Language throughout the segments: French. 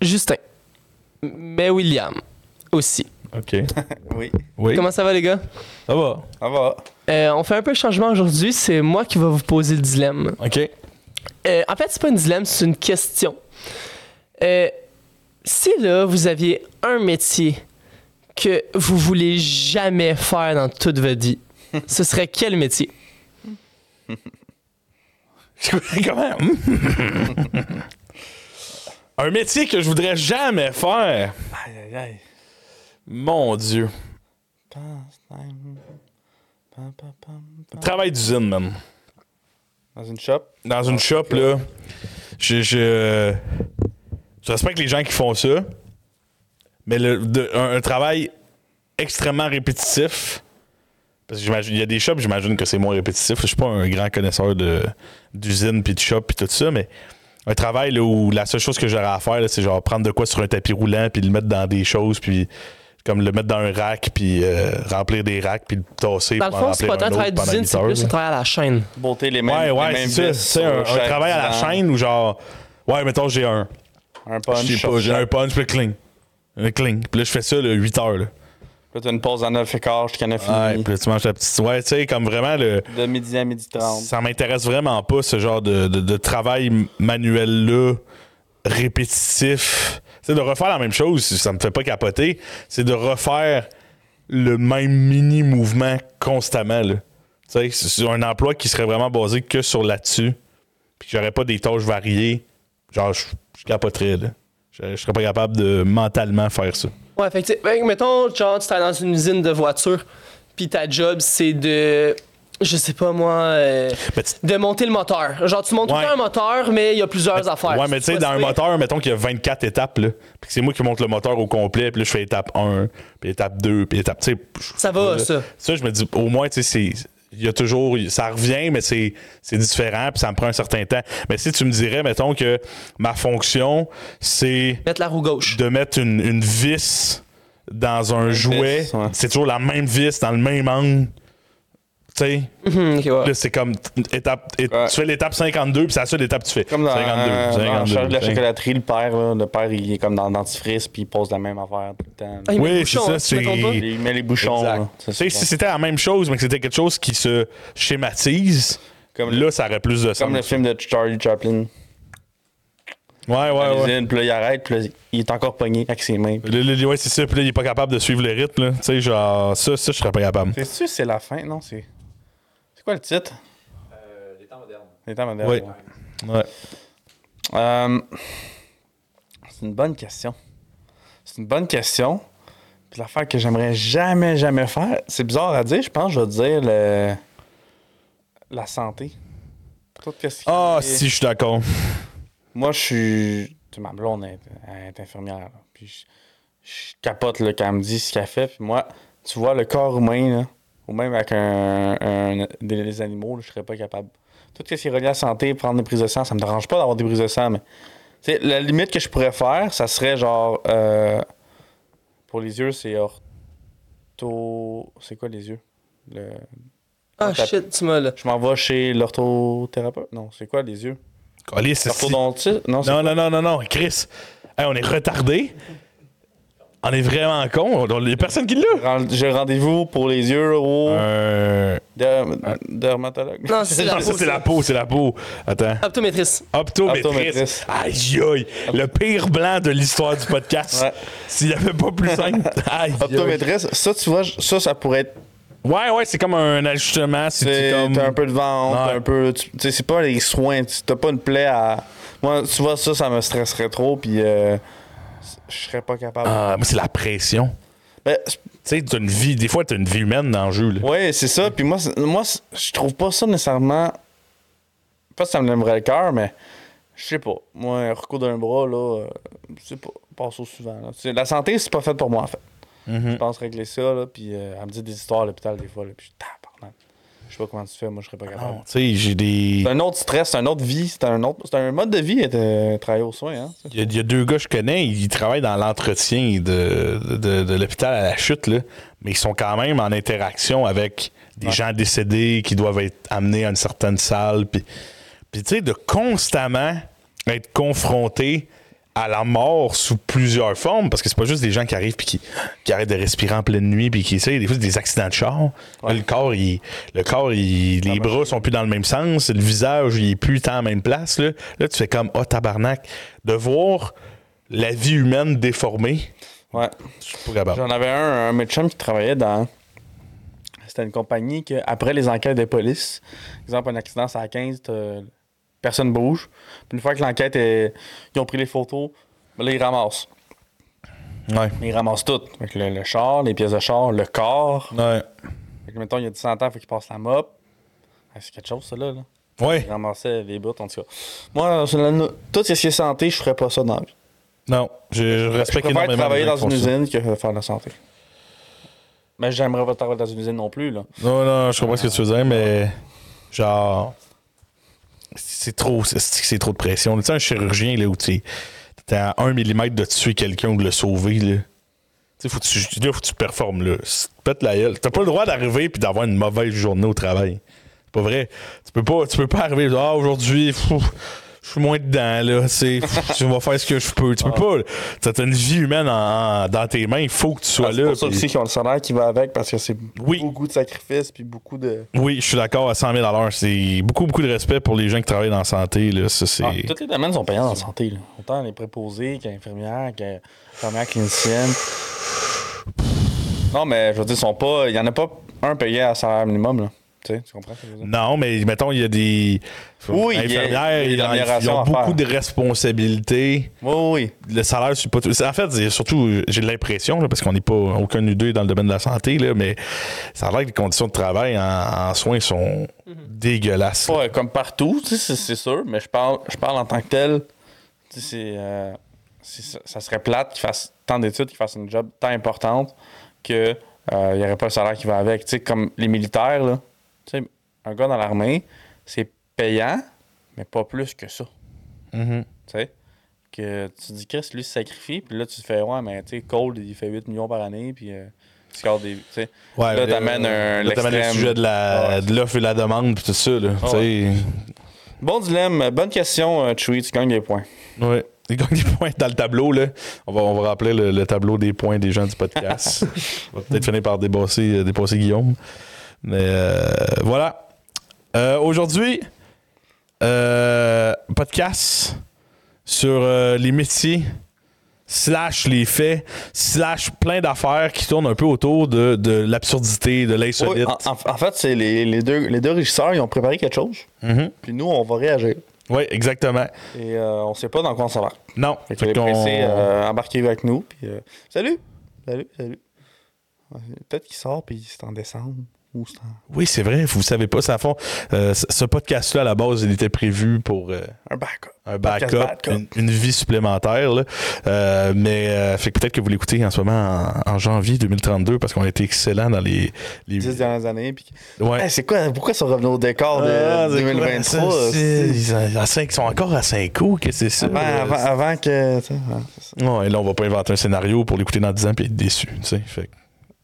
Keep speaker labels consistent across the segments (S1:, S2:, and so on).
S1: Justin. Mais William aussi.
S2: OK.
S3: Oui, Ah bah.
S2: Oui.
S1: Comment ça va les gars?
S2: Ça va.
S3: ça va.
S1: Euh, on fait un peu de changement aujourd'hui, c'est moi qui va vous poser le dilemme.
S2: OK.
S1: Euh, en fait, c'est pas une dilemme, c'est une question. Euh, si là, vous aviez un métier que vous voulez jamais faire dans toute votre vie, ce serait quel métier?
S2: Comment? Un métier que je voudrais jamais faire.
S3: Aïe, aïe, aïe.
S2: Mon Dieu.
S3: Pastime. Pam, pam, pam, pam.
S2: Travail d'usine, man.
S3: Dans une shop.
S2: Dans
S1: Ah,
S2: une shop, là. Je. je... J'espère que les gens qui font ça. Mais le, de- un, un travail extrêmement répétitif. Parce que j'imagine, il y a des shops, j'imagine que c'est moins répétitif. Je suis pas un grand connaisseur de, d'usine, puis de shop, puis tout ça, mais un travail là, où la seule chose que j'aurais à faire, là, c'est genre prendre de quoi sur un tapis roulant, puis le mettre dans des choses, puis comme le mettre dans un rack, puis euh, remplir des racks, puis le tasser.
S1: Dans le
S2: pour en
S1: fond, c'est
S2: remplir
S1: pas
S2: un
S1: tant un
S2: autre
S1: travail
S2: pendant
S1: d'usine,
S2: huit
S1: c'est
S2: heures,
S1: plus
S2: là.
S1: un travail à la chaîne.
S3: Botter les mêmes.
S2: Ouais,
S3: les
S2: ouais,
S3: mêmes
S2: c'est ça.
S3: vis
S2: C'est
S3: sur
S2: un, un
S3: chaque
S2: travail à la
S3: divan.
S2: chaîne où genre. Ouais, mettons, j'ai un.
S3: Un punch.
S2: Je sais pas, j'ai un punch, puis cling. Un cling. Puis là, je fais ça, le 8 heures, là.
S3: Là, t'as une pause à 9 et quart jusqu'à 9
S2: Ouais,
S3: et
S2: puis là, tu manges la petite. Ouais, tu sais, comme vraiment, le.
S3: demi. De midi à midi 30.
S2: Ça m'intéresse vraiment pas, ce genre de, de- de travail manuel-là, répétitif. Tu sais, de refaire la même chose, ça me fait pas capoter. C'est de refaire le même mini-mouvement constamment, là. Tu sais, c'est- c'est un emploi qui serait vraiment basé que sur là-dessus. Puis que j'aurais pas des tâches variées. Genre, je, je capoterais, là. Je, je serais pas capable de mentalement faire ça.
S1: Ouais, fait que, tu sais, fait que, mettons, genre, tu es dans une usine de voitures, puis ta job, c'est de. Je sais pas moi. euh,
S2: Mais tu-
S1: de monter le moteur. Genre, tu montes
S2: Ouais.
S1: tout le temps un moteur, mais il y a plusieurs affaires.
S2: Ouais, mais tu sais, dans un moteur, mettons qu'il y a 24 étapes, là. Puis que c'est moi qui monte le moteur au complet, puis là, je fais étape 1, puis étape 2, puis étape. Tu sais, je-
S1: Ça va,
S2: je-
S1: ça.
S2: Ça, je me dis, au moins, tu sais, c'est- Il y a toujours. Ça revient, mais c'est c'est différent, puis ça me prend un certain temps. Mais si tu me dirais, mettons, que ma fonction, c'est
S1: Mettre la roue gauche.
S2: de mettre une, une vis dans un jouet,
S3: vis, ouais.
S2: c'est toujours la même vis, dans le même angle. Tu sais,
S1: Hmm, ok, ouais.
S2: Là, c'est comme t- étape. et-
S3: Ouais.
S2: Tu fais l'étape 52, puis c'est la seule étape que tu fais.
S3: Comme dans,
S2: 52,
S3: euh, dans la
S2: 52,
S3: charge de la
S2: 52.
S3: chocolaterie, le père, là, le père, il est comme dans le dentifrice, puis il pose la même affaire tout le temps.
S1: Ah, il met
S2: Oui,
S1: les bouchons,
S2: c'est ça,
S1: hein, tu te
S2: c'est-
S1: trompes pas?
S3: Il il met les bouchons.
S2: Exact.
S3: là.
S2: Tu
S3: Ça,
S2: sais,
S3: c'est
S2: si
S3: bon.
S2: c'était la même chose, mais que c'était quelque chose qui se schématise,
S3: Comme-
S2: là, ça aurait plus de sens.
S3: Comme le film de Charlie Chaplin.
S2: Ouais,
S3: Ah
S2: ouais, ouais.
S3: L'usine, Puis là, il arrête, puis là, il est encore pogné avec ses mains.
S2: Le- le- le- ouais, c'est ça. Puis là, il est pas capable de suivre le rythme. là. Tu sais, genre, ça, ça, je serais pas capable.
S3: C'est sûr c'est la fin, non? C'est c'est quoi le titre? Euh, les temps modernes. Les
S2: Oui.
S3: temps modernes.
S2: Ouais.
S3: ouais. Euh, c'est une bonne question. C'est une bonne question. Puis l'affaire que j'aimerais jamais, jamais faire, c'est bizarre à dire, je pense, que je vais dire le... la santé. Tout qu'est-ce qui
S2: Ah,
S3: est-
S2: si, je suis d'accord.
S3: Moi, je suis. Tu sais, ma blonde est, elle est infirmière. là. Puis je, je capote là, quand elle me dit ce qu'elle fait. Puis moi, tu vois, le corps humain, là, ou même avec un, un- des, des animaux, là, je serais pas capable. Tout ce qui est relié à la santé, prendre des prises de sang, ça me dérange pas d'avoir des prises de sang, mais. tu sais, la limite que je pourrais faire, ça serait genre. euh, pour les yeux, c'est ortho. C'est quoi les yeux? Le-
S1: Ah,
S3: Tape.
S1: shit, tu m'as là.
S3: Je m'en vais chez l'orthothérapeute? Non, c'est quoi les yeux?
S2: Calais, c'est si- Non,
S3: L'orthodontiste? Non, c'est
S2: non, non, non, non. Chris, Hey, on est retardé. On est vraiment con. Il y a personne qui l'a.
S3: Ren- J'ai rendez-vous pour les yeux au
S2: Euh,
S3: der- dermatologue.
S1: Non, c'est la
S2: non, Ah, ça,
S1: peau.
S2: c'est la peau, c'est la peau. Attends.
S1: Optométrice.
S2: Optométrice.
S3: Optométrice.
S2: Aïe aïe. Le pire blanc de l'histoire du podcast.
S3: Ouais.
S2: S'il n'y avait pas plus simple. Aïe. aïe.
S3: Optométriste, ça, tu vois, je- ça, ça pourrait être.
S2: Ouais, ouais, c'est comme un ajustement. C'est
S3: C'est
S2: comme.
S3: t'as un peu de ventre,
S2: Ouais.
S3: t'as un peu. Tu tu sais, c'est pas les soins, tu t'as pas une plaie à. Moi, tu vois, ça, ça me stresserait trop, puis euh, je serais pas capable.
S2: Ah, moi, c'est la pression.
S3: Ben,
S2: Tu sais, t'as une vie. Des fois, t'as une vie humaine dans le jeu. là.
S3: Ouais, c'est ça. Puis moi, c'est- moi c'est- je trouve pas ça nécessairement. Pas que ça me lèverait le cœur, mais je sais pas. Moi, un recours d'un bras, là, euh, je sais pas, passe au suivant. là. Tu sais, La santé, c'est pas faite pour moi, en fait. Je pense régler ça, là, puis euh, elle me dit des histoires à l'hôpital des fois, là, puis je tabarnak. Je sais pas comment tu fais, moi, je serais pas capable.
S2: Non, tu sais, j'ai des.
S3: C'est un autre stress, c'est une autre vie, c'est un autre, c'est un mode de vie, être travailler aux soins, hein.
S2: Il y, a- il y a deux gars que je connais, ils travaillent dans l'entretien de, de- de l'hôpital à la chute, là, mais ils sont quand même en interaction avec des gens décédés qui doivent être amenés à une certaine salle. Puis, puis, tu sais, de constamment être confronté à la mort sous plusieurs formes, parce que c'est pas juste des gens qui arrivent puis qui, qui arrêtent de respirer en pleine nuit puis qui, tu sais, des fois, c'est des accidents de char. Là, le corps, il, le corps, il- les bras sont plus dans le même sens, le visage, il est plus tant à la même place. Là, Là, tu fais comme, oh tabarnak, de voir la vie humaine déformée,
S3: Ouais.
S2: je suis pas capable.
S3: J'en avais un, un médecin qui travaillait dans. C'était une compagnie que, après les enquêtes de police, exemple, un accident, c'est à 15, t'as- personne bouge. Puis une fois que l'enquête est. Ils ont pris les photos, ben là, ils ramassent.
S2: Ouais.
S3: Mais Ils ramassent tout. Fait que le, le char, les pièces de char, le corps.
S2: Ouais.
S3: Fait que, mettons, il y a 10 ans, il faut qu'ils passent la mop. Ah, c'est quelque chose, ça, là. là.
S2: Ouais.
S3: Ils ramassaient les bouts, en tout cas. Moi, selon- tout ce qui est santé, je ferais pas ça dans la vie.
S2: Non, je, je
S3: Je
S2: respecte
S3: préfère
S2: énormément.
S3: travailler
S2: les gens
S3: dans
S2: qui font
S3: une
S2: ça.
S3: usine que faire de la santé. Mais j'aimerais pas travailler dans une usine non plus, là.
S2: Non, non, je comprends ce que tu veux dire, mais genre, c'est trop, c'est- c'est trop de pression. Tu sais, un chirurgien, là, où tu t'es à 1 mm de tuer quelqu'un ou de le sauver, là. Tu sais, faut que tu, là, faut que tu performes, là. Si tu te pètes la gueule. T'as pas le droit d'arriver puis d'avoir une mauvaise journée au travail. C'est pas vrai. Tu peux pas, tu peux pas arriver, ah, aujourd'hui, fou, je suis moins dedans, là. Tu sais, fou, je vais faire ce que je peux. Tu peux
S3: Ah.
S2: pas. T'as t'as une vie humaine en- en- dans tes mains, il faut que tu sois
S3: Ah, C'est
S2: là.
S3: pour ça
S2: puis-
S3: aussi qu'ils ont le salaire qui va avec parce que c'est
S2: Oui.
S3: beaucoup de sacrifices puis beaucoup de.
S2: Oui, je suis d'accord à 100 000 C'est beaucoup, beaucoup de respect pour les gens qui travaillent dans la santé. Là. Ça, c'est...
S3: Ah, tous les domaines sont payants en santé, là. Autant les préposés qu'infirmières, qu'infirmières cliniciennes. Non, mais je veux dire, ils sont pas. Il y en a pas un payé à salaire minimum, là. Tu sais, tu comprends ce que je veux dire?
S2: Non, mais mettons, il y a des
S3: Oui, il y a-
S2: infirmières,
S3: il y a des
S2: ils en- ils
S3: améliorations
S2: ont
S3: à
S2: beaucoup
S3: faire.
S2: de responsabilités.
S3: Oui, oui.
S2: Le salaire, c'est pas tout. c'est- En fait, c'est surtout, j'ai l'impression, là, parce qu'on n'est pas aucun de nous deux dans le domaine de la santé, là, mais ça a l'air que les conditions de travail en, en soins sont
S3: Mhm.
S2: dégueulasses.
S3: Pas euh, comme partout, tu sais, c'est- c'est sûr, mais je parle, je parle en tant que tel. Tu sais, c'est, euh, c'est- ça- ça serait plate qu'ils fassent tant d'études, qu'ils fassent une job tant importante que euh, il n'y aurait pas le salaire qui va avec. Tu sais, comme les militaires, là, tu sais, un gars dans l'armée, c'est payant, mais pas plus que ça.
S2: Mhm.
S3: Tu sais, que tu te dis, Chris, lui, se sacrifie, puis là, tu te fais, ouais, mais tu sais, Cold, il fait 8 millions par année, puis euh, il score des. tu sais.
S2: Ouais, euh,
S3: Là, t'amènes un-
S2: là, t'amènes le
S3: l'extrême.
S2: sujet de, la,
S3: Ouais. Ah
S2: de l'offre et la demande, puis tout ça. Là, tu sais.
S3: ouais. Bon dilemme, bonne question, euh, Chewie, tu gagnes des points.
S2: Ouais. Il gagne des points dans le tableau, là. On va, on va rappeler le, le tableau des points des gens du podcast. on va peut-être finir par dépasser, euh, dépasser Guillaume. Mais euh, voilà. Euh, Aujourd'hui, euh, podcast sur euh, les métiers, slash les faits, slash plein d'affaires qui tournent un peu autour de, de l'absurdité, de
S3: Oui,
S2: l'insolite.
S3: en, en- en fait, c'est les, les deux, les deux régisseurs, ils ont préparé quelque chose.
S2: Mhm.
S3: Puis nous, on va réagir.
S2: Oui, exactement.
S3: Et euh, on sait pas dans quoi on s'en va.
S2: Non.
S3: Fait que
S2: Fait
S3: les
S2: qu'on-
S3: pressés, euh, embarquez avec nous. Puis, euh, salut! Salut, salut. Ouais, Peut-être qu'il sort, puis c'est en décembre. Ou c'est en...
S2: Oui, c'est vrai, vous ne savez pas, ça à fond. euh, ce- ce podcast-là, à la base, il était prévu pour euh,
S3: Un backup.
S2: un
S3: Podcast
S2: backup,
S3: backup.
S2: Une, une vie supplémentaire. là. Euh, mais euh, fait que peut-être que vous l'écoutez en ce moment en, en janvier 2032 parce qu'on a été excellent dans les. les...
S3: Dix dernières années. Puis...
S2: Ouais.
S3: Hey, c'est quoi? Pourquoi ils sont revenus au décor de
S2: Ah, c'est quoi,
S3: 2023?
S2: ça, c'est-
S3: c'est-
S2: Ils sont à cinq- ils sont encore à 5 coups, qu'est-ce que c'est ça?
S3: Avant, avant, avant que. tu sais, ouais, c'est ça.
S2: Ouais, là, on va pas inventer un scénario pour l'écouter dans 10 ans et être déçu. tu sais. Fait que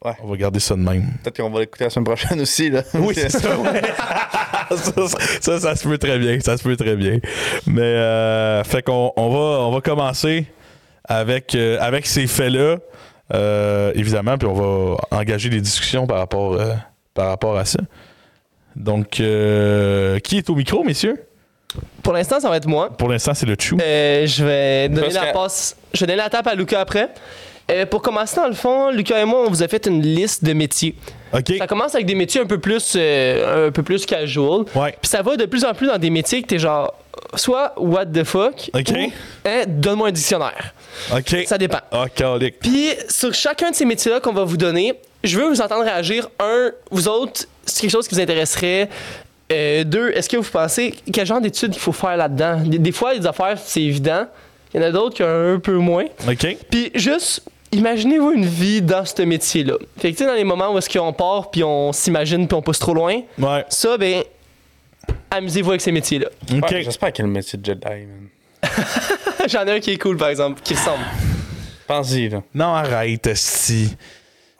S3: Ouais.
S2: On va garder ça de même.
S3: Peut-être qu'on va l'écouter la semaine prochaine aussi. Là.
S2: Oui, c'est ça, ouais. ça, ça- ça, ça se peut très bien. Ça se peut très bien. Mais euh, fait qu'on on va, on va commencer avec, euh, avec ces faits-là, euh, évidemment, puis on va engager des discussions par rapport, euh, par rapport à ça. Donc, euh, qui est au micro, messieurs?
S1: Pour l'instant, ça va être moi.
S2: Pour l'instant, c'est le Chou.
S1: Euh, je vais donner
S3: Parce
S1: la
S3: que-
S1: passe. Je vais donner la tape à Lucas après. Euh, pour commencer, dans le fond, Lucas et moi, on vous a fait une liste de métiers.
S2: OK.
S1: Euh, Ça commence avec des métiers un peu plus, euh, un peu plus casual.
S2: Ouais.
S1: Puis ça va de plus en plus dans des métiers que t'es genre, soit what the fuck,
S2: Ok.
S1: ou Hein, donne-moi un dictionnaire.
S2: OK.
S1: Ça dépend.
S2: Ah, calique.
S1: Puis sur chacun de ces métiers-là qu'on va vous donner, je veux vous entendre réagir. Un, vous autres, c'est quelque chose qui vous intéresserait. Euh, deux, est-ce que vous pensez quel genre d'études il faut faire là-dedans? Des, des fois, les affaires, c'est évident. Il y en a d'autres qui ont un peu moins.
S2: OK.
S1: Puis juste, imaginez-vous une vie dans ce métier-là. Fait que tu sais, dans les moments où est-ce qu'on part, puis on s'imagine, puis on pousse trop loin,
S2: Ouais.
S1: ça, ben, amusez-vous avec ces métiers-là.
S2: OK.
S3: Ouais, J'espère qu'il y a le métier de Jedi, man.
S1: J'en ai un qui est cool, par exemple, qui ressemble.
S3: Pense-y, là.
S2: Non, arrête, si.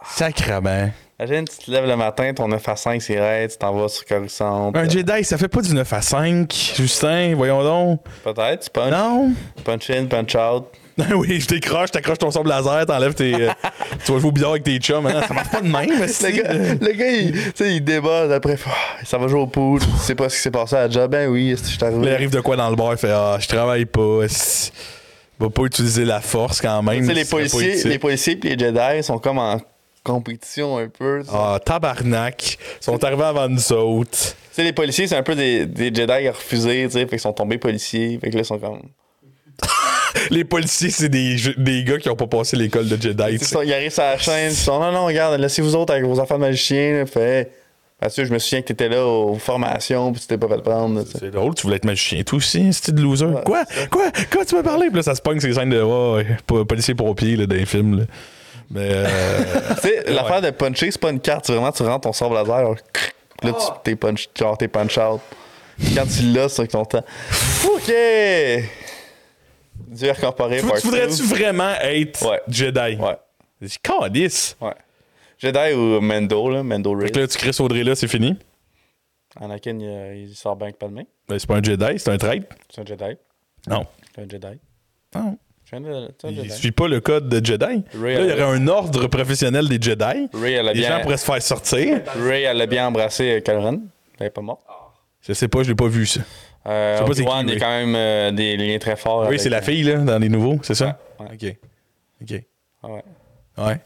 S2: Sacrament.
S3: Imagine, tu te lèves le matin, ton 9 à 5, c'est raide, tu t'en vas sur Coruscant.
S2: Un
S3: euh,
S2: Jedi, ça fait pas du 9 à 5, Justin, voyons donc.
S3: Peut-être, tu punch,
S2: Non?
S3: punch in, punch out.
S2: Ah oui, je décroche, t'accroches ton sable laser, t'enlèves tes. euh, tu vas jouer au billard avec tes chums. hein. Ça marche pas de même,
S3: Le
S2: c'est
S3: gars, le gars, il, tu sais, il déborde après. pff, Ça va jouer au pool. Tu sais pas ce qui s'est passé à la job. Ben oui, c'est- je suis
S2: Il
S3: arrivé.
S2: arrive de quoi dans le bar, il fait Ah, je travaille pas. esti. Va pas utiliser la force quand même.
S3: Tu sais, les
S2: ce serait pas
S3: policiers,
S2: utile.
S3: les policiers pis les Jedi sont comme en compétition un peu. Tu
S2: Ah, tabarnak. Ils sont arrivés avant nous autres.
S3: sais, les policiers, c'est un peu des, des Jedi refusés, tu sais, fait qu'ils sont tombés policiers, fait que là, ils sont comme.
S2: Les policiers, c'est des, jeux- des gars qui ont pas passé l'école de Jedi. tu
S3: Tu sais,
S2: sais.
S3: ils sont- ils arrivent sur la chaîne, ils sont non, non, regarde, laissez-vous autres avec vos affaires de magicien, là, fait. hey, Mathieu, je me souviens que t'étais là aux formations, pis tu t'es pas fait prendre. tu sais.
S2: C'est drôle, tu voulais être magicien, toi aussi, c'était de loser. quoi? Quoi? Quoi? Tu m'as parlé? Puis là, ça se pogne ces scènes de ouais, ouais, po- policier-pompier là, dans les films. là. Mais. euh,
S3: Tu sais, l'affaire de puncher, c'est pas une carte, c'est vraiment, tu rentres ton sort laser, genre, cric, là, tu t'es punch, genre, t'es punch out. Puis Quand tu l'as, c'est ton temps. Ok! Dieu incorporé,
S2: tu
S3: part
S2: tu voudrais-tu
S3: two.
S2: vraiment être
S3: Ouais.
S2: Jedi?
S3: Ouais,
S2: C'est calice.
S3: ouais. Jedi ou Mendo, là, Mendo Ray.
S2: Fait que là, tu crées Audrey là, c'est fini.
S3: Anakin, il, euh, il sort bien que pas de main.
S2: Ben, c'est pas un Jedi, c'est un traître.
S3: C'est un Jedi.
S2: Non.
S3: C'est un Jedi.
S2: Non.
S3: C'est un, euh, c'est un
S2: Il
S3: Jedi.
S2: suit pas le code de Jedi.
S3: Ray,
S2: là, il y
S3: elle-
S2: aurait un ordre professionnel des Jedi.
S3: Ray, elle a
S2: les
S3: bien-
S2: gens pourraient se faire sortir.
S3: Ray, elle a bien embrassé euh, Calren. Elle est pas morte.
S2: Je sais pas, je l'ai pas vu ça.
S3: Euh,
S2: Je sais pas c'est
S3: Obi-Wan,
S2: qui,
S3: il y a
S2: Ray.
S3: quand même euh, des liens très forts.
S2: Oui,
S3: avec-
S2: c'est la fille, là, dans les nouveaux, c'est ça?
S3: Ouais,
S2: OK. OK.
S3: Ah Ouais.
S2: Ouais.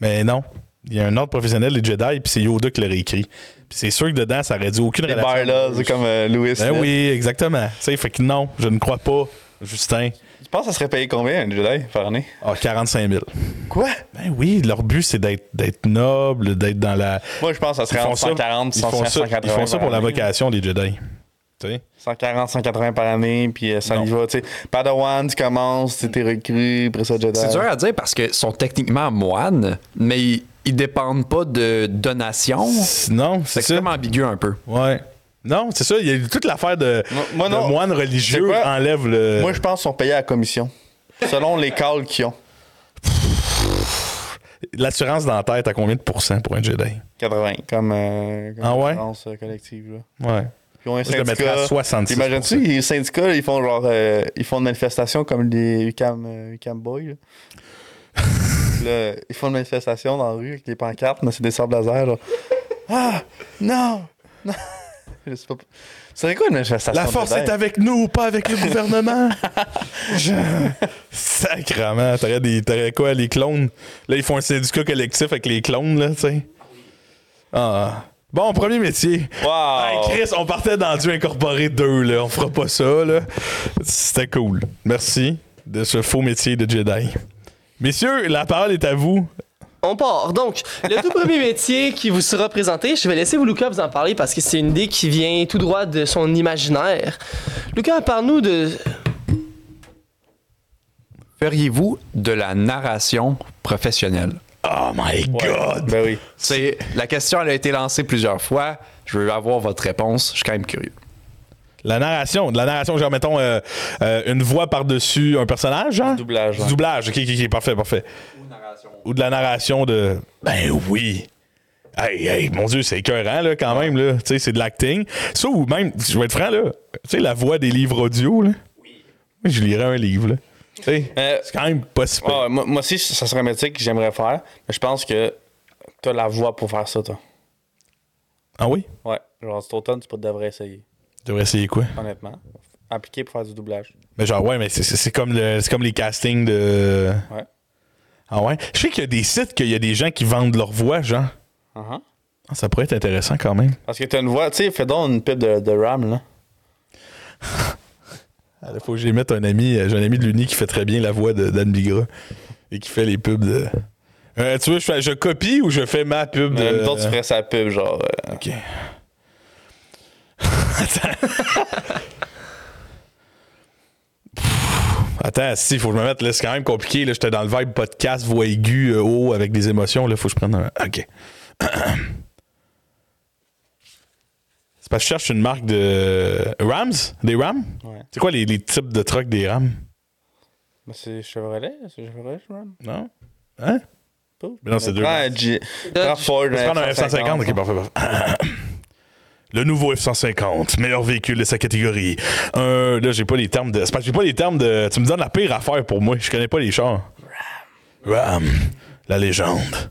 S2: Mais non. Il y a un ordre professionnel des Jedi, puis c'est Yoda qui l'a réécrit. Puis c'est sûr que dedans, ça aurait dit aucune
S3: Les
S2: relation.
S3: Barlas, c'est comme euh, Louis.
S2: Ben
S3: là.
S2: oui, exactement. Tu sais, fait que non, je ne crois pas, Justin,
S3: Tu penses que ça serait payé combien, un Jedi, par année?
S2: à 45 000.
S3: Quoi?
S2: Ben oui, leur but, c'est d'être d'être noble, d'être dans la.
S3: Moi, je pense que ça serait entre 140
S2: ils font
S3: 140,
S2: ça,
S3: 180.
S2: ils font ça
S3: par
S2: pour la
S3: année.
S2: vocation des Jedi. Tu sais?
S3: 140, 180 par année, puis euh, ça y va. tu sais. Padawan, tu commences, tu t'es recru, après ça, Jedi.
S4: C'est dur à dire parce qu'ils sont techniquement moines, mais ils, ils dépendent pas de donations. C'est
S2: Non, c'est ça.
S4: extrêmement ambigu un peu.
S2: Ouais. Non, c'est ça. Il y a eu toute l'affaire de,
S3: Moi- moi,
S2: de
S3: non.
S2: moine
S3: C'est
S2: religieux
S3: quoi?
S2: enlève le.
S3: Moi, je pense qu'ils sont payés à la commission, selon les calls qu'ils ont.
S2: L'assurance dentaire, t'as combien de pourcents pour un Jedi?
S3: 80, comme, euh, comme
S2: Ah ouais?
S3: assurance, euh, collective. Là.
S2: Ouais.
S3: Ils ont un
S2: Moi, je le mettrais à
S3: syndicat.
S2: 66.
S3: T'imagines-tu, les syndicats, ils font genre. euh, ils font une manifestation comme les UCAM, euh, UCAM Boys. là. Là, ils font une manifestation dans la rue avec des pancartes, mais c'est des sables laser. Genre. Ah! Non! Non! Je sais pas. C'est quoi une manifestation?
S2: La
S3: de
S2: force
S3: dingue?
S2: est avec nous, pas avec le gouvernement. Je- Sacrement. T'aurais, des... t'aurais quoi, les clones? Là, ils font un syndicat collectif avec les clones, là, tu sais. Ah. Bon, premier métier. Hey,
S3: Wow!
S2: Chris, on partait dans Dieu incorporé 2, là. On fera pas ça, là. C'était cool. Merci de ce faux métier de Jedi. Messieurs, la parole est à vous.
S1: On part. Donc, le tout premier métier qui vous sera présenté, je vais laisser vous, Lucas, vous en parler parce que c'est une idée qui vient tout droit de son imaginaire. Lucas, parle-nous de.
S4: Feriez-vous de la narration professionnelle?
S2: Oh my god!
S3: Ben oui.
S4: C'est la question elle a été lancée plusieurs fois. Je veux avoir votre réponse. Je suis quand même curieux.
S2: La narration, de la narration, genre, mettons, euh, euh, une voix par-dessus un personnage, genre?
S3: Doublage.
S2: Du
S3: ouais.
S2: doublage, ok, ok, ok, parfait, parfait. Ou de la narration de. Ben oui! Hey, hey, mon Dieu, c'est écœurant, là, quand même, là. Tu sais, c'est de l'acting. Ça, ou même, je vais être franc, là, tu sais, la voix des livres audio, là. Oui. Je lirais un livre, là. Tu sais,
S3: Euh,
S2: c'est quand même pas si pire.
S3: ouais, moi, moi aussi, ça serait un métier que j'aimerais faire, mais je pense que t'as la voix pour faire ça, toi.
S2: Ah oui?
S3: Ouais. Genre, cet automne, tu devrais essayer,
S2: Je devrais essayer quoi?
S3: honnêtement. Appliquer pour faire du doublage.
S2: Mais genre, ouais, mais c'est- c'est c'est comme, le- c'est comme les castings de.
S3: Ouais.
S2: Ah ouais? Je sais qu'il y a des sites qu'il y a des gens qui vendent leur voix, genre.
S3: Uh-huh.
S2: Ah, Ça pourrait être intéressant quand même.
S3: Parce que t'as une voix, tu sais, fais donc une pipe de, de RAM, là.
S2: Il Ah, faut que j'y mette un ami. euh, J'ai un ami de l'Uni qui fait très bien la voix de- d'Anne Bigra et qui fait les pubs de. Euh, tu veux, je, fais- je copie ou je fais ma pub de.
S3: Mais même temps, tu ferais sa pub, genre. euh,
S2: Ok. Attends. Attends, si, faut que je me mette. Là, c'est quand même compliqué. Là, j'étais dans le vibe podcast, voix aiguë, euh, haut, avec des émotions. Là, faut que je prenne un. Ok. c'est parce que je cherche une marque de. euh, Rams Des Rams
S3: Ouais.
S2: C'est quoi les, les types de trucks des Rams
S3: Mais c'est Chevrolet, c'est Chevrolet, je RAM.
S2: Non? Hein?
S3: Pas.
S2: Mais non, c'est deux.
S3: Prends un G- prends Ford,
S2: Je vais prendre un
S3: F-150,
S2: F-150. Ok, parfait, parfait. Le nouveau F-150, meilleur véhicule de sa catégorie. Un, là, j'ai pas les termes de. C'est parce que j'ai pas les termes de. Tu me donnes la pire affaire pour moi. Je connais pas les chars. Ram. Ram. La légende.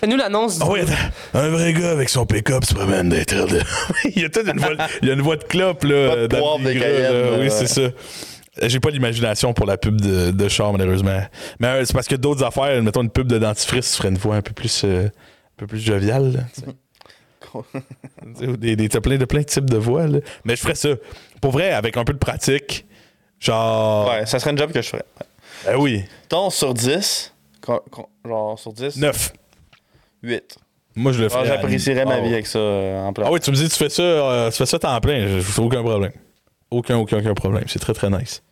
S1: Fais-nous l'annonce. du-
S2: Ah oui, attends. un vrai gars avec son pick-up se promène dans les trails de- il y a toute une voix, il y a une voix de clope, là.
S3: Pas de
S2: dans le
S3: poivre de
S2: gras,
S3: Cayenne,
S2: là.
S3: là,
S2: Oui,
S3: ouais.
S2: c'est ça. Euh, J'ai pas l'imagination pour la pub de, de char, malheureusement. Mais euh, c'est parce que d'autres affaires, mettons une pub de dentifrice, tu ferais une voix un peu plus, euh, un peu plus joviale. là, tu sais. Tu sais, ou des, des, t'as plein de plein de types de voix. là. Mais je ferais ça. Pour vrai, avec un peu de pratique, genre.
S3: Ouais, ça serait une job que je ferais.
S2: Ben oui,
S3: Ton sur 10, con- con- genre sur 10,
S2: 9.
S3: 8.
S2: Moi, je le ferais.
S3: Ah,
S2: à-
S3: J'apprécierais ma
S2: Ah,
S3: vie
S2: ouais.
S3: avec ça euh, en plein.
S2: Ah oui, tu me dis, tu fais ça, euh, tu fais ça temps plein. Je- je- Aucun problème. Aucun, aucun, aucun problème. C'est très, très nice.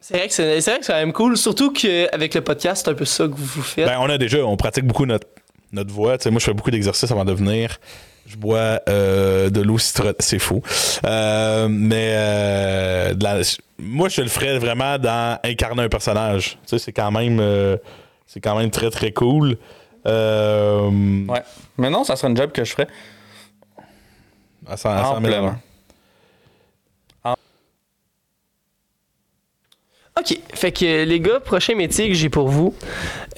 S1: C'est vrai que c'est c'est vrai que c'est quand même cool. Surtout qu'avec le podcast, c'est un peu ça que vous faites.
S2: Ben, on a déjà, on pratique beaucoup notre, notre voix. Tu sais, moi, je fais beaucoup d'exercices avant de venir. Je bois euh, de l'eau citronnée. C'est faux. Euh, mais euh, de la- moi, je le ferais vraiment dans incarner un personnage. Tu sais, c'est quand même, euh, c'est quand même très, très cool. Euh,
S3: Ouais. Mais non, ça serait une job que je ferais.
S2: à cent- à cent mille
S3: Amplement.
S2: dollars.
S1: OK. Fait que euh, les gars, prochain métier que j'ai pour vous,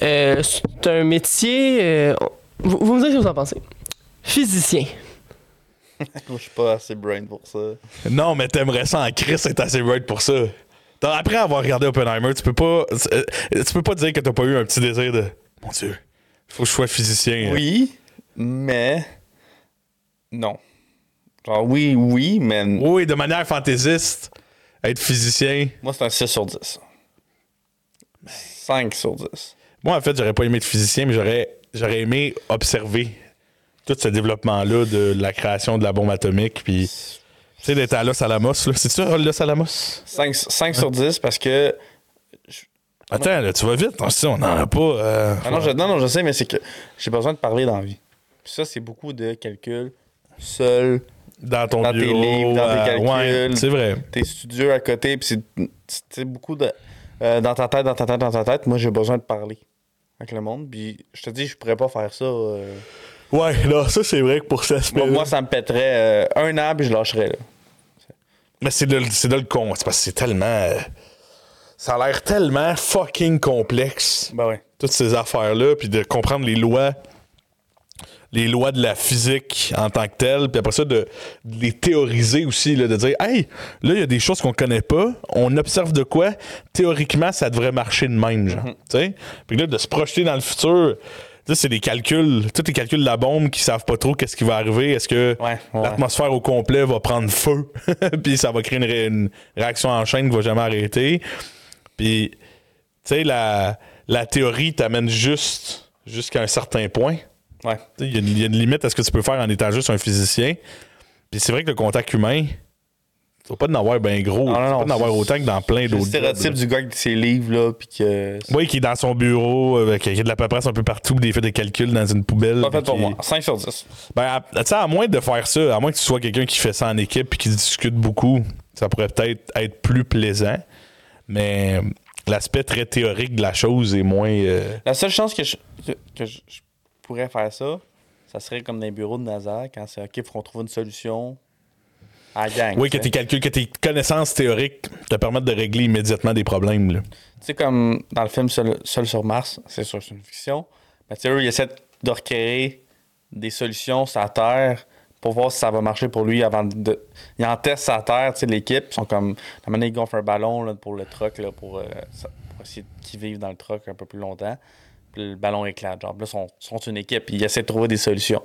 S1: euh, c'est un métier. euh, vous, vous me direz ce que vous en pensez. Physicien.
S3: Moi, je suis pas assez brain pour ça.
S2: Non, mais t'aimerais ça en Chris, c'est assez right pour ça. T'as- Après avoir regardé Oppenheimer, tu peux pas, tu euh, tu peux pas dire que t'as pas eu un petit désir de. Mon Dieu, faut que je sois physicien.
S3: Oui, mais. Non. Genre, oui, oui, mais.
S2: Oui, de manière fantaisiste, être physicien.
S3: Moi, c'est un 6 sur 10. 5 sur 10.
S2: Moi, en fait, j'aurais pas aimé être physicien, mais j'aurais, j'aurais aimé observer tout ce développement-là de la création de la bombe atomique. Puis, tu sais, d'être à Los Alamos. Là. C'est ça, Los Alamos?
S3: 5, sur 10 parce que.
S2: Attends, là, tu vas vite. On, on en a pas. euh,
S3: Ah non, je, non, non, je sais, mais c'est que j'ai besoin de parler dans la vie. Puis ça, c'est beaucoup de calculs. Seul,
S2: dans ton
S3: dans tes
S2: bureau.
S3: livres, dans tes
S2: euh, ouais,
S3: calculs.
S2: c'est vrai.
S3: t'es studieux à côté, puis c'est- c'est c'est beaucoup de. euh, dans ta tête, dans ta tête, dans ta tête. Moi, j'ai besoin de parler avec le monde. Puis je te dis, je pourrais pas faire ça. euh,
S2: Ouais, là, ça, c'est vrai que pour ça,
S3: Moi, moi, ça me pèterait euh, un an, puis je lâcherais. Là.
S2: Mais c'est de, c'est de le con. C'est parce que c'est tellement. euh, Ça a l'air tellement fucking complexe,
S3: Ben ouais.
S2: toutes ces affaires-là, puis de comprendre les lois. Les lois de la physique en tant que telles, puis après ça, de, de les théoriser aussi, là, de dire, hey, là, il y a des choses qu'on connaît pas, on observe de quoi, théoriquement, ça devrait marcher de même, genre. Tu sais? Puis là, de se projeter dans le futur, tu sais, c'est des calculs, tous les calculs de la bombe qui savent pas trop qu'est-ce qui va arriver, est-ce que
S3: Ouais, ouais.
S2: l'atmosphère au complet va prendre feu, puis ça va créer une, ré- une réaction en chaîne qui va jamais arrêter. Puis, tu sais, la, la théorie t'amène juste jusqu'à un certain point.
S3: Ouais.
S2: Tu sais, Il y, a une- il y a une limite à ce que tu peux faire en étant juste un physicien. Puis c'est vrai que le contact humain, tu vas pas en avoir bien gros.
S3: Non, non,
S2: tu vas pas
S3: non,
S2: en avoir
S3: c'est-
S2: autant que dans plein
S3: Le
S2: d'autres.
S3: stéréotype
S2: jobs, là.
S3: du gars avec ses livres, là, puis que. C'est
S2: Oui, qui est dans son bureau, euh, qui qui a de la paperasse un peu partout, puis il fait des calculs dans une poubelle.
S3: pas fait pour
S2: puis qui-
S3: moi. 5 sur 10.
S2: Ben, à- tu sais, à moins de faire ça, à moins que tu sois quelqu'un qui fait ça en équipe et qui discute beaucoup, ça pourrait peut-être être plus plaisant. Mais l'aspect très théorique de la chose est moins. euh,
S3: La seule chance que je, que, que je, je pourrais faire ça, ça serait comme dans les bureaux de NASA, quand c'est OK, faut qu'on trouve une solution à la gang.
S2: Oui, que
S3: tu sais.
S2: tes calculs, que tes connaissances théoriques te permettent de régler immédiatement des problèmes. là.
S3: Tu sais, comme dans le film Seul, Seul sur Mars, c'est sûr, c'est une fiction. Mais tu sais, eux, ils essaient de recréer des solutions sur la Terre pour voir si ça va marcher pour lui avant de. Ils en testent sa Terre, tu sais, l'équipe. Ils sont comme. La manière, ils gonflent un ballon là, pour le truck, là, pour, euh, ça- pour essayer qu'ils vivent dans le truck un peu plus longtemps. Puis le ballon éclate. Genre, là, ils sont, sont une équipe. Ils essaient de trouver des solutions.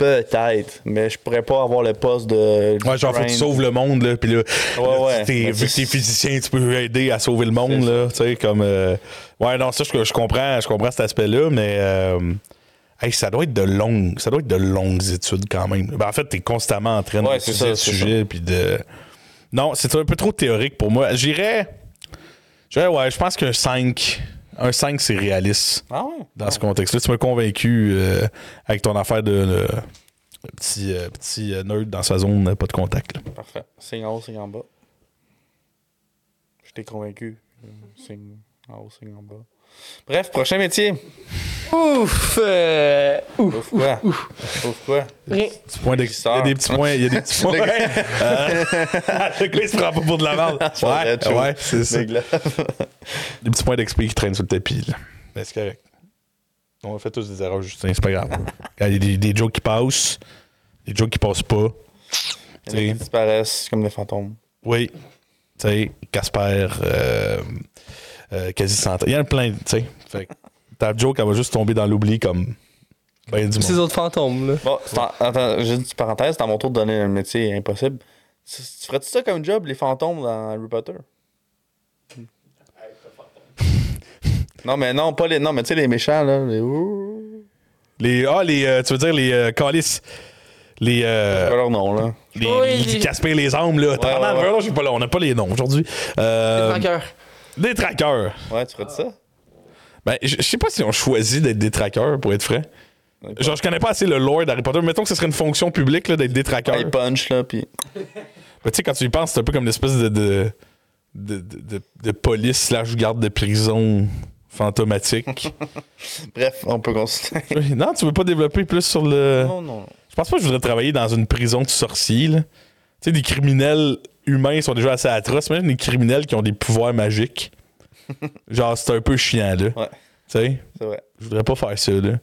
S3: Peut-être, mais je pourrais pas avoir le poste de.
S2: Ouais, genre, faut que tu sauves le monde, là. Puis là, là,
S3: Ouais,
S2: tu-
S3: ouais.
S2: t'es-
S3: Mais
S2: vu que
S3: c'est-
S2: t'es physicien, tu peux aider à sauver le monde,
S3: C'est
S2: là. Tu sais, comme. euh, Ouais, non, ça, je, je comprends, je comprends cet aspect-là, mais. euh, hey, ça doit être de longues. Ça doit être de longues études quand même. Ben, en fait, t'es constamment en train
S3: Ouais,
S2: de
S3: c'est
S2: sujet,
S3: ça, c'est
S2: sujet, puis de. Non, c'est un peu trop théorique pour moi. J'irais. J'irais, ouais, je pense qu'un 5. Un 5, c'est réaliste
S3: Ah ouais?
S2: dans ce contexte-là. Tu m'as convaincu euh, avec ton affaire de. euh, petit euh, petit euh, nerd dans sa zone, euh, pas de contact. là.
S3: Parfait. Signe en haut, signe en bas. Je t'ai convaincu. Signe Euh, en haut, signe en bas.
S5: Bref, prochain métier.
S1: Ouf! euh, ouf.
S5: Ouf quoi? Ouf quoi?
S1: Rien.
S2: Petit point de- Il y a des petits points. Il y a des petits points.
S3: Le gars-
S2: Euh, Le gars, il se prend pas pour de la merde.
S3: arrête,
S2: Ouais,
S3: Joe.
S2: ouais c'est ça.
S3: Les glaces.
S2: Des petits points d'expli qui traînent sur le tapis. Là. Mais Ben, c'est correct. On a fait tous des erreurs, Justin. C'est pas grave. Quand Il y a des, des jokes qui passent, des jokes qui passent pas.
S5: Il y en a
S2: T'sais,
S5: qui disparaissent comme des fantômes.
S2: oui. Tu sais, Casper, euh, euh, quasi Santa. Il y en a plein, tu sais. Fait que ta joke, elle va juste tomber dans l'oubli comme ben du
S1: Ces
S2: monde.
S1: autres fantômes, là.
S5: Bon,
S3: c'est
S5: c'est en-
S3: Attends, j'ai une petite parenthèse, c'est à mon tour de donner un métier impossible. Tu, tu ferais-tu ça comme job, les fantômes dans Harry Potter? non, mais non, pas les. Non, mais tu sais, les méchants, là. Les... ouh,
S2: Les, ah, les, euh, tu veux dire les euh, calices. Les,
S3: C'est
S2: euh,
S3: pas leur nom, là.
S2: les,
S1: Oui,
S2: les-
S1: les-
S2: Casper, les âmes, là. Tabarnak,
S3: ouais, ouais.
S2: là, j'ai pas là. On n'a pas les noms aujourd'hui. Euh,
S1: Des traqueurs.
S2: des traqueurs.
S3: Ouais, tu ferais de ça?
S2: Ben, je je sais pas si on choisit d'être détraqueur, pour être frais. Genre, je connais pas assez le lore d'Harry Potter. Mettons que ce serait une fonction publique là, d'être détraqueur.
S3: Ils punch, là, puis.
S2: Mais tu sais, quand tu y penses, c'est un peu comme une espèce de, de, de, de- de- de police slash garde de prison fantomatique.
S3: Bref, on peut consulter.
S2: Oui, non, tu veux pas développer plus sur le.
S3: non, non.
S2: Je pense pas que je voudrais travailler dans une prison de sorciers. là. Tu sais, des criminels humains sont déjà assez atroces. Même des criminels qui ont des pouvoirs magiques. Genre, c'est un peu chiant, là.
S3: Ouais.
S2: Tu sais?
S3: C'est vrai.
S2: Je voudrais pas faire ça, là.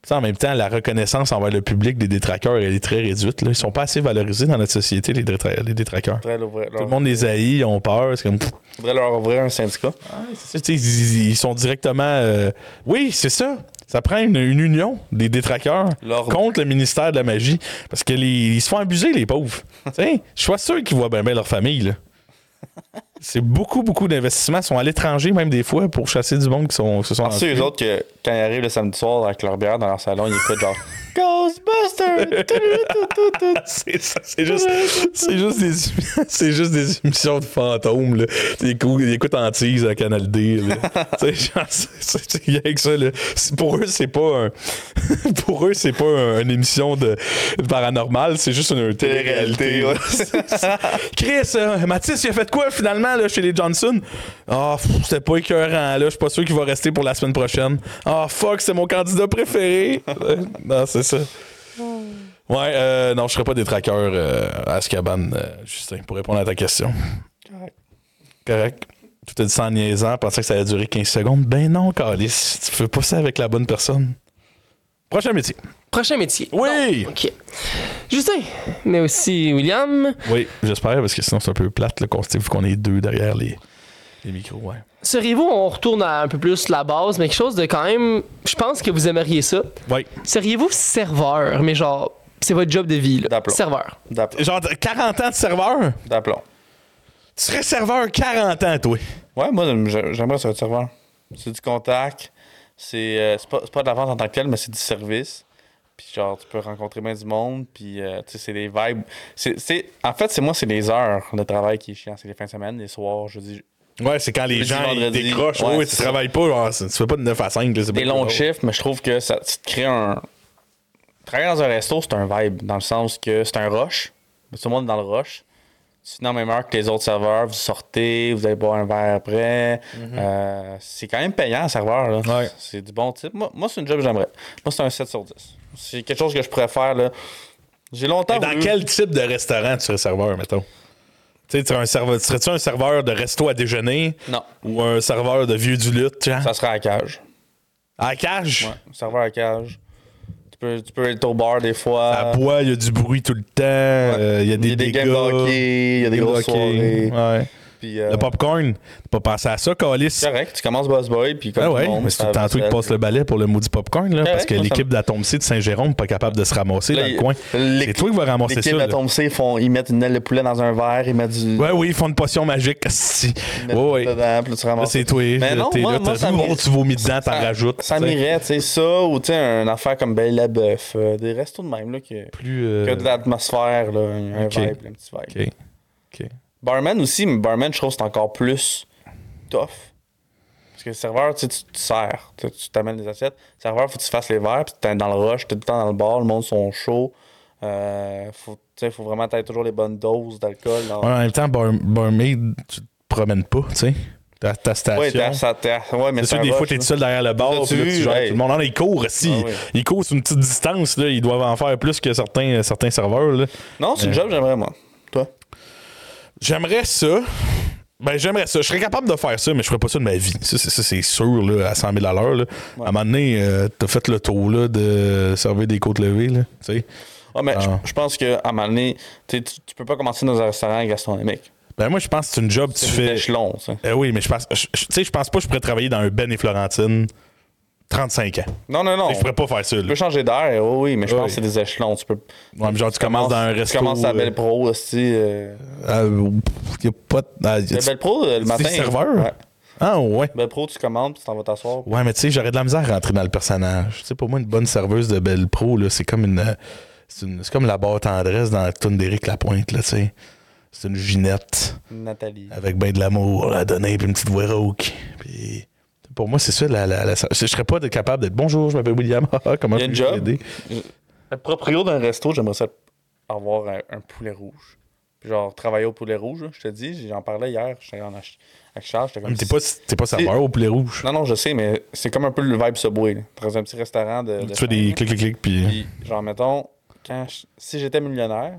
S2: Puis en même temps, la reconnaissance envers le public des détraqueurs, elle est très réduite. Là. Ils sont pas assez valorisés dans notre société, les, détra- les détraqueurs.
S3: Faudrait leur ouvrir, leur...
S2: Tout le monde les haït, ils ont peur. C'est comme, pff,
S3: faudrait leur ouvrir un syndicat.
S2: c'est ça, tu sais, ils, ils sont directement. euh, Oui, c'est ça. Ça prend une, une union des détraqueurs
S3: L'ordre.
S2: contre le ministère de la magie. Parce que les- ils se font abuser, les pauvres. Tu sais, Je suis sûr qu'ils voient bien bien leur famille. là. C'est beaucoup, beaucoup d'investissements. Ils sont à l'étranger, même des fois, pour chasser du monde qui sont, se sont
S3: Parce que Ah, eux
S2: enfuis.
S3: autres, que quand ils arrivent le samedi soir avec leur bière dans leur salon, ils écoutent genre Ghostbusters!
S2: c'est ça, c'est juste, c'est juste des, hum, c'est juste des émissions de fantômes là. Ils écoutent, ils écoutent Antise à Canal D. là. Tu sais, genre, c'est- c'est c'est rien que ça là. C'est- Pour eux, c'est pas un, pour eux, c'est pas un- une émission de, de paranormal. C'est juste une, télé-réalité.
S3: Télé-réalité, ouais.
S2: C'est- c'est- Chris, euh, Mathis, il a fait quoi finalement là, chez les Johnson? Ah, pff, c'était pas écœurant là. Je suis pas sûr qu'il va rester pour la semaine prochaine. Ah, fuck, c'est mon candidat préféré. Euh, non, c'est ça. Ouais, euh, non, je serais pas des traqueurs euh, à Azkaban, euh, Justin, pour répondre à ta question.
S3: Correct.
S2: Correct. Tu te dis ça en niaisant, pensant que ça allait durer 15 secondes. Ben non, Calice, tu fais pas ça avec la bonne personne. Prochain métier.
S1: Prochain métier.
S2: Oui!
S1: OK. Justin, mais aussi William,
S2: Oui, j'espère, parce que sinon c'est un peu plate, le qu'on vu qu'on est deux derrière les, les micros. Ouais.
S1: seriez-vous, on retourne à un peu plus la base, mais quelque chose de quand même, je pense que vous aimeriez ça.
S2: Ouais.
S1: Seriez-vous serveur, mais genre, c'est votre job de vie, là.
S3: D'aplomb.
S1: Serveur.
S3: D'aplomb.
S2: Genre t'as 40 ans de serveur?
S3: D'aplomb.
S2: Tu serais serveur 40 ans, toi.
S3: Ouais, moi, j'a- j'aimerais ça, le serveur. C'est du contact. C'est euh, c'est pas, c'est pas de la vente en tant que telle, mais c'est du service. Puis genre, tu peux rencontrer bien du monde. Puis, euh, tu sais, c'est des vibes. C'est- c'est- en fait, c'est moi, c'est les heures de travail qui est chiant. C'est les fins de semaine, les soirs, jeudi.
S2: Ouais, c'est quand les
S3: Jeudi,
S2: gens ils
S3: vendredi.
S2: décrochent.
S3: Ouais,
S2: Ouais,
S3: c'est
S2: tu
S3: ça.
S2: travailles pas, genre, c'est- tu fais pas de 9 à 5. là, c'est
S3: Des
S2: pas
S3: longs
S2: drôle.
S3: chiffres, mais je trouve que ça tu te crée un. Travailler dans un resto, c'est un vibe, dans le sens que c'est un rush. Tout le monde est dans le rush. C'est dans la même heure que les autres serveurs, vous sortez, vous allez boire un verre après. Euh, c'est quand même payant, un serveur. Là.
S2: Mm-hmm. Ouais.
S3: C'est du bon type. Moi, moi, c'est une job que j'aimerais. Moi, c'est un 7 sur 10. C'est quelque chose que je pourrais faire. Là. J'ai longtemps
S2: Mais dans
S3: voulu-
S2: quel type de restaurant tu serais serveur, mettons? Tu sais, tu serais un serveur- serais-tu un serveur de resto à déjeuner
S3: Non,
S2: ou un serveur de vieux du lutte, genre?
S3: ça serait à la cage.
S2: À la cage?
S3: Ouais, serveur à la cage. Tu peux, tu peux être au bar des fois.
S2: À bois, il y a du bruit tout le temps, euh, il y a
S3: il y
S2: des
S3: a des
S2: dégâts.
S3: games de hockey, il y a des
S2: games de
S3: grosses
S2: hockey.
S3: soirées.
S2: Ouais.
S3: Puis, euh,
S2: Le popcorn, t'as pas pensé à ça, Calis?
S3: C'est correct, tu commences Boss Boy, puis comme
S2: Ah
S3: tout le
S2: ouais,
S3: monde,
S2: mais c'est
S3: ça
S2: tout tantôt
S3: va
S2: qu'il passe le balai pour le maudit popcorn, là,
S3: Ouais,
S2: parce que
S3: ouais, moi, ça
S2: l'équipe d'Atomsé de Saint-Jérôme pas capable de se ramasser dans
S3: il-
S2: le coin.
S3: l'équipe-
S2: C'est toi qui vas ramasser ça.
S3: L'équipe de
S2: là.
S3: Tom C, ils font- ils mettent une aile de poulet dans un verre, ils mettent du.
S2: Ouais, oui, ils font une potion magique. si. Ouais,
S3: ils mettent
S2: ouais.
S3: dedans, puis là, tu
S2: Là,
S3: ramasses.
S2: C'est toi.
S3: Mais non,
S2: t'es
S3: moi-
S2: là,
S3: moi,
S2: t'as-
S3: ça m'irait-
S2: Oh, tu vomis dedans, t'en
S3: ça-
S2: rajoutes.
S3: Ça
S2: tu sais.
S3: m'irait, tu sais, ça, ou tu sais, un affaire comme Belle la Bœuf, euh, des restos de même, là, qui qui
S2: plus. euh,
S3: a de l'atmosphère, là, un
S2: ok.
S3: vibe, là, un petit vibe.
S2: ok. Ok.
S3: Barman aussi, mais barman, je trouve que c'est encore plus tough. Parce que le serveur, tu sais, tu, tu sers, tu tu t'amènes les assiettes. Le serveur, faut que tu fasses les verres, puis t'es dans le rush, t'es tout le temps dans le bar, le monde sont chauds. Euh, faut, tu sais, faut vraiment t'aies toujours les bonnes doses d'alcool. dans-
S2: Ouais, en même temps, bar- barmaid, tu te promènes pas, tu sais. ta, ta station.
S3: Ouais, t'as- ça- t'as- ouais, mais
S2: C'est sûr,
S3: un
S2: des
S3: rush,
S2: fois, t'es
S3: là.
S2: tout seul derrière le bar.
S3: T'as-tu
S2: Puis là, tu
S3: vu,
S2: gères
S3: hey.
S2: tout le monde. Non, non, ils courent, si.
S3: Ah oui.
S2: Ils courent sur une petite distance. Là. Ils doivent en faire plus que certains, euh, certains serveurs. Là.
S3: Non, c'est une job, j'aimerais, moi. Toi?
S2: J'aimerais ça. Ben, j'aimerais ça. Je serais capable de faire ça, mais je ferais pas ça de ma vie. Ça, c'est, ça, c'est sûr, là, à 100 000 à l'heure. là. À un moment donné, euh, t'as fait le tour là, de servir des côtes levées. Là, tu sais.
S3: Ah, mais je-
S2: Ah.
S3: je, pense qu'à un moment donné, tu, sais, tu tu peux pas commencer dans un restaurant gastronomique.
S2: ben, moi, je pense que c'est une job que tu
S3: C'est
S2: fais.
S3: des échelons, tu sais.
S2: Eh oui, mais je pense, je- je- tu sais, je pense pas que je pourrais travailler dans un Ben et Florentine 35 ans.
S3: Non, non, non.
S2: Je pourrais pas faire ça. là.
S3: Tu peux changer d'air, oui, oui, mais je
S2: Oui.
S3: pense que c'est des échelons. Tu peux.
S2: Ouais, mais genre, tu commences dans un resto.
S3: Tu commences à
S2: euh,
S3: Belle Pro aussi. Euh...
S2: euh, y a pas de- ah, y a-
S3: la Belle Pro, euh, le
S2: des
S3: matin.
S2: serveurs?
S3: Ouais.
S2: Ah ouais.
S3: Belle Pro, tu commandes, puis tu t'en vas t'asseoir.
S2: Ouais, mais tu sais, j'aurais de la misère à rentrer dans le personnage. Tu sais, pour moi, une bonne serveuse de Belle Pro, là, c'est comme une. euh, C'est une- c'est comme la barre tendresse dans la toune d'Éric Lapointe, là, tu sais. C'est une ginette
S3: Nathalie.
S2: avec ben de l'amour à donner, puis une petite voix rauque. Puis. Pour moi, c'est ça, la, la, la- je serais pas capable d'être bonjour, je m'appelle William, comment
S3: Il y a
S2: je peux
S3: une
S2: vous
S3: job.
S2: aider?
S3: Le proprio d'un resto, j'aimerais ça avoir un, un poulet rouge. Puis genre, travailler au poulet rouge, là, je te dis, j'en parlais hier, j'étais en ach- avec Charles, j'étais comme.
S2: Mais T'es pas, t'es pas serveur au poulet rouge.
S3: Non, non, je sais, mais c'est comme un peu le vibe Subway. là. Dans un petit restaurant de. de
S2: tu fais des
S3: chaîne,
S2: clics, hein. clics, clics, puis.
S3: Puis, genre, mettons, quand je- si j'étais millionnaire,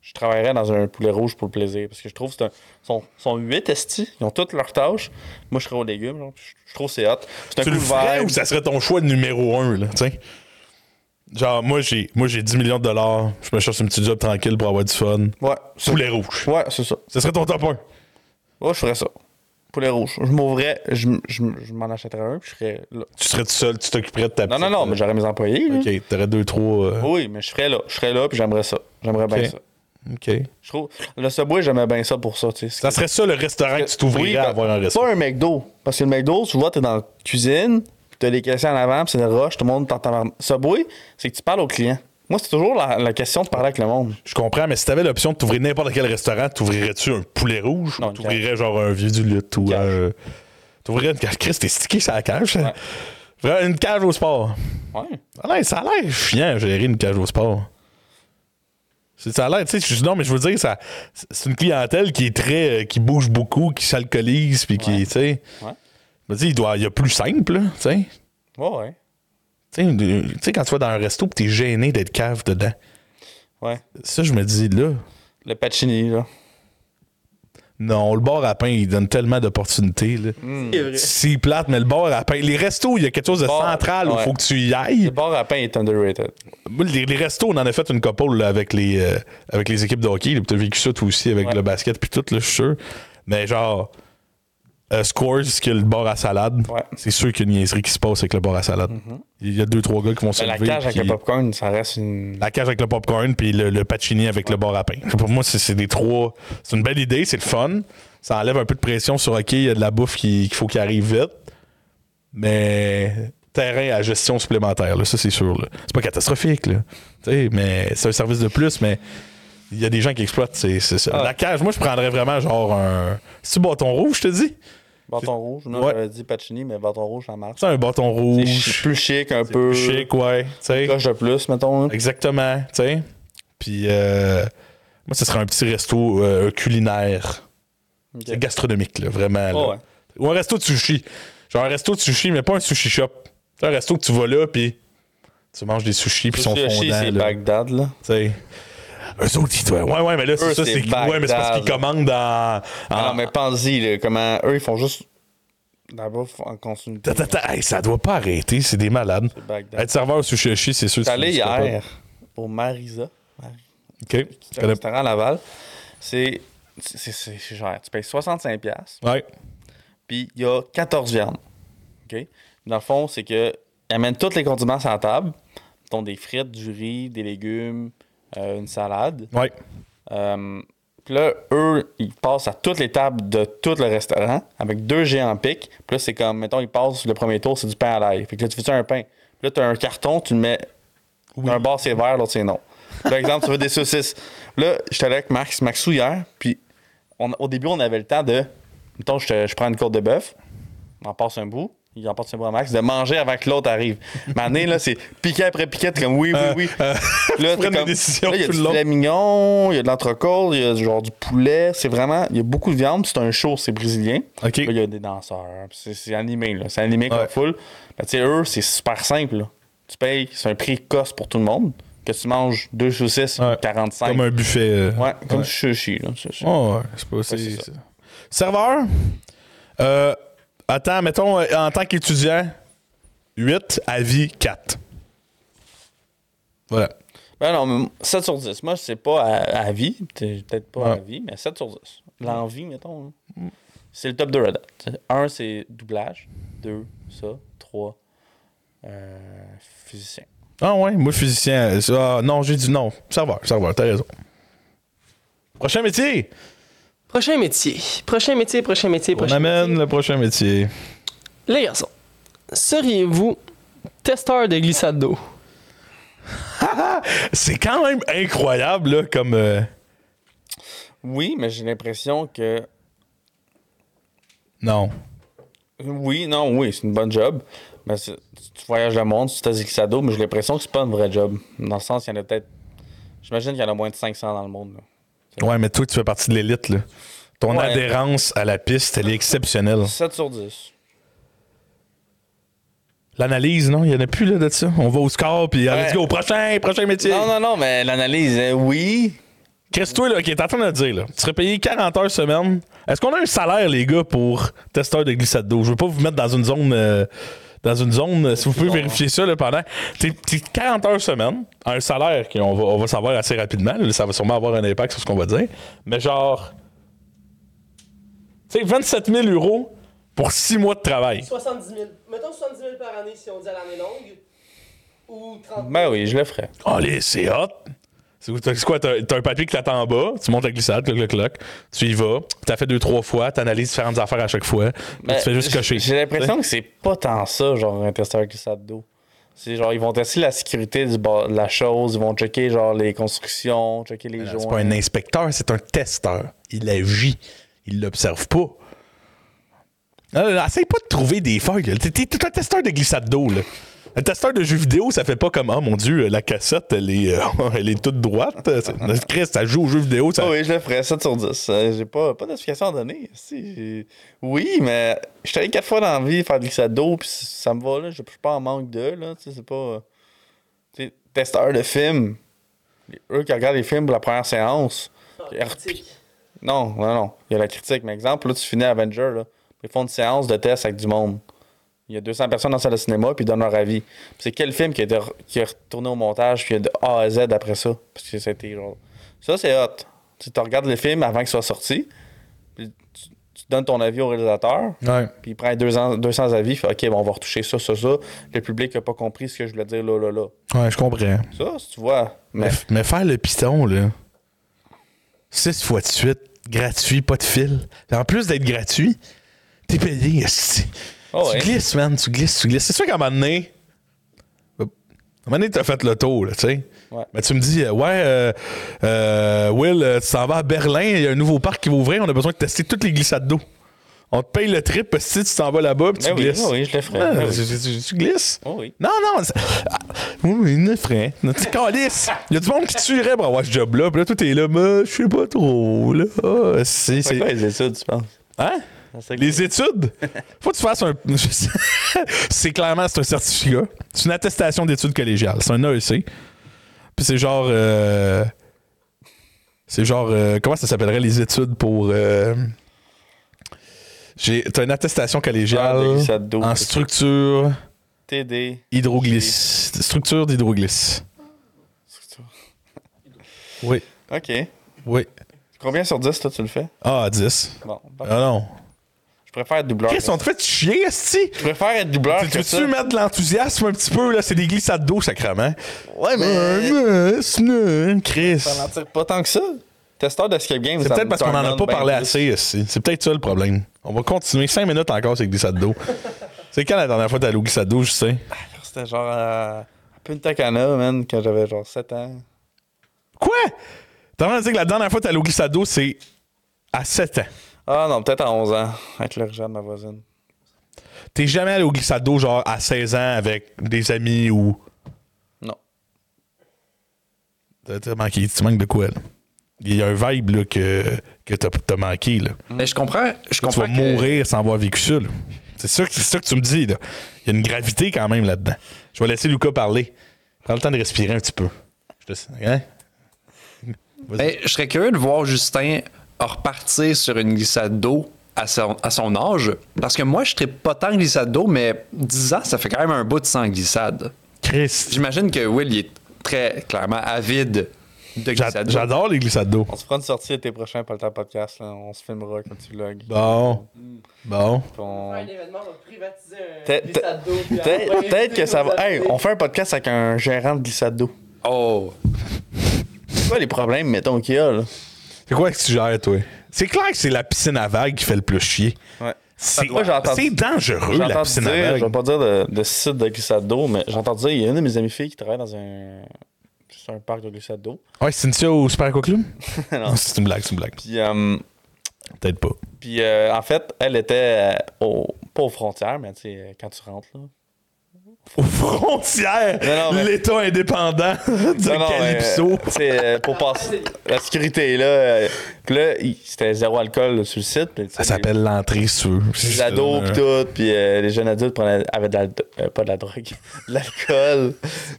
S3: je travaillerais dans un poulet rouge pour le plaisir. Parce que je trouve que c'est un. Sont, sont 8 estis, ils ont toutes leurs tâches. Moi, je serais aux légumes, genre, puis je, je trouve que c'est hot. C'est un
S2: Tu
S3: coup
S2: le
S3: de
S2: ferais
S3: vibe.
S2: ou ça serait ton choix de numéro un, là, tu sais? Genre, moi, j'ai moi, j'ai 10 millions de dollars, je me cherche un petit job tranquille pour avoir du fun.
S3: Ouais, c'est-
S2: Poulet rouge.
S3: ouais, c'est ça.
S2: Ce serait ton top 1.
S3: Ouais, je ferais ça. Poulet rouge. Je m'ouvrais, je, m- je m- je m'en achèterais un, puis je serais là.
S2: Tu serais tout seul, tu t'occuperais de ta euh,
S3: Non, non, non, mais j'aurais mes employés. là.
S2: Ok, t'aurais deux, trois. euh,
S3: Oui, mais je serais là. Je serais là, puis j'aimerais ça. J'aimerais
S2: Ok.
S3: bien ça.
S2: Ok.
S3: Je trouve. Le Subway, j'aimais bien ça pour ça, tu sais.
S2: Ça serait ça le restaurant que tu t'ouvrirais
S3: Oui,
S2: à
S3: ben,
S2: avoir un resto.
S3: Pas un McDo. Parce que le McDo, tu vois, t'es dans la cuisine, puis t'as les questions en avant, puis c'est le rush, tout le monde t'entend. Subway, c'est que tu parles au client. Moi, c'est toujours la, la question de parler avec le monde.
S2: Je comprends, mais si t'avais l'option de t'ouvrir n'importe quel restaurant, t'ouvrirais-tu un poulet rouge
S3: Non,
S2: ou
S3: une
S2: t'ouvrirais genre un vieux du lutte ou
S3: Cage.
S2: un. T'ouvrirais une cage. Chris, t'es stické sur la cage. ça. Vraiment, Une cage au sport.
S3: Ouais.
S2: Ça a l'air- Ça a l'air chiant, gérer une cage au sport. C'est- Ça a l'air, tu sais, je- non, mais je veux dire, ça, c'est une clientèle qui est très, euh, qui bouge beaucoup, qui s'alcoolise, puis qui, tu sais.
S3: Ouais.
S2: Je me dis, il doit, il y a plus simple, là, tu sais.
S3: Ouais, ouais.
S2: Tu sais, de- tu sais, quand tu vas dans un resto, pis t'es gêné d'être cave dedans.
S3: Ouais.
S2: Ça, je me dis, là,
S3: Le Pacini, là.
S2: non, le bar à pain, il donne tellement d'opportunités, là. C'est plate, mais le bar à pain, les restos, il y a quelque chose de
S3: bar,
S2: central où il
S3: ouais.
S2: faut que tu y ailles.
S3: Le bar à pain est underrated.
S2: Moi, Les, les restos, on en a fait une couple là, avec, les, euh, avec les équipes de hockey. là, puis T'as vécu ça toi aussi avec
S3: Ouais.
S2: le basket puis tout, là, je suis sûr. Mais genre, euh, Scores, qui a le bar à salade,
S3: Ouais. Mm-hmm.
S2: c'est sûr qu'il y a une niaiserie qui se passe avec le bar à salade. Il y a deux, trois gars qui vont se
S3: Ben, la
S2: lever,
S3: cage avec
S2: puis-
S3: le popcorn, ça reste une.
S2: la cage avec le popcorn puis le, le pacini avec le bar à pain. Pour moi, c'est c'est des trois. C'est une belle idée, c'est le fun. Ça enlève un peu de pression sur OK, il y a de la bouffe qui- qu'il faut qu'il arrive vite. Mais terrain à gestion supplémentaire, là, ça c'est sûr. là. C'est pas catastrophique, là. Tu sais, mais c'est un service de plus, mais il y a des gens qui exploitent. C'est c'est ça.
S3: Ah.
S2: La cage, moi je prendrais vraiment genre un. C'est bâton rouge, je te dis?
S3: Bâton rouge. Non,
S2: Ouais.
S3: j'avais dit Pacini, mais bâton rouge, ça marche.
S2: C'est un bâton
S3: C'est
S2: rouge.
S3: chi- plus chic, un peu.
S2: Chic, ouais. tu sais.
S3: Coche de plus, mettons. là.
S2: Exactement, tu sais. Puis euh, moi, ce serait un petit resto euh, culinaire,
S3: Ok. Oh,
S2: C'est gastronomique, là, vraiment. là.
S3: Ouais, ouais.
S2: Ou un resto de sushi. Genre un resto de sushi, mais pas un sushi shop. C'est un resto que tu vas là, puis tu manges des sushis, puis ils sont
S3: Sushi,
S2: fondants, là,
S3: c'est
S2: tu
S3: Bagdad, là.
S2: sais. Eux autres, ils doivent- Ouais, ouais, mais là, c'est
S3: Eux,
S2: ça,
S3: c'est
S2: c'est. Ouais, mais c'est parce qu'ils
S3: Bagdad.
S2: commandent dans.
S3: Ah,
S2: en-
S3: non, mais pense-y, là, comment eux, ils font juste. D'abord, en continuité.
S2: Attends, attends, hey, ça doit pas arrêter, c'est des malades.
S3: C'est Bagdad.
S2: Être serveur au sushi, c'est sûr. c'est-
S3: J'étais allé
S2: c'est pas-
S3: hier au Marisa,
S2: Ok. tu
S3: c'est un
S2: connais-
S3: restaurant à Laval. C'est. C'est c'est- c'est cher. Tu payes 65$,
S2: Ouais.
S3: puis il y a 14 viandes. OK? Dans le fond, c'est que. Ils amènent tous les condiments sur la table. Ils ont des frites, du riz, des légumes, euh, une salade.
S2: Ouais.
S3: Euh, puis là, eux, ils passent à toutes les tables de tout le restaurant avec deux géants pics. Puis là, c'est comme, mettons, ils passent le premier tour, c'est du pain à l'ail. Fait que là, tu veux un pain. Puis là, tu as un carton, tu le mets. Dans un bar, c'est vert, l'autre, c'est non. Par exemple, tu veux des saucisses. Là, j'étais allé avec Max, Maxou hier. Puis on- au début, on avait le temps de. Mettons, je, te- je prends une côte de bœuf, on en passe un bout, il emporte son bras max, de manger avant que l'autre arrive. Maintenant, là, c'est piquet après piquet, t'es comme oui, oui, oui.
S2: Euh,
S3: là,
S2: prends
S3: t'es
S2: des
S3: comme.
S2: décisions
S3: là, il y a
S2: tout
S3: du
S2: le long.
S3: filet mignon, il y a de l'entrecôte, il y a du genre du poulet. C'est vraiment. Il y a beaucoup de viande, c'est un show, c'est brésilien.
S2: OK.
S3: Là, il y a des danseurs. hein, puis C'est c'est animé, là. C'est animé comme
S2: Ouais.
S3: full. Ben, tu sais, eux, c'est super simple, là. Tu payes, c'est un prix cost pour tout le monde. Que tu manges deux saucisses,
S2: Ouais.
S3: 45.
S2: Comme un buffet. euh.
S3: Ouais, comme
S2: Ouais.
S3: du sushi, là. c'est ça.
S2: Oh, ouais, c'est pas- c'est-
S3: c'est ça.
S2: c'est- Serveur, euh, attends, mettons, euh, en tant qu'étudiant, 8, avis 4. Voilà.
S3: Ben non, mais 7 sur 10. Moi, c'est pas à, à vie. T'es Peut-être pas à
S2: Ouais. Mm.
S3: vie, mais 7 sur 10. L'envie, mettons. là. C'est le top de Red Hat. 1, c'est doublage. 2, ça. 3, euh, physicien.
S2: Ah ouais, moi, physicien. euh, ça, ah, non, j'ai dit non. Serveur, serveur, t'as raison. Prochain métier.
S1: Prochain métier. Prochain métier, prochain métier,
S2: On
S1: prochain
S2: amène
S1: métier.
S2: le prochain métier.
S1: Les garçons, seriez-vous testeur de glissade d'eau?
S2: C'est quand même incroyable, là, comme. euh,
S3: Oui, mais j'ai l'impression que.
S2: Non.
S3: Oui, non, oui, c'est une bonne job. Mais c'est- tu- tu voyages le monde, tu t'as Xado, mais j'ai l'impression que c'est pas un vrai job. Dans le sens, il y en a peut-être. J'imagine qu'il y en a moins de 500 dans le monde. là.
S2: Ouais, mais toi, tu fais partie de l'élite, là. Ton
S3: Ouais.
S2: adhérence à la piste, elle est exceptionnelle.
S3: 7 sur 10.
S2: L'analyse, non? Il n'y en a plus, là, de ça. On va au score, puis on
S3: Ouais.
S2: dit au prochain, prochain métier.
S3: Non, non, non, mais l'analyse, euh, oui.
S2: Qu'est-ce que toi, là, qui est en train de le dire, là? Tu serais payé 40 heures semaine. Est-ce qu'on a un salaire, les gars, pour testeur de glissade d'eau? Je veux pas vous mettre dans une zone. euh, dans une zone, euh, si vous pouvez
S3: bon,
S2: vérifier ça là, pendant. T'es t'es 40 heures semaine, un salaire qu'on va, on va savoir assez rapidement. là, ça va sûrement avoir un impact sur ce qu'on va dire. Mais genre. Tu sais, 27 000 euros pour 6 mois de travail.
S1: 70 000. Mettons 70 000 par année si on dit à l'année longue. Ou 30
S3: Ben oui, je le ferais.
S2: Oh, les, c'est hot! C'est quoi, t'as- c'est quoi? T'as t'as un papier qui t'attend en bas, tu montes la glissade, cloc, cloc, cloc, tu y vas, t'as fait deux, trois fois, t'analyses différentes affaires à chaque fois, puis
S3: Ben,
S2: tu fais juste
S3: j-
S2: cocher.
S3: J'ai l'impression que c'est pas tant ça, genre un testeur glissade d'eau. C'est genre, ils vont tester la sécurité du bord- de la chose, ils vont checker genre les constructions, checker les
S2: Ben, C'est
S3: joints.
S2: pas un inspecteur, c'est un testeur. Il agit, il l'observe pas. Non, non, non, essaye pas de trouver des feuilles. là. T'es- T'es tout un testeur de glissade d'eau, là. Un testeur de jeux vidéo, ça fait pas comme Oh mon dieu, la cassette, elle est, euh, elle est toute droite. C'est- Chris, ça joue aux jeux vidéo, ça.
S3: Ah oui, je le ferais, 7 sur 10. Euh, J'ai pas, pas d'explication à donner. Si, j'ai- oui, mais je suis allé quatre fois dans la vie faire du glissade d'eau, puis ça me va, là. Je je suis pas en manque de, là. Tu sais, c'est pas. Tu sais, testeur de films. Eux qui regardent les films pour la première séance. ils repi- Non, non, non. Il y a la critique. Mais exemple, là, tu finis Avenger, là. Ils font une séance de test avec du monde. Il y a 200 personnes dans la salle de cinéma, puis ils donnent leur avis. Puis c'est quel film qui a, été re- qui a retourné au montage, puis de A à Z après ça. Parce que c'était genre. Ça, c'est hot. Tu te regardes le film avant qu'il soit sorti, puis tu, tu donnes ton avis au réalisateur,
S2: Ouais.
S3: puis il prend 200, 200 avis, fait OK, bon, on va retoucher ça, ça, ça. Le public n'a pas compris ce que je voulais dire là, là, là.
S2: Ouais, je comprends.
S3: Ça, si tu vois.
S2: Mais,
S3: Mais
S2: mais faire le piston, là, six fois de suite, gratuit, pas de fil. En plus d'être gratuit, t'es payé. esti.
S3: Oh, ouais.
S2: Tu glisses, man, tu glisses, tu glisses. Ah C'est sûr qu'à un moment donné, à un moment donné, t'as fait le tour, là, tu sais.
S3: Ouais.
S2: Mais tu me dis, euh, ouais, euh, euh, Will, euh, tu s'en vas à Berlin, il y a un nouveau parc qui va ouvrir, on a besoin de tester toutes les glissades d'eau. On te paye le trip si tu t'en vas là-bas, puis tu
S3: Ben oui,
S2: glisses.
S3: oui, oui, je le ferais.
S2: Ah,
S3: Ben oui.
S2: tu- tu- tu glisses.
S3: Oh oui.
S2: Non, non. c'est- Ah, oui, oui, une frais. Notre petit calice. Il y a du monde qui tuerait pour avoir ce job-là. Puis là, tout est là. Mais je sais pas trop. Là. Ah, c'est,
S3: C'est
S2: c'est...
S3: quoi les études, tu penses?
S2: Hein?
S3: C'est quoi?
S2: Les études. Faut que tu fasses un. c'est clairement, c'est un certificat. C'est une attestation d'études collégiales. C'est un AEC. Puis c'est genre. euh, C'est genre. euh, Comment ça s'appellerait les études pour. euh, J'ai... T'as une attestation collégiale
S3: Ah, des glissades d'eau.
S2: en structure.
S3: TD.
S2: Hydroglisse. Structure d'hydroglisse. Oui.
S3: OK.
S2: Oui.
S3: Combien sur 10, toi, tu le fais?
S2: Ah, 10.
S3: Bon,
S2: Ah
S3: parfait.
S2: non.
S3: je préfère être doubleur. que
S2: Qu'est-ce
S3: ça.
S2: qu'on te fait chier, Esti?
S3: Je préfère être doubleur
S2: Tu
S3: que ça.
S2: veux-tu mettre de l'enthousiasme un petit peu, là? C'est des glissades d'eau, sacrement.
S3: Ouais, mais...
S2: Euh, euh, c'est une- Chris.
S3: Ça m'attire pas tant que ça. Testeur d'escape game,
S2: C'est
S3: ça
S2: peut-être
S3: me
S2: parce qu'on en a
S3: turn
S2: pas
S3: on bien
S2: parlé
S3: plus.
S2: assez, Esti. C'est peut-être ça le problème. On va continuer 5 minutes encore sur les glissades d'eau. C'est quand la dernière fois t'es allé aux glissades d'eau, je sais?
S3: C'était genre à, à Punta Cana, man, quand j'avais genre 7 ans.
S2: Quoi? T'es en train de dire que la dernière fois t'es allé aux glissades d'eau, c'est à 7 ans.
S3: Ah non, peut-être à 11 ans, avec l'argent de ma voisine.
S2: T'es jamais allé au glissade d'eau, genre, à 16 ans avec des amis ou.
S5: Non.
S2: T'as- t'as manqué- Tu manques de quoi, là? Il y a un vibe, là, que, que t'as t'as manqué, là.
S4: Mais je comprends. Je
S2: Tu
S4: comprends
S2: vas
S4: que-
S2: mourir sans avoir vécu ça, là. C'est ça, que- c'est ça que tu me dis, là. Il y a une gravité quand même là-dedans. Je vais laisser Lucas parler. Prends le temps de respirer un petit peu. Je te... Hein?
S4: Ben, je serais curieux de voir Justin repartir sur une glissade d'eau à son, à son âge. Parce que moi, je ne pas tant glissade d'eau, mais 10 ans, ça fait quand même un bout de sans glissade.
S2: Chris,
S4: J'imagine que Will, il est très clairement avide de
S2: j'a-
S4: glissade d'eau.
S2: j'adore les glissades d'eau.
S3: On se fera une sortie l'été prochain pour le temps podcast. Là. On se filmera quand tu logs.
S2: Bon, bon.
S3: Puis on-
S1: événement, on va privatiser
S3: Peut- glissade Peut-être peut-être que ça va. Hey, on fait un podcast avec un gérant de glissade d'eau.
S4: Oh!
S3: C'est quoi les problèmes, mettons, qu'il y a là?
S2: C'est quoi que tu gères, toi? C'est clair que c'est la piscine à vagues qui fait le plus chier.
S3: Ouais.
S2: C'est
S3: Moi, j'ai entendu-
S2: c'est dangereux,
S3: J'ai
S2: la
S3: entendu
S2: piscine
S3: dire,
S2: à
S3: je vais
S2: vagues.
S3: pas dire de, de site de glissade d'eau, mais j'ai entendu dire, il y a une de mes amies filles qui travaille dans un, sur un parc de glissade d'eau.
S2: Ouais, Cynthia au Super Aqua Club?
S3: Non.
S2: C'est une blague, c'est une blague.
S3: Puis, euh,
S2: Peut-être pas.
S3: puis euh, en fait, elle était euh, au, pas aux frontières, mais tu sais, euh, quand tu rentres, là.
S2: Aux frontières,
S3: Non, non, mais-
S2: l'État indépendant du
S3: Non, non, mais,
S2: Calypso.
S3: euh, tu sais, euh, pour passer. La sécurité, là. euh, puis là, il- c'était zéro alcool là, sur le site. puis, tu sais,
S2: Ça s'appelle l'entrée sur.
S3: Les les ados pis tout, pis euh, les jeunes adultes prenaient, avaient de la, euh, pas de la drogue, de l'alcool,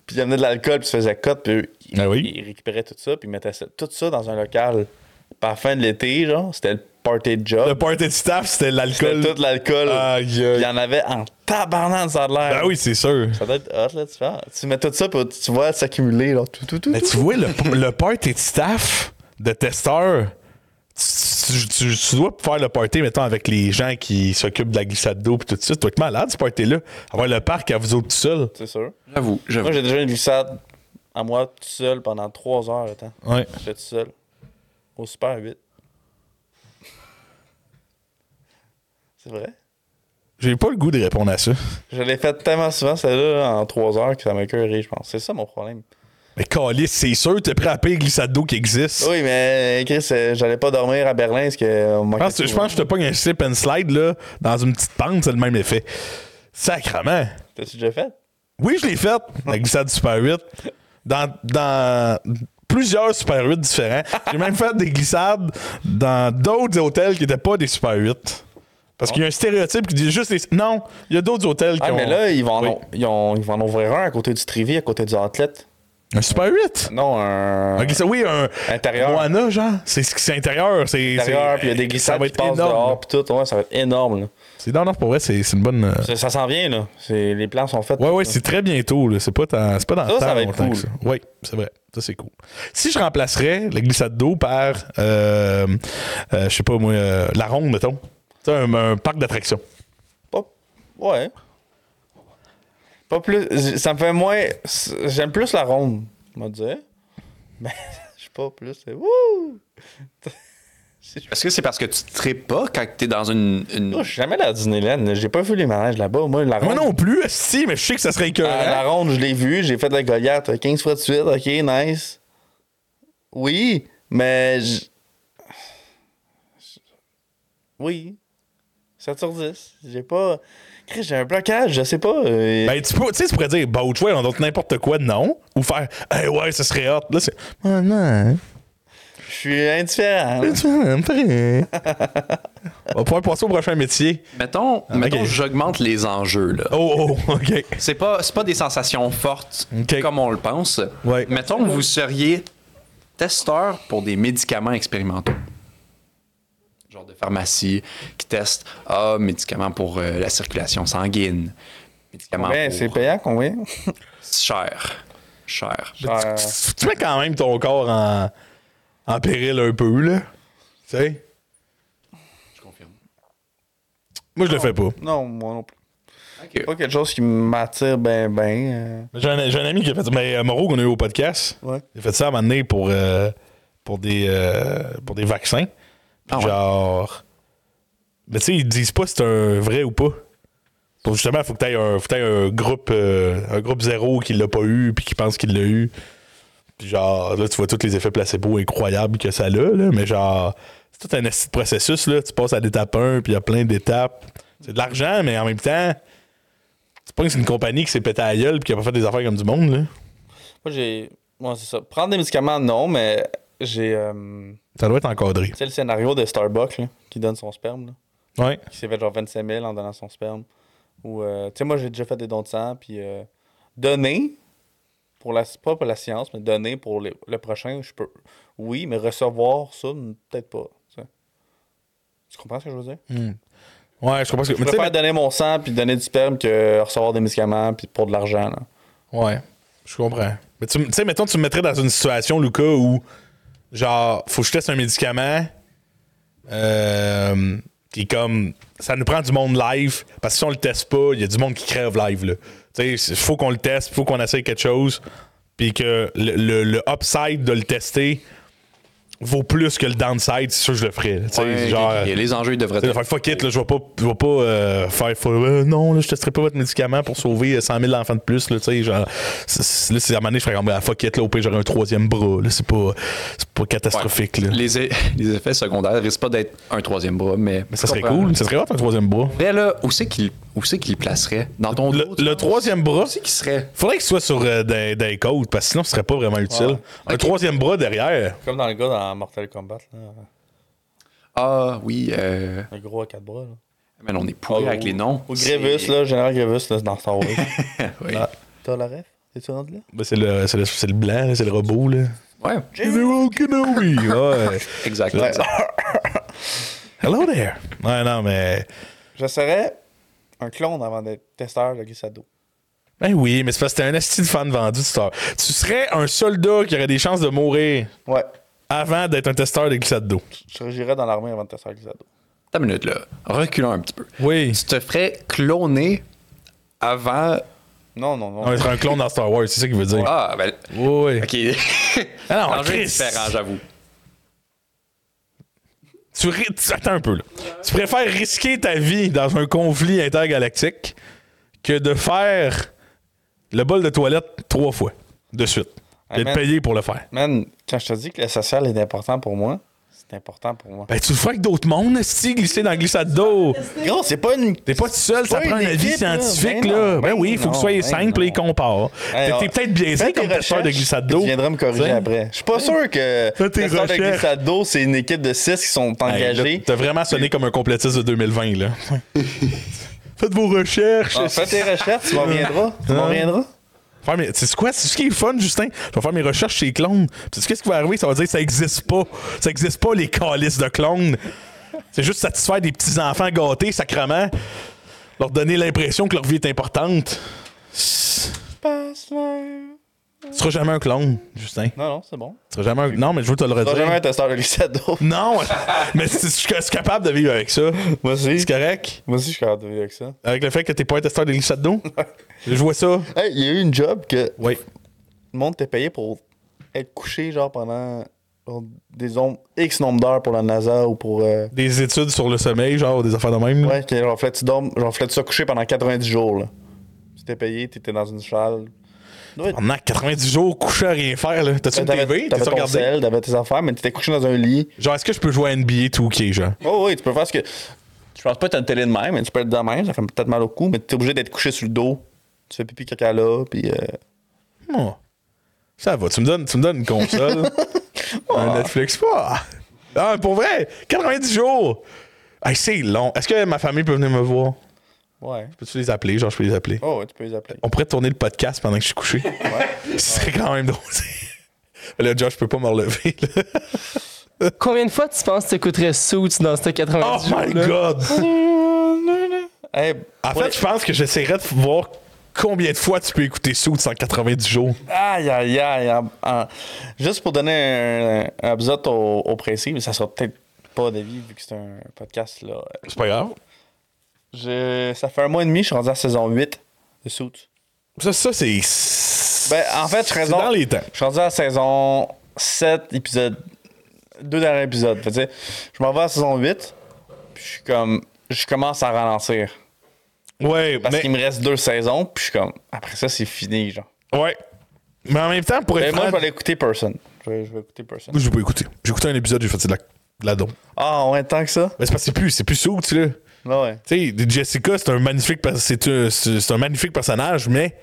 S3: pis ils amenaient de l'alcool, pis ils se faisaient cote, pis eux, ils,
S2: Ah oui?
S3: ils récupéraient tout ça, pis ils mettaient ça- tout ça dans un local. Pis à la fin de l'été, genre, c'était le party de
S2: Le
S3: job,
S2: party de staff, c'était
S3: c'était
S2: l'alcool.
S3: tout l'alcool,
S2: Aïe,
S3: pis il
S2: aïe.
S3: y en avait en tabarnant ça a l'air.
S2: Ben oui, c'est sûr.
S3: Ça doit être hot, là, tu fais, ah, tu mets tout ça, pis tu vois s'accumuler, là, tout, tout, tout,
S2: Mais
S3: tout.
S2: tu vois, le, le party de staff, de testeurs, tu, tu- tu- tu dois faire le party, mettons, avec les gens qui s'occupent de la glissade d'eau et tout ça. Tu dois être malade, ce party-là. Avoir le parc à vous autres tout seul.
S3: C'est sûr.
S4: J'avoue, j'avoue.
S3: Moi, j'ai déjà une glissade à moi, tout seul, pendant trois heures, le temps.
S2: Ouais.
S3: J'étais tout seul. Au Super 8. C'est vrai.
S2: J'ai pas le goût de répondre à ça.
S3: Je l'ai fait tellement souvent, celle-là, là, en 3 heures, que ça m'a écoeuré, je pense. C'est ça mon problème.
S2: Mais Calis, c'est sûr, t'es prêt à payer les glissades d'eau qui existent.
S3: Oui, mais Chris, euh, j'allais pas dormir à Berlin parce que. euh, on
S2: Je
S3: manquait
S2: pense, que-
S3: de
S2: je
S3: tout.
S2: pense que Ah, je te pogne un slip and slide là, dans une petite pente, c'est le même effet. Sacrement.
S3: T'as-tu déjà fait?
S2: Oui, je l'ai faite, la glissade Super 8. Dans, dans plusieurs Super 8 différents. J'ai même fait des glissades dans d'autres hôtels qui n'étaient pas des Super 8. Parce qu'il y a un stéréotype qui dit juste les. Non, il y a d'autres hôtels qui
S3: Ah,
S2: ont.
S3: mais là, ils vont, en,
S2: Oui.
S3: ils, ont- ils vont en ouvrir un à côté du Trivi, à côté du Outlet.
S2: Un Super 8
S3: Non, un.
S2: Un glissade, oui, un.
S3: Intérieur.
S2: Moana, genre. C'est c'est intérieur. C'est.
S3: Intérieur,
S2: c'est-
S3: puis il y a des
S2: ça
S3: glissades
S2: va
S3: qui
S2: être
S3: passent
S2: énorme, là.
S3: dehors, puis tout. Ouais, ça va être énorme, là.
S2: C'est non, non, pour vrai, c'est c'est une bonne. euh,
S3: Ça, ça s'en vient, là. C'est- Les plans sont faits.
S2: Ouais, ouais,
S3: Ça.
S2: c'est très bientôt. là. C'est pas, dans- c'est pas dans
S3: Ça,
S2: le
S3: ça
S2: temps
S3: va être
S2: longtemps
S3: cool.
S2: que ça. Oui, c'est vrai. Ça, c'est cool. Si je remplacerais la glissade d'eau par, euh, euh, je sais pas moi, euh, la ronde, mettons. Tu sais, un, un parc d'attractions.
S3: Pas... Ouais. Pas plus. Ça me fait moins. c'est- J'aime plus la ronde, on va dire. Mais je suis pas plus. c'est Wouh!
S4: Est-ce que c'est parce que tu tripes pas quand t'es dans une. une-
S3: Moi, je suis jamais allé à Disneyland. là. J'ai pas vu les manèges là-bas. Moi, la
S2: Moi
S3: ronde.
S2: non plus, si, mais je sais que ça serait écœurant.
S3: à Ah, la ronde, je l'ai vu. J'ai fait de la Goliath 15 fois de suite. Ok, nice. Oui, mais. j- Oui. 7 sur 10. J'ai pas. Chris, j'ai un blocage, je sais pas. euh,
S2: Ben, tu peux, tu sais, tu pourrais dire, bah, autre on donne n'importe quoi de non. Ou faire, hey, ouais, ça serait hot. Là, c'est, oh non,
S3: Je suis indifférent. là.
S2: tu vas me faire. On va pouvoir passer au prochain métier.
S4: Mettons, mettons
S2: Ah, ok.
S4: j'augmente les enjeux, là.
S2: Oh, oh, ok.
S4: C'est pas, c'est pas des sensations fortes
S2: Ok.
S4: comme on le pense.
S2: Ouais.
S4: Mettons que vous seriez testeur pour des médicaments expérimentaux. Genre de pharmacie qui teste ah, médicaments pour euh, la circulation sanguine. Médicaments
S3: Ben,
S4: pour-
S3: c'est payant combien?
S4: cher. Cher.
S3: Euh,
S2: tu, tu mets quand même ton corps en, en péril un peu, là. Tu sais?
S4: Je confirme.
S2: Moi, je le fais pas.
S3: non, moi non plus.
S4: Ok.
S3: Pas quelque chose qui m'attire ben ben.
S2: J'ai un, j'ai un ami qui a fait ça. Mais euh, Moreau, qu'on a eu au podcast,
S3: euh, ouais.
S2: il a fait ça à un moment donné pour, euh, pour, des, euh, pour des vaccins. Puis
S4: Ah ouais.
S2: genre. Mais tu sais, ils disent pas si c'est un vrai ou pas. Pour justement, il faut que tu aies un, faut que t'aies un groupe euh, un groupe zéro qui l'a pas eu puis qui pense qu'il l'a eu. Puis genre, là, tu vois tous les effets placebo incroyables que ça a, là, mais genre, c'est tout un esti de processus, là. Tu passes à l'étape 1, puis il y a plein d'étapes. C'est de l'argent, mais en même temps, c'est pas que c'est une compagnie qui s'est pété à la gueule et qui a pas fait des affaires comme du monde. Là.
S5: Moi, j'ai. Moi, c'est ça. Prendre des médicaments, non, mais j'ai. euh,
S2: Ça doit être encadré.
S5: Tu sais, le scénario de Starbucks, là, qui donne son sperme, là,
S2: Ouais.
S5: qui s'est fait genre 25 000 en donnant son sperme. Ou, euh, tu sais, moi, j'ai déjà fait des dons de sang, puis euh, donner, pour la, pas pour la science, mais donner pour les- le prochain, je peux. Oui, mais recevoir ça, peut-être pas. tu sais. Tu comprends ce que je veux dire?
S4: Mm.
S2: Ouais, je comprends ce que.
S5: Je
S2: mais tu sais,
S5: préfère donner mon sang puis donner du sperme que recevoir des médicaments puis pour de l'argent. là.
S2: Ouais, je comprends. Mais tu tu sais, mettons, tu me mettrais dans une situation, Lucas, où, genre, faut que je teste un médicament euh, qui est comme. Ça nous prend du monde live, parce que si on le teste pas, il y a du monde qui crève live, là. Tu sais, il faut qu'on le teste, il faut qu'on essaye quelque chose, puis que le, le- le upside de le tester vaut plus que le downside, c'est sûr que je le ferais. là. Tu sais, genre.
S4: Il y a les enjeux, ils devraient
S2: Tu sais, de faire fuck it, là, je vais pas, je vais pas euh, faire faut- euh, non, là, je testerai pas votre médicament pour sauver euh, 100 000 enfants de plus. Là, tu sais, genre, c'est- c'est- là, c'est à un moment donné, je ferais comme, ah, fuck it, là, au pire, j'aurai un troisième bras. Là, c'est pas, c'est pas catastrophique. là.
S4: les, é- les effets secondaires risquent pas d'être un troisième bras, mais.
S2: Mais ça serait cool. Ça serait hot, un troisième bras.
S4: Mais là, où c'est qu'il où c'est qu'il le placerait Dans ton
S2: Le,
S4: dos, tu
S2: le
S4: penses?
S2: troisième bras,
S4: Où c'est qu'il serait
S2: faudrait qu'il soit sur euh, des, des côtes, parce que sinon, ce serait pas vraiment utile. Un troisième bras derrière.
S5: Comme dans le gars dans Mortal Kombat, là,
S4: Ah oui, euh...
S5: le gros à quatre bras. Là.
S4: mais on est pourri
S5: Ah,
S4: Oh, avec
S5: ou-
S4: les noms.
S5: Ou
S4: C'est-
S5: Grévus, là, général Grévus, là, dans Star Wars.
S4: Oui.
S3: Ah, T'as la ref? T'es-tu rendu là?
S2: Ben, c'est, le, c'est, le, c'est le blanc, là, c'est le robot. Là.
S4: Ouais,
S2: General Kenobi. Ouais.
S4: exact.
S2: Hello there. Ouais, non, mais.
S5: je serais un clone avant d'être testeur de glissade d'eau.
S2: Ben oui, mais c'est parce que t'es un asti de fan vendu, tu sors. Tu serais un soldat qui aurait des chances de mourir
S5: Ouais.
S2: avant d'être un testeur de glissade d'eau.
S5: Je- J'irais dans l'armée avant de testeur de glissade d'eau.
S4: Ta minute là, reculons un petit peu.
S2: Oui.
S4: Tu te ferais cloner avant
S5: Non, non, non.
S2: On va être un clone dans Star Wars, c'est ça qu'il veut dire.
S4: ah ben
S2: Oui.
S4: OK.
S2: Ah non,
S4: L'enjeu est
S2: Chris.
S4: différent, j'avoue.
S2: Tu, ri- tu- attends un peu, là. Tu préfères risquer ta vie dans un conflit intergalactique que de faire le bol de toilette trois fois de suite.
S5: Hey,
S2: D'être
S5: man.
S2: payé pour le faire.
S5: Man, quand je te dis que le social est important pour moi, c'est important pour moi.
S2: Ben, tu le feras avec d'autres mondes, esti, glisser dans la glissade d'eau.
S5: Gros, c'est pas une.
S2: T'es pas tout seul, ça
S5: pas
S2: prend un
S5: une
S2: avis
S5: équipe, là.
S2: scientifique,
S5: Ben
S2: là.
S5: non,
S2: Ben
S5: ben
S2: oui, il faut que
S5: non,
S2: vous soyez
S5: ben
S2: simple et
S5: non.
S2: compare.
S5: Hey,
S2: T'es- T'es
S5: on-
S2: peut-être biaisé
S3: Fais tes
S2: comme testeur de
S3: recherches,
S2: glissade
S3: Tu
S2: d'eau.
S3: viendras me corriger
S2: T'sais.
S3: après. Je suis pas sûr que
S2: Fais tes
S3: les testeurs de
S2: recherches.
S3: glissade d'eau, c'est une équipe de 6 qui sont
S2: Hey, là,
S3: engagés.
S2: T'as vraiment sonné comme un complétiste de 2020, là. Faites vos recherches.
S3: Ah, Fais tes recherches,
S2: Hein?
S3: tu m'en reviendras. Tu m'en reviendras.
S2: Faire mes- Tu sais quoi? C'est ce qui est fun, Justin. Je vais faire mes recherches chez les clones. Tu sais qu'est-ce qui va arriver? Ça va dire que ça existe pas. Ça existe pas, les calices de clones. C'est juste satisfaire des petits-enfants gâtés, sacrement. Leur donner l'impression que leur vie est importante. Tu seras jamais un clone, Justin.
S5: Non, non, c'est bon.
S2: Tu seras jamais un... Non, mais je veux te le
S3: Tu
S2: redire.
S3: seras jamais un testeur de glissade d'eau.
S2: Non, mais si- si je suis capable de vivre avec ça.
S3: Moi aussi.
S2: C'est correct?
S5: Moi aussi, je suis capable de vivre avec ça.
S2: Avec le fait que t'es pas un testeur de glissade d'eau? Je vois ça.
S3: Hey, il y a eu une job que
S2: Oui.
S3: le monde t'est payé pour être couché genre pendant genre, des ombres, X nombre d'heures pour la NASA ou pour. euh,
S2: Des études sur le sommeil, genre des affaires de même. là.
S3: Ouais, que genre, fallait que tu dormes, genre, fallait que tu sois couché pendant 90 jours, là. Tu t'es payé, t'étais dans une salle. Ouais,
S2: Pendant 90 jours, couché à rien faire, là. T'as-tu une TV?
S3: T'avais
S2: T'as-tu
S3: t'avais ton
S2: regardé?
S3: sel, t'avais tes affaires, mais t'étais couché dans un lit.
S2: Genre, est-ce que je peux jouer à NBA 2K, genre?
S3: Oh oui, tu peux faire ce que. Je pense pas que t'as une télé de même, mais tu peux être de même, ça fait peut-être mal au cou, mais t'es obligé d'être couché sur le dos. Tu fais pipi caca là, puis. euh,
S2: Oh. Ça va. Tu me donnes, tu me donnes une console. un Netflix. pas. Ah, pour vrai, 90 jours. Hey, c'est long. Est-ce que ma famille peut venir me voir?
S5: Ouais.
S2: Peux-tu les appeler? Genre, je peux les appeler.
S5: Oh, ouais, tu peux les appeler.
S2: On pourrait tourner le podcast pendant que je suis couché. Ce serait quand même drôle. Là, Josh, je peux pas me relever. là.
S1: Combien de fois tu penses que t'écouterais Suits dans ce 90
S2: Oh
S1: jours
S2: my god!
S5: Hey,
S2: En fait, je pense que j'essaierais de voir combien de fois tu peux écouter Suits en 90 jours.
S5: aïe, aïe, aïe.
S3: en- en- Juste pour donner un, un upside au, au précis, mais ça sera peut-être pas d'avis vu que c'est un podcast là.
S2: C'est pas grave.
S3: Je- Ça fait un mois et demi, je suis rendu à saison 8 de Suits.
S2: Ça, ça c'est.
S3: Ben, en fait, je
S2: c'est
S3: raison.
S2: dans les temps.
S3: Je suis rendu à la saison 7, épisode. Deux derniers épisodes. Fait que, tu sais, je m'en vais à la saison 8, puis je suis comme. Je commence à ralentir.
S2: Ouais,
S3: Parce
S2: mais,
S3: qu'il me reste deux saisons, puis je suis comme. Après ça, c'est fini, genre.
S2: ouais. Mais en même temps, pour
S3: Mais
S2: être
S3: Ben, moi, je
S2: franc,
S3: vais aller écouter Person. Je vais, je vais écouter Person.
S2: j'ai pas écouté. J'ai écouté un épisode, j'ai fait c'est de la, de la dope.
S3: Ah, ouais, tant que ça. Ben,
S2: Mais c'est parce que c'est plus, c'est plus Suits, là.
S3: Ouais, ouais.
S2: Tu sais, Jessica, c'est un magnifique per- c'est un, c'est c'est un magnifique personnage, mais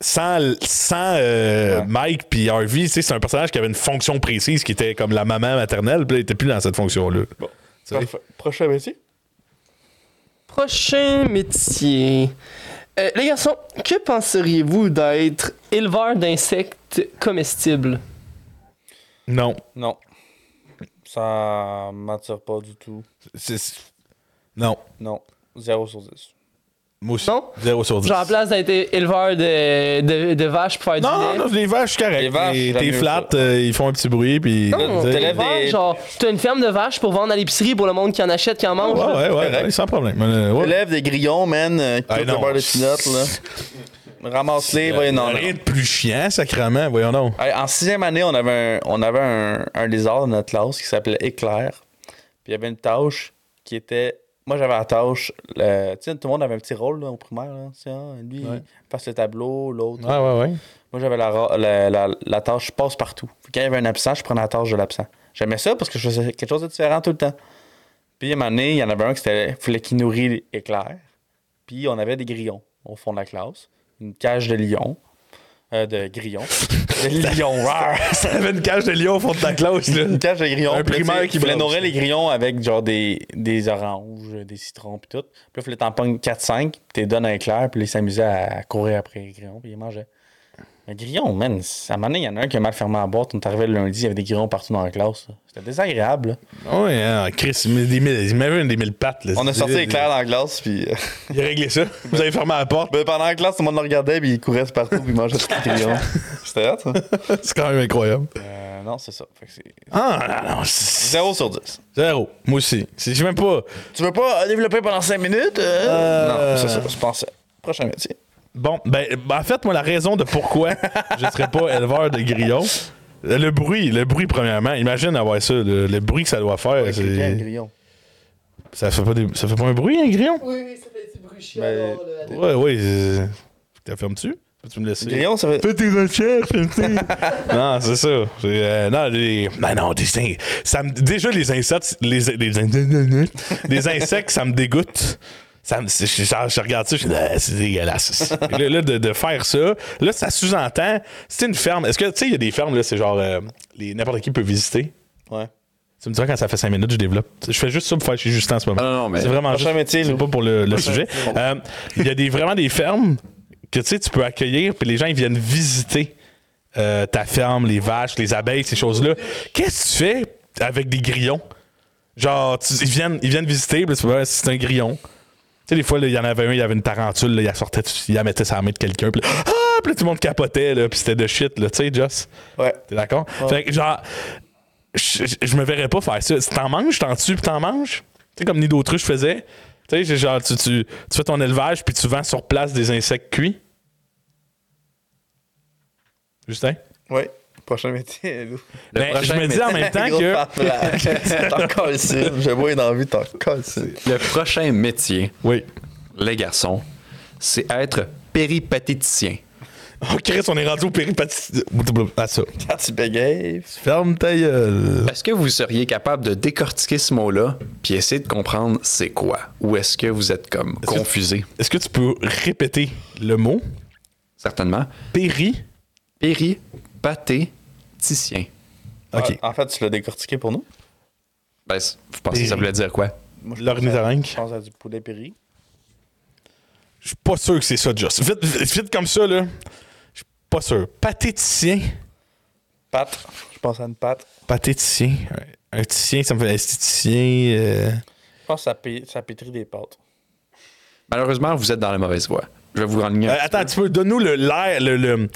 S2: sans, sans euh, Mike puis Harvey, tu sais, c'est un personnage qui avait une fonction précise qui était comme la maman maternelle, puis là, il était plus dans cette fonction-là. Tu sais.
S3: Parfait. Prochain métier?
S1: Prochain métier. Euh, les garçons, que penseriez-vous d'être éleveur d'insectes comestibles?
S2: Non.
S5: Non. Ça m'attire pas du tout.
S2: C'est- c'est- Non.
S5: Non. 0 sur 10.
S2: Moi aussi.
S1: Non?
S2: 0 sur 10.
S1: Genre, en place d'être éleveur de, de, de vaches pour faire
S2: non,
S1: du
S2: non,
S1: lait.
S2: non, les vaches, je suis correct.
S5: Les vaches,
S2: Les-
S5: j'aime
S2: T'es
S5: mieux
S2: flat,
S5: ça.
S2: euh, ils font un petit bruit, puis.
S1: Non,
S2: Tu sais.
S5: t'es élève-
S1: éleveur,
S5: des-
S1: genre, t'as une ferme de vaches pour vendre à l'épicerie pour le monde qui en achète, qui en mange.
S2: Ouais,
S1: là.
S2: ouais, ouais,
S3: correct.
S2: ouais, sans problème. Euh, ouais.
S3: Élève des grillons, man, euh, qui
S2: Ah,
S3: coûte
S2: non.
S3: le beurre de pinottes, là. Ramasse-les, ouais, non, non.
S2: Rien de plus chiant, sacrément, voyons donc.
S3: Hey,
S5: En sixième année, on avait un, on avait un, un lézard dans notre classe qui s'appelait Éclair. Puis il y avait une tâche qui était. Moi, j'avais la tâche. le- Tu sais, tout le monde avait un petit rôle là, au primaire. Là, Tu sais, hein, lui,
S2: Ouais.
S5: il passe le tableau, l'autre.
S2: Ouais, ouais, ouais.
S5: Moi, j'avais la, ra- la, la, la tâche passe partout. Puis quand il y avait un absent, je prenais la tâche de l'absent. J'aimais ça parce que je faisais quelque chose de différent tout le temps. Puis à un moment donné, il y en avait un qui était, fallait qu'il nourrit éclair. Puis on avait des grillons au fond de la classe. Une cage de lion. Euh, de grillons. de lion, rare!
S2: Ça avait une cage de lion au fond de ta classe, là.
S3: Une cage de grillons.
S2: Un
S3: puis là, tu sais,
S2: primaire qui
S5: Il fallait
S2: brasse.
S5: nourrir les grillons avec genre des, des oranges, des citrons, puis tout. Puis là, il fallait t'en pognes 4-5, puis t'es donnes à éclair, puis là, ils s'amusaient à courir après les grillons, puis ils mangeaient. Un grillon, man, à un moment donné, il y en a un qui a mal fermé la boîte. On est arrivé le lundi, il y avait des grillons partout dans la classe. là. C'était désagréable. là.
S2: Ouais, hein, Chris, il met des mille, il m'avait une des mille pattes. Là,
S3: On a
S2: C'est-
S3: sorti éclair dans la glace, puis euh,
S2: Il a réglé ça. Vous avez fermé la porte.
S3: ben, pendant la classe, tout le monde le regardait, puis il courait partout, puis il mangeait tous les grillons. C'était hot, ça.
S2: C'est quand même incroyable.
S5: Euh, non, c'est ça. Fait que c'est
S2: Ah, non, non, c'est-
S3: 0 sur 10.
S2: zéro. Moi aussi. C'est j'ai même pas.
S3: Tu veux pas euh, développer pendant 5 minutes? euh?
S2: Euh,
S3: Non, c'est ça, je pensais. Prochain métier.
S2: Bon, ben, ben, en fait, moi, la raison de pourquoi je serais pas éleveur de grillons, le bruit, le bruit, premièrement. Imagine avoir ça, le, le bruit que ça doit faire. c'est-
S3: Quel grillon?
S2: ça, fait pas des- ça fait pas un bruit, un grillon?
S1: Oui, ça fait du bruit chiant.
S3: Mais-
S1: alors, là.
S2: Ouais, ouais. euh, T'as fermes-tu? Peux-tu me laisser?
S3: Grillon, ça fait.
S2: Fais tes recherches, petit. non, c'est ça. C'est, euh, non, les, ben non, des in- ça me- déjà les insectes, les, les in- les insectes, ça me dégoûte. Ça me- c'est- je, je- je regarde ça, je dis, Ah, c'est dégueulasse. Fait que là, là, de, de faire ça, là, ça sous-entend, c'est une ferme. Est-ce que, tu sais, il y a des fermes, là, c'est genre, euh, les- n'importe qui peut visiter.
S3: Ouais.
S2: Tu me diras quand ça fait 5 minutes, je développe. Je fais juste ça pour faire chez Justin en ce moment.
S4: Ah non, non, mais-
S2: C'est vraiment
S3: Prochain
S2: juste-
S3: métier,
S2: c'est
S3: Lou.
S2: pas pour le, le sujet. Euh, Il y a des, vraiment des fermes que tu sais, tu peux accueillir, puis les gens ils viennent visiter euh, ta ferme, les vaches, les abeilles, ces choses-là. Qu'est-ce que tu fais avec des grillons? Genre, tu- ils, viennent, ils viennent visiter, puis tu vois, c'est un grillon. Tu sais, des fois, là, il y en avait un, il y avait une tarentule, là, il la sortait, il la mettait sur la main de quelqu'un, puis là, ah, puis là, tout le monde capotait, là, puis c'était de shit, là, tu sais, Joss.
S3: Ouais.
S2: T'es d'accord? Fait que genre, je, je- je me verrais pas faire ça. Si t'en manges, t'en tues, puis t'en manges. Tu sais, comme Nid d'autruche faisait. Tu sais, c'est genre, tu, tu, tu fais ton élevage, puis tu vends sur place des insectes cuits. Justin?
S3: Ouais. Prochain métier, Lou.
S4: Le
S2: Ben, je
S4: prochain
S2: me dis en
S4: métier-
S2: même temps
S3: Gros
S2: que.
S3: fat black. T'en colles, J'ai moins d'envie, t'en colles.
S4: Le prochain métier,
S2: Oui.
S4: les garçons, c'est être péripatéticien.
S2: Oh, Chris, on est rendu au péripatis. À ça.
S3: Quand tu bégayes.
S2: Ferme ta gueule.
S4: Est-ce que vous seriez capable de décortiquer ce mot-là puis essayer de comprendre c'est quoi? Ou est-ce que vous êtes comme
S2: que-
S4: confusé?
S2: Est-ce que tu peux répéter le mot?
S4: Certainement.
S2: Péri.
S4: Péripatéticien.
S2: Ah, Ok.
S3: En fait, tu l'as décortiqué pour nous.
S4: Ben, c- vous pensez que ça
S2: Péri-
S4: voulait dire quoi?
S3: Moi, je
S2: L'ornithorynque.
S3: pense à du poulet péri.
S2: Je suis pas sûr que c'est ça, Joss. Vite, vite, vite comme ça, là. Je suis pas sûr. Pathéticien.
S3: Pâte. Je pense à une pâte.
S2: Pathéticien. Un un titien, ça me fait esthéticien. euh.
S5: je pense que ça, pé- ça pétrit des pâtes.
S4: Malheureusement, vous êtes dans la mauvaise voie. Je vais vous renligner. un
S2: Euh,
S4: petit
S2: attends, tu peux, donne-nous le l'air, le. le,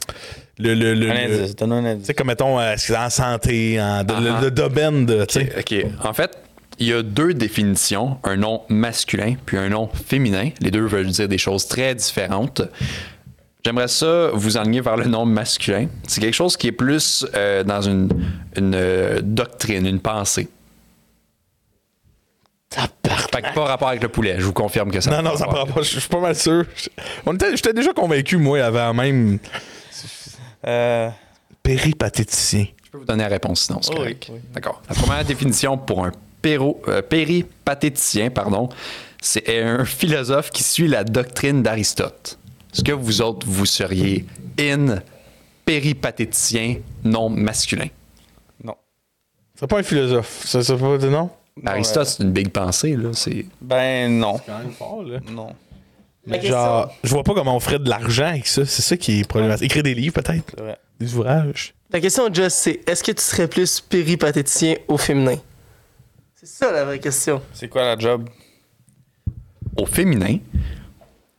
S2: le, le, le-
S5: Un
S2: le-
S5: indice,
S2: tu
S5: donne un indice.
S2: sais, comme mettons, euh, est-ce que c'est en santé, en, de- le,
S4: Ah.
S2: le domaine de. tu sais.
S4: peu. OK. En fait, il y a deux définitions, un nom masculin puis un nom féminin. Les deux veulent dire des choses très différentes. J'aimerais ça vous enligner vers le nom masculin. C'est quelque chose qui est plus euh, dans une, une euh, doctrine, une pensée. Fait que pas rapport avec le poulet, je vous confirme que ça
S2: Non,
S4: n'a
S2: non,
S4: pas
S2: ça me
S4: rapport.
S2: prend pas. Je je suis pas mal sûr. Je- on était- J'étais déjà convaincu, moi, avant même.
S3: Euh,
S2: Péripatéticien.
S4: Je peux vous donner la réponse sinon, c'est
S3: Oui,
S4: correct.
S3: oui.
S4: D'accord. La première définition pour un péro- euh, péripatéticien, pardon, c'est un philosophe qui suit la doctrine d'Aristote. Est-ce que vous autres, vous seriez in péripatéticien non masculin?
S5: Non.
S2: C'est pas un philosophe. Ça, ça peut pas dire non?
S4: Aristote, c'est une big pensée, là. C'est...
S5: euh, Ben non.
S2: Quand même fort, là.
S5: Non.
S1: Ma question.
S2: Genre, je vois pas comment on ferait de l'argent avec ça. C'est ça qui est problématique. Écrire des livres, peut-être.
S5: C'est vrai.
S2: Des ouvrages.
S1: La question, Joss, c'est est-ce que tu serais plus péripatéticien au féminin? C'est ça la vraie question.
S5: C'est quoi la job?
S4: Au féminin,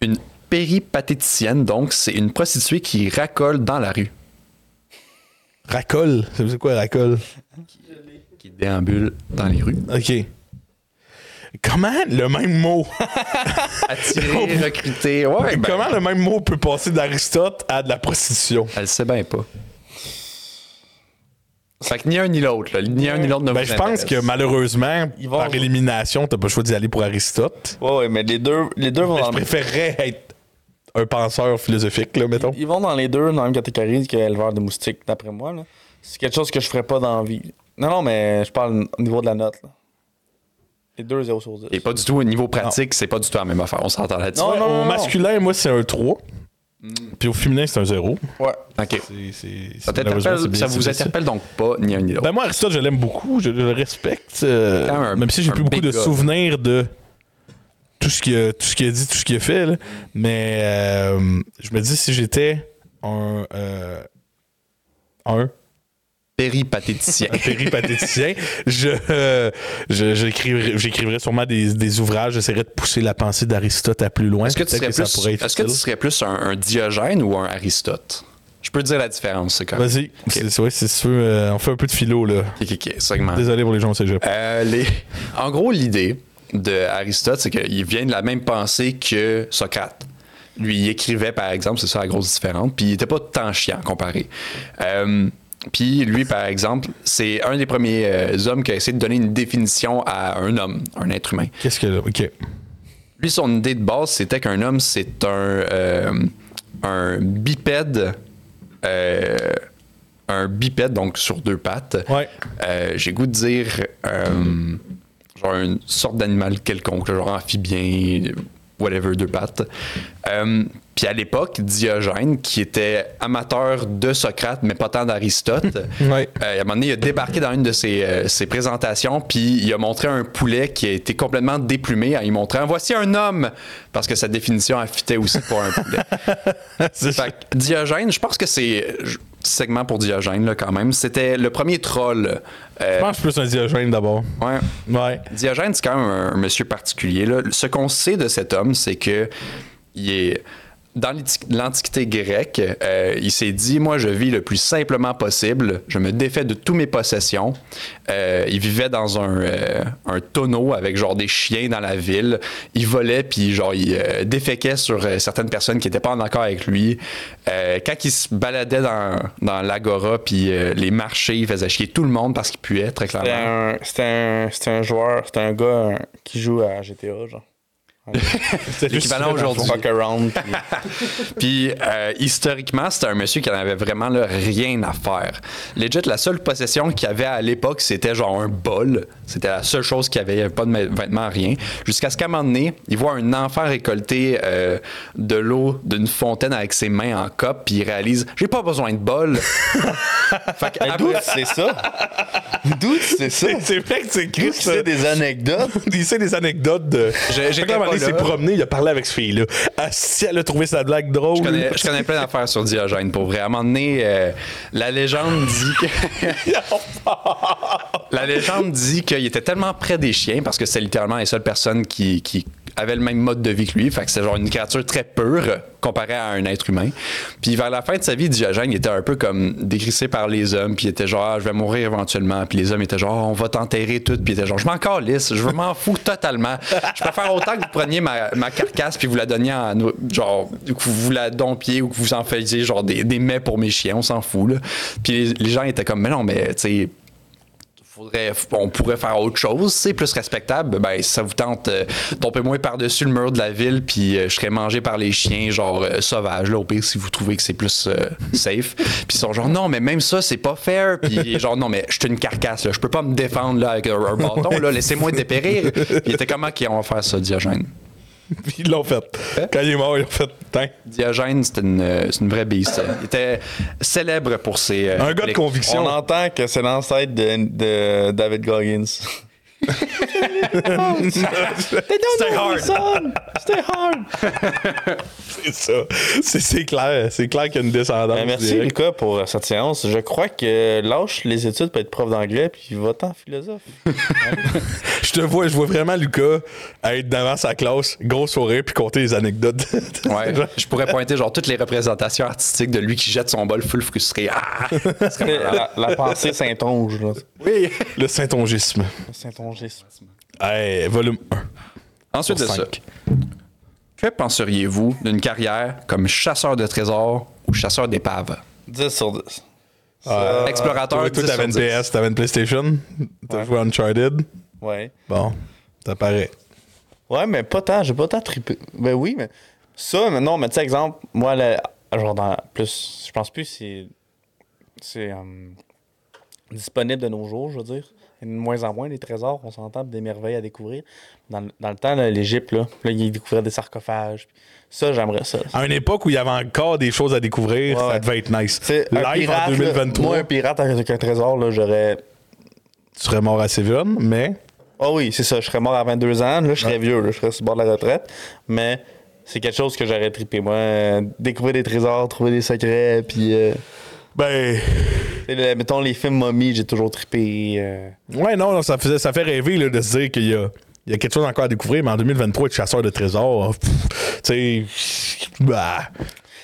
S4: une péripatéticienne, donc, c'est une prostituée qui racole dans la rue,
S2: Racole. Ça veut dire quoi, racole?
S4: qui déambule dans les rues.
S2: OK. Comment le même mot?
S4: Attirer, recruter, ouais, ben,
S2: Comment le même mot peut passer d'Aristote à de la prostitution?
S4: Elle sait bien pas. Fait que ni un ni l'autre, là. Ni un ni l'autre ne
S2: Ben,
S4: vous
S2: je pense
S4: intéresse.
S2: que malheureusement,
S5: Ils vont-
S2: par élimination, t'as pas le choix d'y aller pour Aristote.
S5: Ouais, ouais, mais les deux, les deux vont
S2: Ah, Mais
S5: dans
S2: je préférerais être un penseur philosophique, là, mettons.
S5: Ils vont dans les deux, dans la même catégorie que éleveur de moustiques, d'après moi. là. C'est quelque chose que je ferais pas dans la vie. Non, non, mais je parle au niveau de la note. là. Les deux 0 sur 10.
S4: Et pas du tout au niveau pratique, c'est pas du tout la même affaire. On s'entend là-dessus.
S5: Non,
S2: Ouais,
S5: non,
S2: au
S5: non, non.
S2: masculin, moi, c'est un 3. Puis au féminin, c'est un 0.
S5: Ouais.
S2: Mm.
S4: Ok.
S2: C'est- c'est-
S4: Ça,
S2: c'est-
S4: t'interpelle-
S2: malheureusement, c'est bien-
S4: ça
S2: c'est
S4: vous
S2: bien
S4: interpelle donc pas ni un ni l'autre.
S2: Ben moi, Aristote, je l'aime beaucoup, je le respecte. euh,
S4: Quand même un-
S2: même si j'ai
S4: un
S2: plus beaucoup
S4: big
S2: de
S4: gars.
S2: souvenirs de tout ce qu'il a, tout ce qu'il a dit, tout ce qu'il a fait. là. Mais euh, je me dis, si j'étais un, euh, un
S4: Péripatéticien.
S2: péripatéticien, je, euh, je- j'écrirais, j'écrirais sûrement des, des ouvrages, j'essaierais de pousser la pensée d'Aristote à plus loin.
S4: Est-ce que, tu
S2: Peut-être
S4: serais
S2: ça pourrait
S4: plus,
S2: être
S4: est-ce que tu
S2: utile.
S4: serais plus un, un Diogène ou un Aristote? Je peux te dire la différence, c'est quand même.
S2: Vas-y, c'est, c'est- ouais, c'est sûr, euh, on fait un peu de philo, là.
S4: Ok, ok, ok, segment.
S2: Désolé pour les gens au cégep.
S4: Euh, les- En gros, l'idée de Aristote, c'est qu'il vient de la même pensée que Socrate. Lui, il écrivait, par exemple, c'est ça la grosse différence, puis il n'était pas tant chiant comparé. Euh, puis lui, par exemple, c'est un des premiers euh, hommes qui a essayé de donner une définition à un homme, un être humain.
S2: Qu'est-ce que... OK.
S4: Lui, son idée de base, c'était qu'un homme, c'est un, euh, un bipède. euh, un bipède, donc sur deux pattes.
S2: Ouais.
S4: Euh, J'ai goût de dire. euh, genre une sorte d'animal quelconque, genre amphibien, whatever, deux pattes. Euh, Puis à l'époque, Diogène, qui était amateur de Socrate, mais pas tant d'Aristote,
S2: Ouais.
S4: euh, à un moment donné, il a débarqué dans une de ses, euh, ses présentations, puis il a montré un poulet qui a été complètement déplumé en lui montrant Voici un homme Parce que sa définition affitait aussi pour un poulet.
S2: C'est
S4: Fait que Diogène, je pense que c'est. je- Segment pour Diogène, là, quand même. C'était le premier troll. Euh,
S2: Je pense plus un diogène d'abord.
S4: ouais.
S2: Ouais.
S4: Diogène, c'est quand même un, un monsieur particulier. là. Ce qu'on sait de cet homme, c'est que il est. Dans l'anti- l'Antiquité grecque, euh, il s'est dit Moi, je vis le plus simplement possible, je me défais de tous mes possessions. Euh, il vivait dans un, euh, un tonneau avec genre des chiens dans la ville. Il volait, puis genre, il euh, déféquait sur euh, certaines personnes qui n'étaient pas en accord avec lui. Euh, quand il se baladait dans, dans l'agora, puis euh, les marchés, il faisait chier tout le monde parce qu'il puait, très clairement.
S5: C'était un, c'était un, c'était un joueur, c'était un gars
S3: euh,
S5: un- qui joue à GTA, genre.
S2: C'est
S4: L'équivalent aujourd'hui.
S5: Fuck around. puis-
S4: Puis euh, historiquement, c'était un monsieur qui n'avait vraiment là, rien à faire. Legit, la seule possession qu'il avait à l'époque, c'était genre un bol. C'était la seule chose qu'il avait, il avait pas de ma- vêtements, rien. Jusqu'à ce qu'à un moment donné, il voit un enfant récolter euh, de l'eau d'une fontaine avec ses mains en cope, puis il réalise J'ai pas besoin de bol. fait que,
S3: Mais
S4: après-
S3: D'où tu sais ça? D'où tu sais ça?
S2: C'est c'est vrai que c'est
S3: D'où tu
S2: Chris.
S3: sais des anecdotes?
S2: Il sait des anecdotes de.
S4: J'ai- j'étais
S2: Fait que là, un moment donné,
S4: pas
S2: Il s'est
S4: là.
S2: promené, il a parlé avec ce fille-là. Ah, si elle a trouvé sa blague drôle.
S4: Je connais, je connais plein d'affaires sur Diogène, pour vrai. À un moment donné, euh, la légende dit que. la légende dit qu'il était tellement près des chiens parce que c'est littéralement les seules personnes qui, qui avaient le même mode de vie que lui. Fait que c'est genre une créature très pure comparée à un être humain. Puis vers la fin de sa vie, Diogène il était un peu comme décrissé par les hommes. Puis il était genre, Ah, je vais mourir éventuellement. Puis les hommes étaient genre, ah, on va t'enterrer tout. Puis il était genre, je m'en calisse, je m'en fous totalement. Je préfère autant que vous preniez ma, ma carcasse puis vous la donniez en, genre, que vous la dompiez ou que vous en faisiez genre des, des mets pour mes chiens, on s'en fout. Là. Puis les, les gens étaient comme, mais non, mais tu sais, faudrait- on pourrait faire autre chose, c'est plus respectable. Ben, si ça vous tente, euh, tompez-moi par-dessus le mur de la ville, puis euh, je serais mangé par les chiens, genre euh, sauvages, là, au pire, si vous trouvez que c'est plus euh, safe. Puis ils sont genre, non, mais même ça, c'est pas fair. Puis genre, non, mais je suis une carcasse, là, je peux pas me défendre là, avec un, un bâton, là, laissez-moi dépérir. Puis il était comment qu'ils vont faire ça, Diogène?
S2: Puis ils l'ont fait.
S4: Hein?
S2: Quand il est mort, ils l'ont fait. Putain.
S4: Diogène, c'est une, euh, c'est une vraie beast. Il était célèbre pour ses. euh,
S2: Un gars de
S4: les-
S2: conviction.
S3: On entend que c'est l'ancêtre de, de David Goggins.
S1: They don't
S4: C'était
S1: know
S4: hard.
S1: my son. C'était hard.
S2: C'est ça. C'est- C'est clair. C'est clair qu'il y a une descendance.
S3: Ben, merci
S2: directe.
S3: Lucas pour euh, cette séance. Je crois que lâche les études pour être prof d'anglais puis va-t'en philosophe.
S2: Je te vois, je vois vraiment Lucas être devant sa classe, gros sourire, puis compter les anecdotes.
S4: Ouais, je pourrais pointer genre toutes les représentations artistiques de lui qui jette son bol full frustré. Ah!
S3: la, la pensée Saint-Onge, là.
S4: Oui.
S2: Le saintongisme.
S3: Saint-Ongisme.
S2: Hey, volume 1.
S4: Ensuite de
S2: Sur
S4: ça,
S2: cinq.
S4: que penseriez-vous d'une carrière comme chasseur de trésors ou chasseur d'épaves?
S3: 10 sur 10. Euh,
S2: Ouais.
S4: Explorateur
S2: Toi, toi,
S4: de
S2: t'avais une PS, t'avais une PlayStation, t'as
S3: Ouais.
S2: joué à Uncharted.
S3: Ouais.
S2: Bon, ça paraît.
S3: Ouais, mais pas tant, j'ai pas tant trippé. Ben oui, mais ça, mais non, mais tu sais, exemple, moi, là, genre, dans plus, je pense plus si c'est euh, disponible de nos jours, je veux dire. Il y en a De moins en moins des trésors, on s'entend, puis des merveilles à découvrir. Dans, le- dans le temps, là, l'Égypte, là, là, ils découvraient des sarcophages. Ça, j'aimerais ça.
S2: À une époque où il y avait encore des choses à découvrir,
S3: Ouais,
S2: ça
S3: ouais.
S2: devait être nice.
S3: Tu sais, un
S2: Live
S3: pirate,
S2: en
S3: là,
S2: 2023,
S3: moi, un pirate avec un trésor, là, j'aurais.
S2: tu serais mort assez jeune, mais
S3: Ah oui, c'est ça, je serais mort à 22 ans, là, je serais vieux, là, je serais sur le bord de la retraite, mais c'est quelque chose que j'aurais trippé, moi. euh, découvrir des trésors, trouver des secrets, puis. euh,
S2: ben
S3: tu sais, le- mettons les films momies, j'ai toujours trippé. euh,
S2: ouais non, non, ça faisait ça fait rêver là, de se dire qu'il y a il y a quelque chose encore à découvrir, mais en 2023, être chasseur de trésors, pff, tu sais, bah,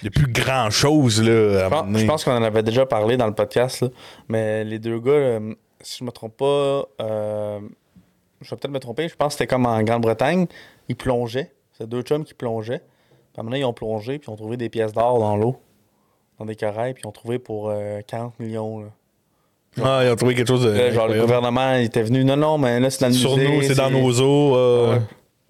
S2: il n'y a plus grand chose là. à un
S3: Je pense-
S2: moment donné.
S3: je pense qu'on en avait déjà parlé dans le podcast, là, mais les deux gars, euh, si je me trompe pas, euh, je vais peut-être me tromper, je pense que c'était comme en Grande-Bretagne, ils plongeaient. C'est deux chums qui plongeaient. Puis à un moment donné, ils ont plongé, puis ils ont trouvé des pièces d'or dans l'eau, dans des corails, puis ils ont trouvé pour euh, 40 millions. là.
S2: Ah, ils ont trouvé quelque chose de.
S3: Là, Euh, genre, le
S2: incroyable.
S3: gouvernement il était venu, non, non, mais là, c'est dans le
S2: Sur
S3: musée,
S2: nous, c'est dans nos eaux. euh,
S3: Ouais.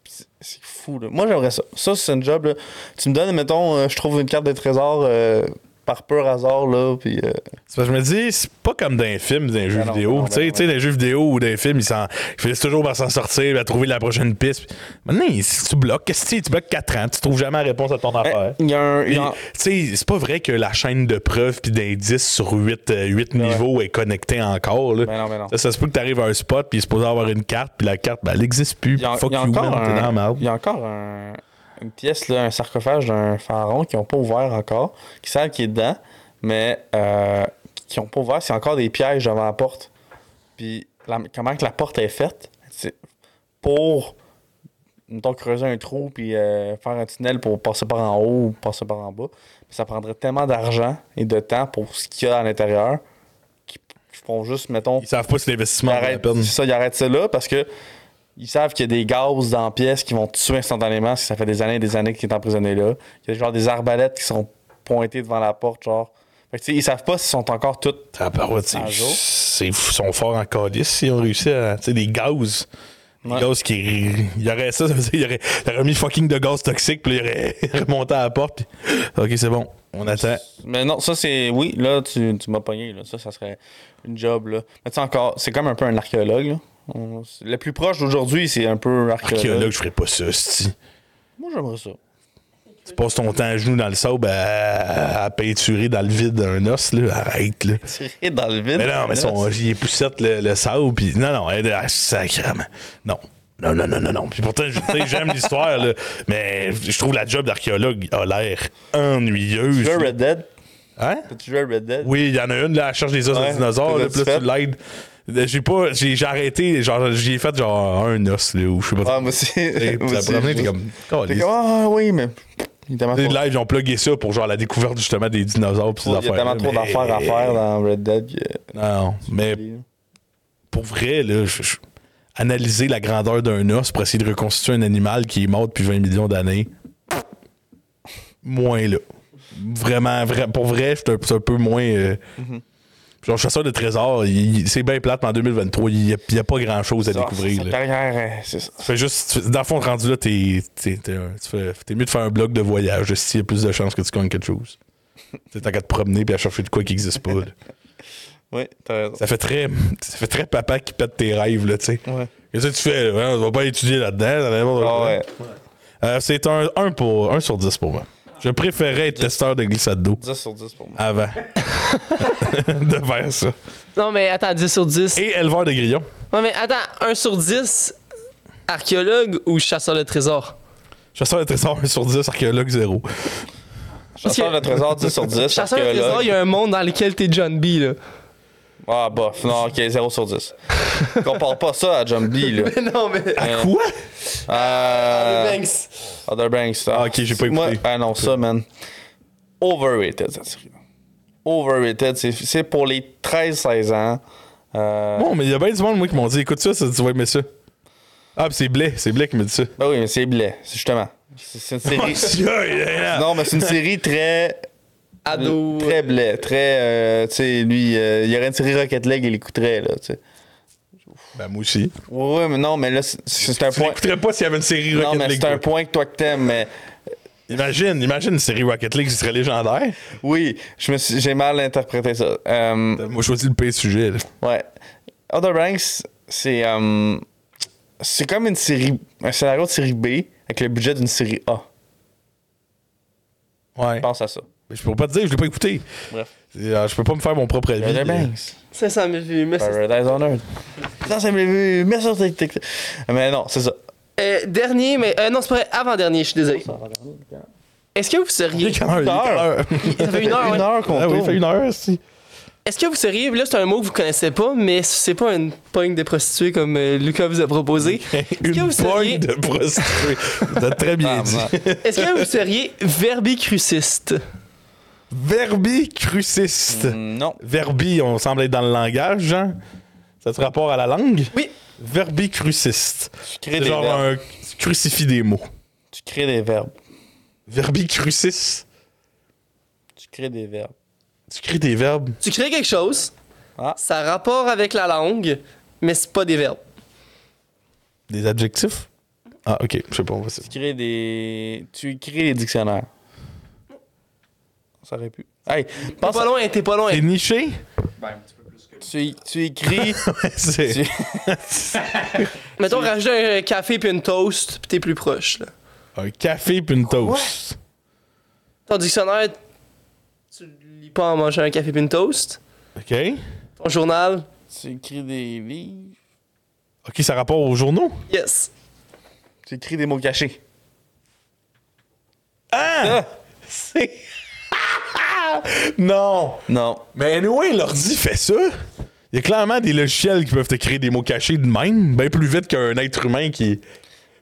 S3: C'est- C'est fou, là. Moi, j'aimerais ça. Ça, c'est un job, là. Tu me donnes, mettons, euh, je trouve une carte de trésor euh, par pur hasard, là, puis... euh,
S2: C'est parce que je me dis, c'est pas comme dans les films, dans les jeux
S3: non,
S2: vidéo.
S3: ben non,
S2: tu sais,
S3: ben
S2: tu sais, dans les jeux vidéo ou dans les films, ils, s'en, ils finissent toujours par s'en sortir, à trouver la prochaine piste. Maintenant, si tu bloques, qu'est-ce que tu- tu bloques 4 ans, tu trouves jamais la réponse à ton affaire.
S3: Il y a un... Eh, il
S2: Puis,
S3: y a un-
S2: Tu sais, c'est pas vrai que la chaîne de preuves puis d'indices sur 8, niveaux est connectée encore. Là.
S3: Ben non, ben non.
S2: Ça, ça se peut que t'arrives à un spot puis il est supposé avoir une carte puis la carte, ben, elle existe plus.
S3: Il y a-
S2: Fuck
S3: il y a
S2: you, man,
S3: encore
S2: t'es dans la
S3: un-
S2: merde.
S3: il y a encore un- une pièce, là, un sarcophage d'un pharaon qui n'ont pas ouvert encore, qui savent qu'il est dedans, mais euh, qui n'ont pas ouvert. C'est encore des pièges devant la porte. Puis la- comment que la porte est faite, c'est pour, mettons, creuser un trou puis euh, faire un tunnel pour passer par en haut ou passer par en bas. ça prendrait tellement d'argent et de temps pour ce qu'il y a à l'intérieur qu'ils qu'ils font juste, mettons,
S2: Ils savent pas si
S3: ils
S2: l'investissement vaut la
S3: arrêtent-
S2: peine.
S3: c'est ça, ils arrêtent ça là parce que ils savent qu'il y a des gaz dans la pièce qui vont te tuer instantanément si ça fait des années et des années qu'il est emprisonné là. Il y a genre des arbalètes qui sont pointées devant la porte, genre. Fait que, tu sais, ils savent pas s'ils sont encore toutes.
S2: Tabarouette,
S3: Un
S2: c'est-
S3: jour.
S2: c'est ils sont forts en calice s'ils ont réussi à. Tu sais, des gaz. Des
S3: Ouais.
S2: gaz qui. Il y aurait ça, ça veut dire qu'il y aurait, il aurait mis fucking de gaz toxique, puis là, il aurait remonté à la porte, puis. Ok, c'est bon, on attend.
S3: Mais non, ça c'est. Oui, là, tu, tu m'as pogné, là. Ça, ça serait une job, là. Mais tu sais, encore, c'est comme un peu un archéologue, là. On- Le plus proche d'aujourd'hui, c'est un peu un archéologue.
S2: Archéologue, je ferais pas ça, si.
S3: Moi, j'aimerais ça.
S2: Tu passes ton temps à genoux dans le sable à, à peinturer dans le vide d'un os, là. Arrête, là.
S3: Tirer dans le vide.
S2: Mais non, mais son, il est poussette le, le sable, puis non, non, elle, ah, sacrément. Non. Non, non, non, non, non. Puis pourtant, je- tu sais, j'aime l'histoire, là, mais je trouve la job d'archéologue a l'air ennuyeuse.
S3: Tu joues à Red Dead?
S2: Hein?
S3: Tu joues à Red Dead?
S2: Oui, il y en a une, là, elle cherche des os de
S3: Ouais,
S2: dinosaures, là,
S3: tu l'as-tu
S2: puis là, tu
S3: fait?
S2: l'aides. Euh, J'ai pas, j'ai j'ai arrêté, genre, j'ai fait genre un os, là, ou je sais pas.
S3: Ah,
S2: trop.
S3: moi aussi.
S2: Et
S3: Moi
S2: puis la
S3: aussi,
S2: promenade,
S3: je-
S2: t'es comme. oh,
S3: T'es
S2: Caliste.
S3: comme, ah oui, mais. Il y a tellement
S2: Les
S3: trop-
S2: lives, ils ont plugué ça pour genre la découverte justement des dinosaures pis ces
S3: trop- il y a
S2: affaires.
S3: tellement trop d'affaires à faire dans Red Dead. que-
S2: Non, mais pour vrai, là, je- je- analyser la grandeur d'un os pour essayer de reconstituer un animal qui est mort depuis 20 millions d'années,
S5: Mm-hmm.
S2: moins là. Vraiment, vra- pour vrai, c'est un, c'est un peu moins. euh, Genre, chasseur de trésors, il- c'est bien plate, mais en 2023, il n'y a, il y a pas grand chose à
S5: Ça,
S2: découvrir.
S5: sa
S2: là.
S5: carrière,
S3: hein,
S5: euh, c'est ça.
S2: Tu fais juste, tu- dans le fond, rendu là, t'es t'es- t'es un- tu fais- t'es mieux de faire un blog de voyage s'il y a plus de chances que tu gagnes quelque chose. T'sais, T'as qu'à te promener puis à chercher de quoi qui n'existe pas. là.
S3: Oui, t'as raison.
S2: Ça fait très ça fait très papa qui pète tes rêves, là, tu sais.
S3: Ouais.
S2: Qu'est-ce que tu fais? là? Hein, on va pas étudier là-dedans. ça va hein? n'importe
S3: Ah
S2: quoi.
S3: ouais.
S2: Euh, C'est un 1 pour un sur 10 pour moi. Je préférais être testeur de glissade d'eau
S3: 10 sur 10 pour moi.
S2: avant de faire ça.
S1: Non, mais attends, 10 sur 10.
S2: Et éleveur de grillons.
S1: Non, mais attends, 1 sur 10, archéologue ou chasseur de trésors?
S2: Chasseur de trésors 1 sur 10, archéologue 0.
S3: Chasseur
S1: que-
S3: de trésor 10 sur 10.
S1: Chasseur de trésors, il y a un monde dans lequel t'es John B, là.
S3: Ah, bof. Non, ok, 0 sur 10. Compare pas ça à Jumbie, là.
S1: non, mais...
S2: Quoi?
S3: Euh,
S1: Thanks.
S3: Other Banks.
S2: Ah, ok, j'ai pas
S3: Moi,
S2: écouté.
S3: ah non, ça, man. Overrated, cette série. Overrated, c'est- c'est pour les 13-16 ans. Euh,
S2: Bon, mais il y a bien du monde, moi, qui m'ont dit écoute ça, ça, tu vas aimer ça. Ah, pis c'est Blais, c'est Blais qui me dit ça.
S3: Ben oui, mais c'est blé, c'est justement. C'est c'est une série.
S2: non.
S3: non, mais c'est une série très.
S1: Ado.
S3: Très blé. Très. euh, tu sais, lui, euh, il y aurait une série Rocket League, il l'écouterait, là, tu sais.
S2: Ben, moi aussi.
S3: Ouais, ouais, mais non, mais là, c'est- c'est un
S2: Tu
S3: point.
S2: l'écouterais pas s'il y avait une série
S3: Non,
S2: Rocket
S3: mais
S2: League.
S3: c'est un
S2: toi.
S3: point que toi que t'aimes, mais.
S2: Imagine, imagine une série Rocket League, ce serait légendaire.
S3: Oui, je me suis- j'ai mal interprété ça. Euh,
S2: Moi, je choisis le pire sujet. là.
S3: ouais. Other Banks, c'est. euh, c'est comme une série. Un scénario de série B avec le budget d'une série A.
S2: Ouais.
S3: Pense à ça.
S2: Mais je peux pas te dire, je l'ai pas écouté.
S3: Bref.
S2: Et, euh, je peux pas me faire mon propre avis.
S3: Other
S2: là.
S3: Banks.
S1: 500 000 vues, mais c'est-
S3: Paradise on Earth. Non, ça me l'a vu. Mais sur TikTok. Mais non, c'est ça.
S1: Euh, dernier, mais... euh, non, c'est pas vrai, avant-dernier, je suis désolé. Est-ce que vous seriez...
S2: Il est quand même- il est quand même-
S1: Ça fait une heure, ouais.
S3: Une heure qu'on
S2: Ah oui, il
S3: tourne.
S2: fait une heure, si.
S1: Est-ce que vous seriez, là c'est un mot que vous connaissez pas, mais c'est pas une pogne de prostituée comme euh, Lucas vous a proposé. Est-ce que,
S2: Une
S1: vous seriez-
S2: poigne de prostituée. Vous êtes très bien
S3: Ah,
S2: dit.
S3: man.
S1: est-ce que vous seriez verbicruciste?
S2: Verbi cruciste.
S3: Mm, Non.
S2: Verbi, on semble être dans le langage, hein? Ça te rapport à la langue?
S1: Oui.
S2: Verbi cruciste.
S3: Tu crées
S2: C'est
S3: des
S2: genre
S3: verbes.
S2: un tu crucifies des mots.
S3: Tu crées des verbes.
S2: Verbi crucis.
S3: Tu crées des verbes.
S2: Tu crées des verbes.
S1: Tu crées quelque chose,
S3: Ah.
S1: ça a rapport avec la langue, mais c'est pas des verbes.
S2: Des adjectifs? Ah, ok, je sais pas, on va essayer.
S3: Tu crées des. Tu crées des dictionnaires. Ça aurait pu. Hey,
S1: T'es
S3: pense
S1: pas
S3: à...
S1: loin, t'es pas loin.
S2: C'est niché?
S3: tu, tu écris.
S2: C'est-
S3: tu-
S1: Mettons, rajoute un café puis une toast, puis t'es plus proche. Là.
S2: Un café puis une toast.
S1: Ton dictionnaire, tu le lis pas en mangeant un café puis une toast.
S2: Ok.
S1: Ton journal,
S3: tu écris des livres.
S2: Ok, ça rapporte aux journaux?
S1: yes.
S3: Tu écris des mots cachés.
S2: Ah! C'est. non!
S3: Non.
S2: Mais anyway, l'ordi fait ça. Il y a clairement des logiciels qui peuvent te créer des mots cachés de même, bien plus vite qu'un être humain qui.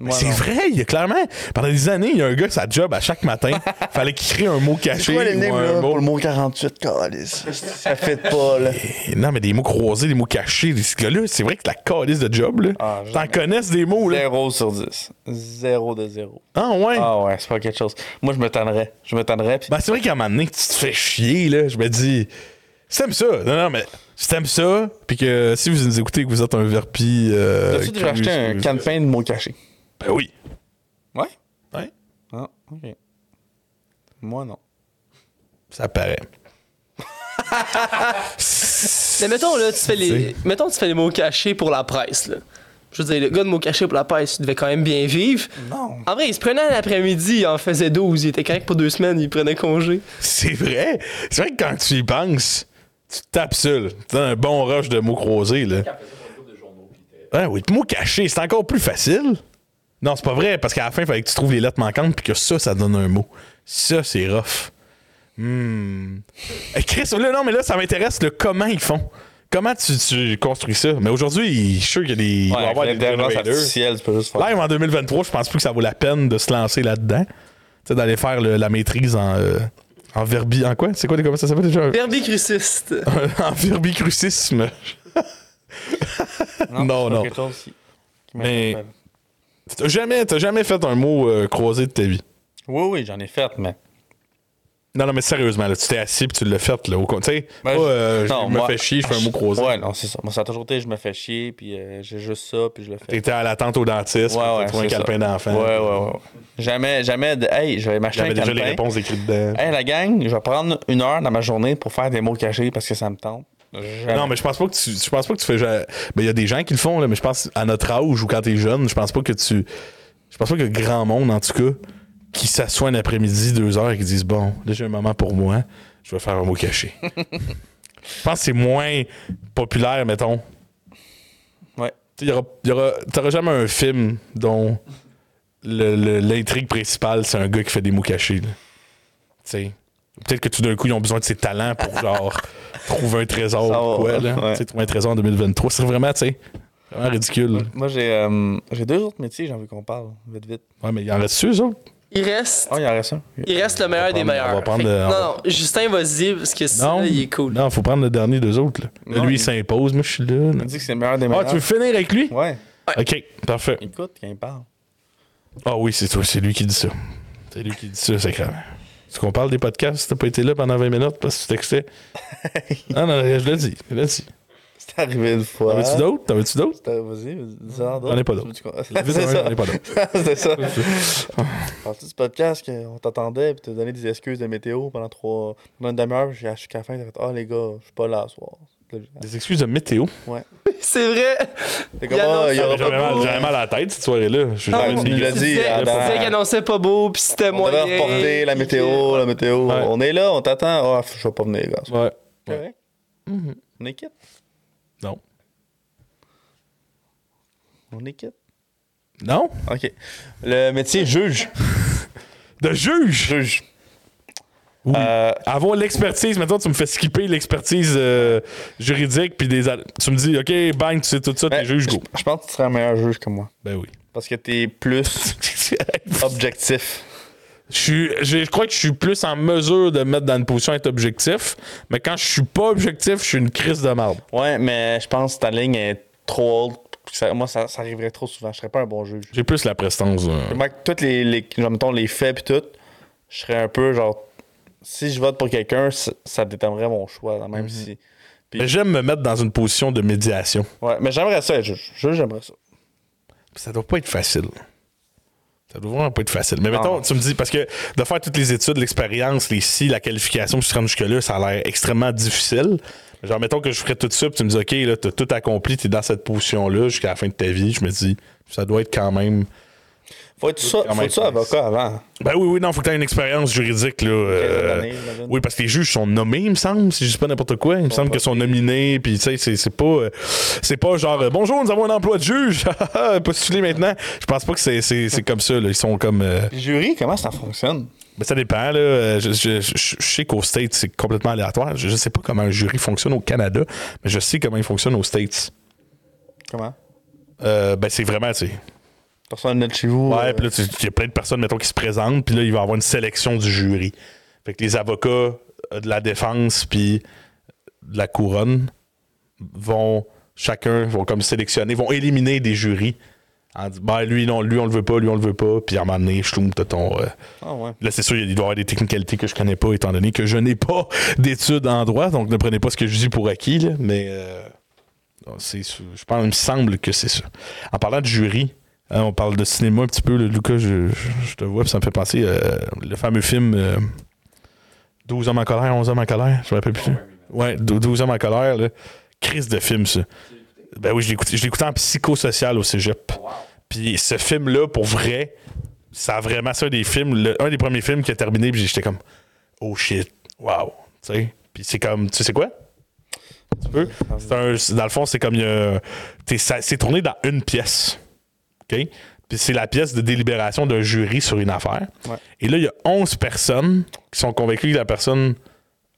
S2: Mais
S3: Moi,
S2: c'est
S3: non.
S2: vrai, il y a clairement. Pendant des années, il y a un gars, sa job, à chaque matin, fallait qu'il crée un mot
S3: C'est
S2: caché.
S3: quoi
S2: ou
S3: l'énigme
S2: un
S3: là,
S2: mot-
S3: pour le mot 48, calice? Ça fait pas, là.
S2: Et Eh, Non, mais des mots croisés, des mots cachés, des ce gars-là, c'est vrai que la calice de job, là.
S3: Ah,
S2: T'en
S3: jamais.
S2: connaisses des mots, là.
S3: 0 sur 10. 0 de 0.
S2: Ah, ouais.
S3: Ah ouais, c'est pas quelque chose. Moi, je me tannerais. Je me tannerais. Puis...
S2: Ben, c'est vrai qu'à un moment donné, que tu te fais chier, là. Je me dis, si t'aimes ça, non, non, mais si t'aimes ça, puis que si vous nous écoutez et que vous êtes un verpi. Euh,
S3: T'as-tu déjà acheté un
S2: cru-
S3: can de pain de mots cachés?
S2: Ben oui.
S3: Ouais?
S2: Ouais.
S3: Ah, ok. Moi, non.
S2: Ça paraît.
S1: Mais mettons, là, tu fais les.
S2: T'sais.
S1: Mettons, tu fais les mots cachés pour la presse, là. Je veux dire, le gars de mots cachés pour la presse, il devait quand même bien vivre.
S3: Non.
S1: En vrai, il se prenait un après-midi, il en faisait 12, il était correct pour deux semaines, il prenait congé.
S2: C'est vrai. C'est vrai que quand tu y penses, tu tapes ça, là. T'as un bon rush de mots croisés, là. Ouais, oui, mots cachés, c'est encore plus facile. Non, c'est pas vrai, parce qu'à la fin, il fallait que tu trouves les lettres manquantes, puis que ça, ça donne un mot. Ça, c'est rough. Hmm. Eh, Chris, là, non, mais là, ça m'intéresse, le comment ils font. Comment tu, tu construis ça? Mais aujourd'hui, je suis sûr qu'il y a des. il doit y
S3: Ouais,
S2: avoir
S3: avec
S2: des
S3: l'intelligence
S2: innovateurs.
S3: artificielle, tu peux juste faire.
S2: Live en 2023, je pense plus que ça vaut la peine de se lancer là-dedans. Tu sais, d'aller faire le- la maîtrise en, euh, en verbi. En quoi C'est quoi Comment ça s'appelle déjà
S1: Verbicruciste.
S2: En verbicrucisme.
S5: Ah.
S2: Non,
S3: c'est
S2: non.
S3: quelque chose qui- qui
S2: Mais-
S3: m'interpelle.
S2: T'as jamais, t'as jamais fait un mot euh, croisé de ta vie.
S3: Oui, oui, j'en ai fait, mais.
S2: Non, non, mais sérieusement, là, tu t'es assis puis tu l'as fait, là, au con. Tu sais,
S5: Ben,
S2: pas, euh,
S5: non,
S2: je me
S5: moi-
S2: fais chier, je fais un mot croisé.
S5: Ouais, non, c'est ça. Moi, ça a toujours été, je me fais chier, puis euh, j'ai juste ça, puis je le fais.
S2: T'étais à l'attente au dentiste,
S5: Ouais,
S2: t'as
S5: ouais,
S2: trouvé un
S5: c'est
S2: calepin
S5: ça.
S2: d'enfant.
S5: Ouais, ouais, ouais. Jamais, jamais de. Hey, je vais m'acheter
S2: J'avais
S5: un
S2: déjà les
S5: calepin.
S2: réponses écrites dedans.
S5: Hey, la gang, je vais prendre une heure dans ma journée pour faire des mots cachés parce que ça me tente. Jamais.
S2: Non, mais je pense pas que tu, je pense pas que tu fais. ja- Ben, il y a des gens qui le font, là, mais je pense à notre âge ou quand t'es jeune, je pense pas que tu. Je pense pas qu'il y a grand monde, en tout cas, qui s'assoit un après-midi, deux heures, et qui disent Bon, là, j'ai un moment pour moi, je vais faire un mot caché. je pense que c'est moins populaire, mettons.
S5: Ouais.
S2: Tu sais, il y aura- il y aura- T'auras jamais un film dont le- le- l'intrigue principale, c'est un gars qui fait des mots cachés. là. Tu sais. Peut-être que tout d'un coup, ils ont besoin de ses talents pour genre trouver un trésor.
S3: Ça
S2: ou
S3: va,
S2: quoi, là.
S3: ouais.
S2: Tu sais, Trouver un trésor en 2023. C'est vraiment, tu sais, vraiment ridicule. là.
S5: Moi, j'ai euh, j'ai deux autres métiers, j'ai envie qu'on parle. Vite, vite.
S2: Ouais, mais il en reste-tu, ça?
S1: Il reste,
S5: Oh, il en reste un.
S1: il reste le meilleur
S2: prendre-
S1: des meilleurs.
S2: on va prendre
S1: Fait que-
S2: le- on va-
S1: Non, non, Justin, vas-y, parce que
S2: Non.
S1: celui-là, il est cool.
S2: Non, faut prendre le dernier d'eux autres. là. Là,
S5: Non,
S2: lui, il
S5: il-
S2: s'impose. Moi, je suis là.
S5: Il me dit que c'est le meilleur des
S2: Ah,
S5: meilleurs.
S2: tu veux finir avec lui?
S5: Ouais.
S2: Ok, parfait.
S5: Écoute, quand il parle.
S2: Ah oui, c'est toi, c'est lui qui dit ça. C'est lui qui dit ça, c'est grave. Est-ce qu'on parle des podcasts? T'as pas été là pendant 20 minutes parce que tu textais? non, non, je l'ai dit. Je l'ai dit.
S3: C'est arrivé une fois.
S2: T'en veux-tu d'autres? T'en veux-tu d'autres?
S3: C'était- Vas-y, dis-en d'autres.
S2: J'en ai pas d'autres.
S3: Tu veux- tu-
S2: J'en
S3: C'est ça.
S2: ai pas d'autres.
S3: C'est ça. Parti du podcast qu'on t'attendait puis t'as donné des excuses de météo pendant trois pendant une demi-heure puis j'ai- jusqu'à la fin t'as fait ah les gars je suis pas là ce soir.
S2: Des excuses de météo.
S1: C'est vrai.
S3: T'es
S1: Il
S3: comme ah
S1: annonce-
S3: il y aura
S2: J'avais
S3: pas
S2: mal,
S3: de-
S2: j'avais mal à la tête cette soirée-là. Je
S3: Ah,
S2: j'avais
S3: on
S2: une dégueu.
S3: l'a
S1: Tu
S3: dit,
S1: disais-
S3: Adam.
S1: Tu disais qu'il annonçait pas beau, puis c'était
S3: On
S1: moyen.
S3: devait reporter la météo, la météo.
S2: Ouais.
S3: On est là, on t'attend. Ah, je vais pas venir, gars.
S2: Ouais.
S3: C'est correct. On est quitte.
S2: Non.
S3: On est quitte.
S2: Non?
S3: OK. Le métier juge.
S2: De juge!
S3: Juge.
S2: Oui.
S3: Euh,
S2: Avoir l'expertise, maintenant tu me fais skipper l'expertise euh, juridique, puis des. al- Tu me dis, OK, bang, tu sais tout ça, t'es
S3: ben,
S2: juge,
S3: je,
S2: go.
S3: je pense que tu serais un meilleur juge que moi.
S2: Ben oui.
S3: Parce que t'es plus Ah, objectif.
S2: Je, suis- je- je crois que je suis plus en mesure de me mettre dans une position à être objectif, mais quand je suis pas objectif, je suis une crise de marde.
S3: Ouais, mais je pense que ta ligne est trop old. Ça- moi, ça, ça arriverait trop souvent. Je serais pas un bon juge.
S2: J'ai plus la prestance. euh.
S3: Moi, toutes les, les genre, mettons, les faits pis tout, je serais un peu genre. Si je vote pour quelqu'un, ça, ça déterminerait mon choix, là,
S2: Mhm.
S3: même si.
S2: Mais j'aime me mettre dans une position de médiation.
S3: Ouais, mais j'aimerais ça être juge. Juge, j'aimerais ça.
S2: Ça doit pas être facile. Ça doit vraiment pas être facile. Mais mettons,
S3: non.
S2: tu me dis, parce que de faire toutes les études, l'expérience, les si, la qualification, si tu te rends jusque-là, ça a l'air extrêmement difficile. Genre, mettons que je ferais tout ça, puis tu me dis, OK, là, t'as tout accompli, t'es dans cette position-là jusqu'à la fin de ta vie. Je me dis, ça doit être quand même.
S3: Faut être ça,
S2: Quand
S3: faut
S2: même,
S3: être ça avocat avant.
S2: Ben oui, oui, non, faut que t'aies une expérience juridique, là. euh,
S3: années, j'imagine.
S2: oui, parce que les juges sont nommés, il me semble, si je dis pas n'importe quoi. Il me semble qu'ils sont nominés, puis tu sais, c'est- c'est pas. euh, c'est pas genre, euh, bonjour, nous avons un emploi de juge, postulez maintenant. Je pense pas que c'est- c'est c'est comme ça, là. Ils sont comme. euh,
S3: Le jury, comment ça fonctionne?
S2: Ben, ça dépend. Là. Euh, Je, je- je- je sais qu'aux States, c'est complètement aléatoire. Je ne sais pas comment un jury fonctionne au Canada, mais je sais comment il fonctionne aux States.
S3: Comment?
S2: Euh, ben, c'est vraiment, tu sais.
S3: Personne n'est de chez vous.
S2: Ouais,
S3: euh,
S2: puis là, tu- il y a plein de personnes, mettons, qui se présentent, puis là, il va y avoir une sélection du jury. Fait que les avocats euh, de la défense, puis de la couronne, vont, chacun, vont comme sélectionner, vont éliminer des jurys. En disant, ben, lui, non, lui, on le veut pas, lui, on le veut pas, puis à un moment donné, je t'as ton. euh,
S3: Ah ouais.
S2: Là, c'est sûr, il doit y avoir des technicalités que je connais pas, étant donné que je n'ai pas d'études en droit, donc ne prenez pas ce que je dis pour acquis, là, mais euh, non, c'est sûr. je pense, il me semble que c'est ça. En parlant de jury, hein, on parle de cinéma un petit peu, là, Lucas, je, je- je te vois, puis ça me fait penser euh, le fameux film euh, 12 hommes en colère, 11 hommes en colère, je me rappelle plus. Ouais, 12, hommes en colère, là. crise de film, ça. Ben oui, je l'écoutais, je l'écoutais en psychosocial au cégep. Puis ce film-là, pour vrai, ça a vraiment c'est un des films, le- un des premiers films qui a terminé, puis j'étais comme Oh shit, wow. Tu sais? Puis c'est comme, tu sais quoi? Tu peux? C'est un- c'est- dans le fond, c'est comme il y a- t'es- ça- c'est tourné dans une pièce. OK? Puis c'est la pièce de délibération d'un jury sur une affaire.
S3: Ouais.
S2: Et là, il y a 11 personnes qui sont convaincues que la personne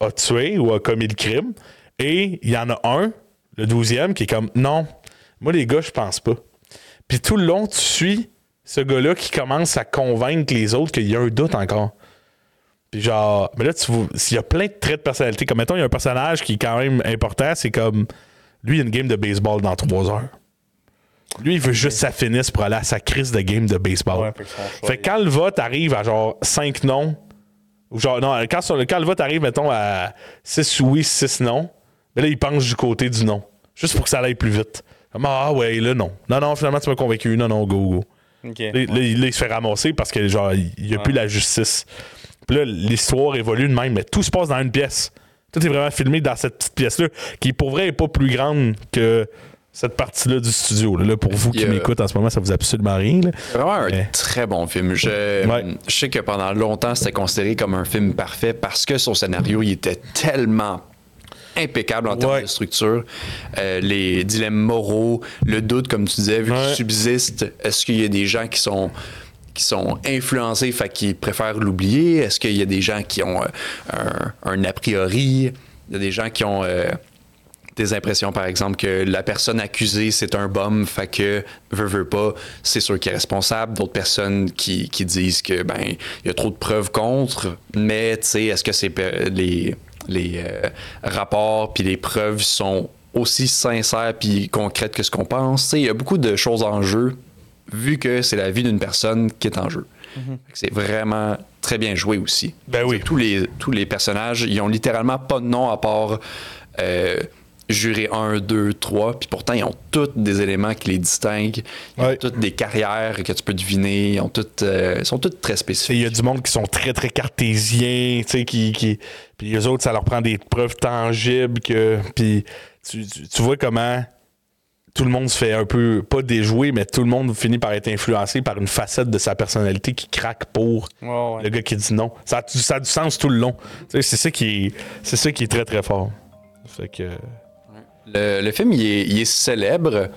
S2: a tué ou a commis le crime. Et il y en a un, le 12e, qui est comme Non, moi les gars, je pense pas. Puis tout le long, tu suis ce gars-là qui commence à convaincre les autres qu'il y a un doute encore. Puis genre, mais là, tu vois, il y a plein de traits de personnalité. Comme mettons, il y a un personnage qui est quand même important, c'est comme lui, il a une game de baseball dans trois heures. Lui, il veut juste que ça finisse pour aller à sa crise de game de baseball.
S3: Ouais, fait que son choix,
S2: Fait que quand le vote arrive à genre 5 noms, Ou genre, non, quand, sur le, quand le vote arrive, mettons, à 6 oui, 6 non, ben là, il pense du côté du non. Juste pour que ça aille plus vite. Comme, ah ouais, là, non. Non, non, finalement, tu m'as convaincu. Non, non, go, go.
S5: Ok.
S2: Là, il- là, il là, il se fait ramasser parce que, genre, il n'y a plus la justice. Puis là, l'histoire évolue de même, mais tout se passe dans une pièce. Tout est vraiment filmé dans cette petite pièce-là, qui pour vrai n'est pas plus grande que cette partie-là du studio. Là, Là, pour vous qui
S4: Yeah.
S2: m'écoutez en ce moment, ça vous absolument rien. là.
S4: C'est vraiment un
S2: Ouais.
S4: très bon film. Je,
S2: Ouais.
S4: je sais que pendant longtemps, c'était considéré comme un film parfait parce que son scénario, il était tellement impeccable en termes
S2: Ouais.
S4: de structure. Euh, les dilemmes moraux, le doute, comme tu disais, vu
S2: Ouais.
S4: qu'il subsiste, est-ce qu'il y a des gens qui sont qui sont influencés, fait qu'ils préfèrent l'oublier? Est-ce qu'il y a des gens qui ont euh, un, un a priori? Il y a des gens qui ont... euh, des impressions, par exemple, que la personne accusée, c'est un bum, fait que veut, veut pas, c'est sûr qu'il est responsable. D'autres personnes qui, qui disent que, ben, il y a trop de preuves contre, mais, tu sais, est-ce que c'est pe- les, les euh, rapports puis les preuves sont aussi sincères puis concrètes que ce qu'on pense? Tu sais, il y a beaucoup de choses en jeu, vu que c'est la vie d'une personne qui est en jeu. Fait que C'est vraiment très bien joué aussi.
S2: Ben oui.
S4: Tous les, tous les personnages, ils ont littéralement pas de nom à part euh, juré 1, 2, 3. Puis pourtant, ils ont tous des éléments qui les distinguent. Ils
S2: Ouais.
S4: ont toutes des carrières que tu peux deviner. Ils, ont toutes, euh, ils sont toutes très
S2: Tu sais, Il
S4: spécifiques.
S2: y a du monde qui sont très, très cartésiens, tu sais, qui, qui... Puis les autres, ça leur prend des preuves tangibles que... Puis tu, tu- tu vois comment tout le monde se fait un peu, pas déjouer, mais tout le monde finit par être influencé par une facette de sa personnalité qui craque pour
S5: Ouais, ouais.
S2: le gars qui dit non. Ça a, du- ça a du sens tout le long. Tu sais, C'est ça, qui est- c'est ça qui est très, très fort. Fait que...
S4: Le, le film, il est, il est célèbre.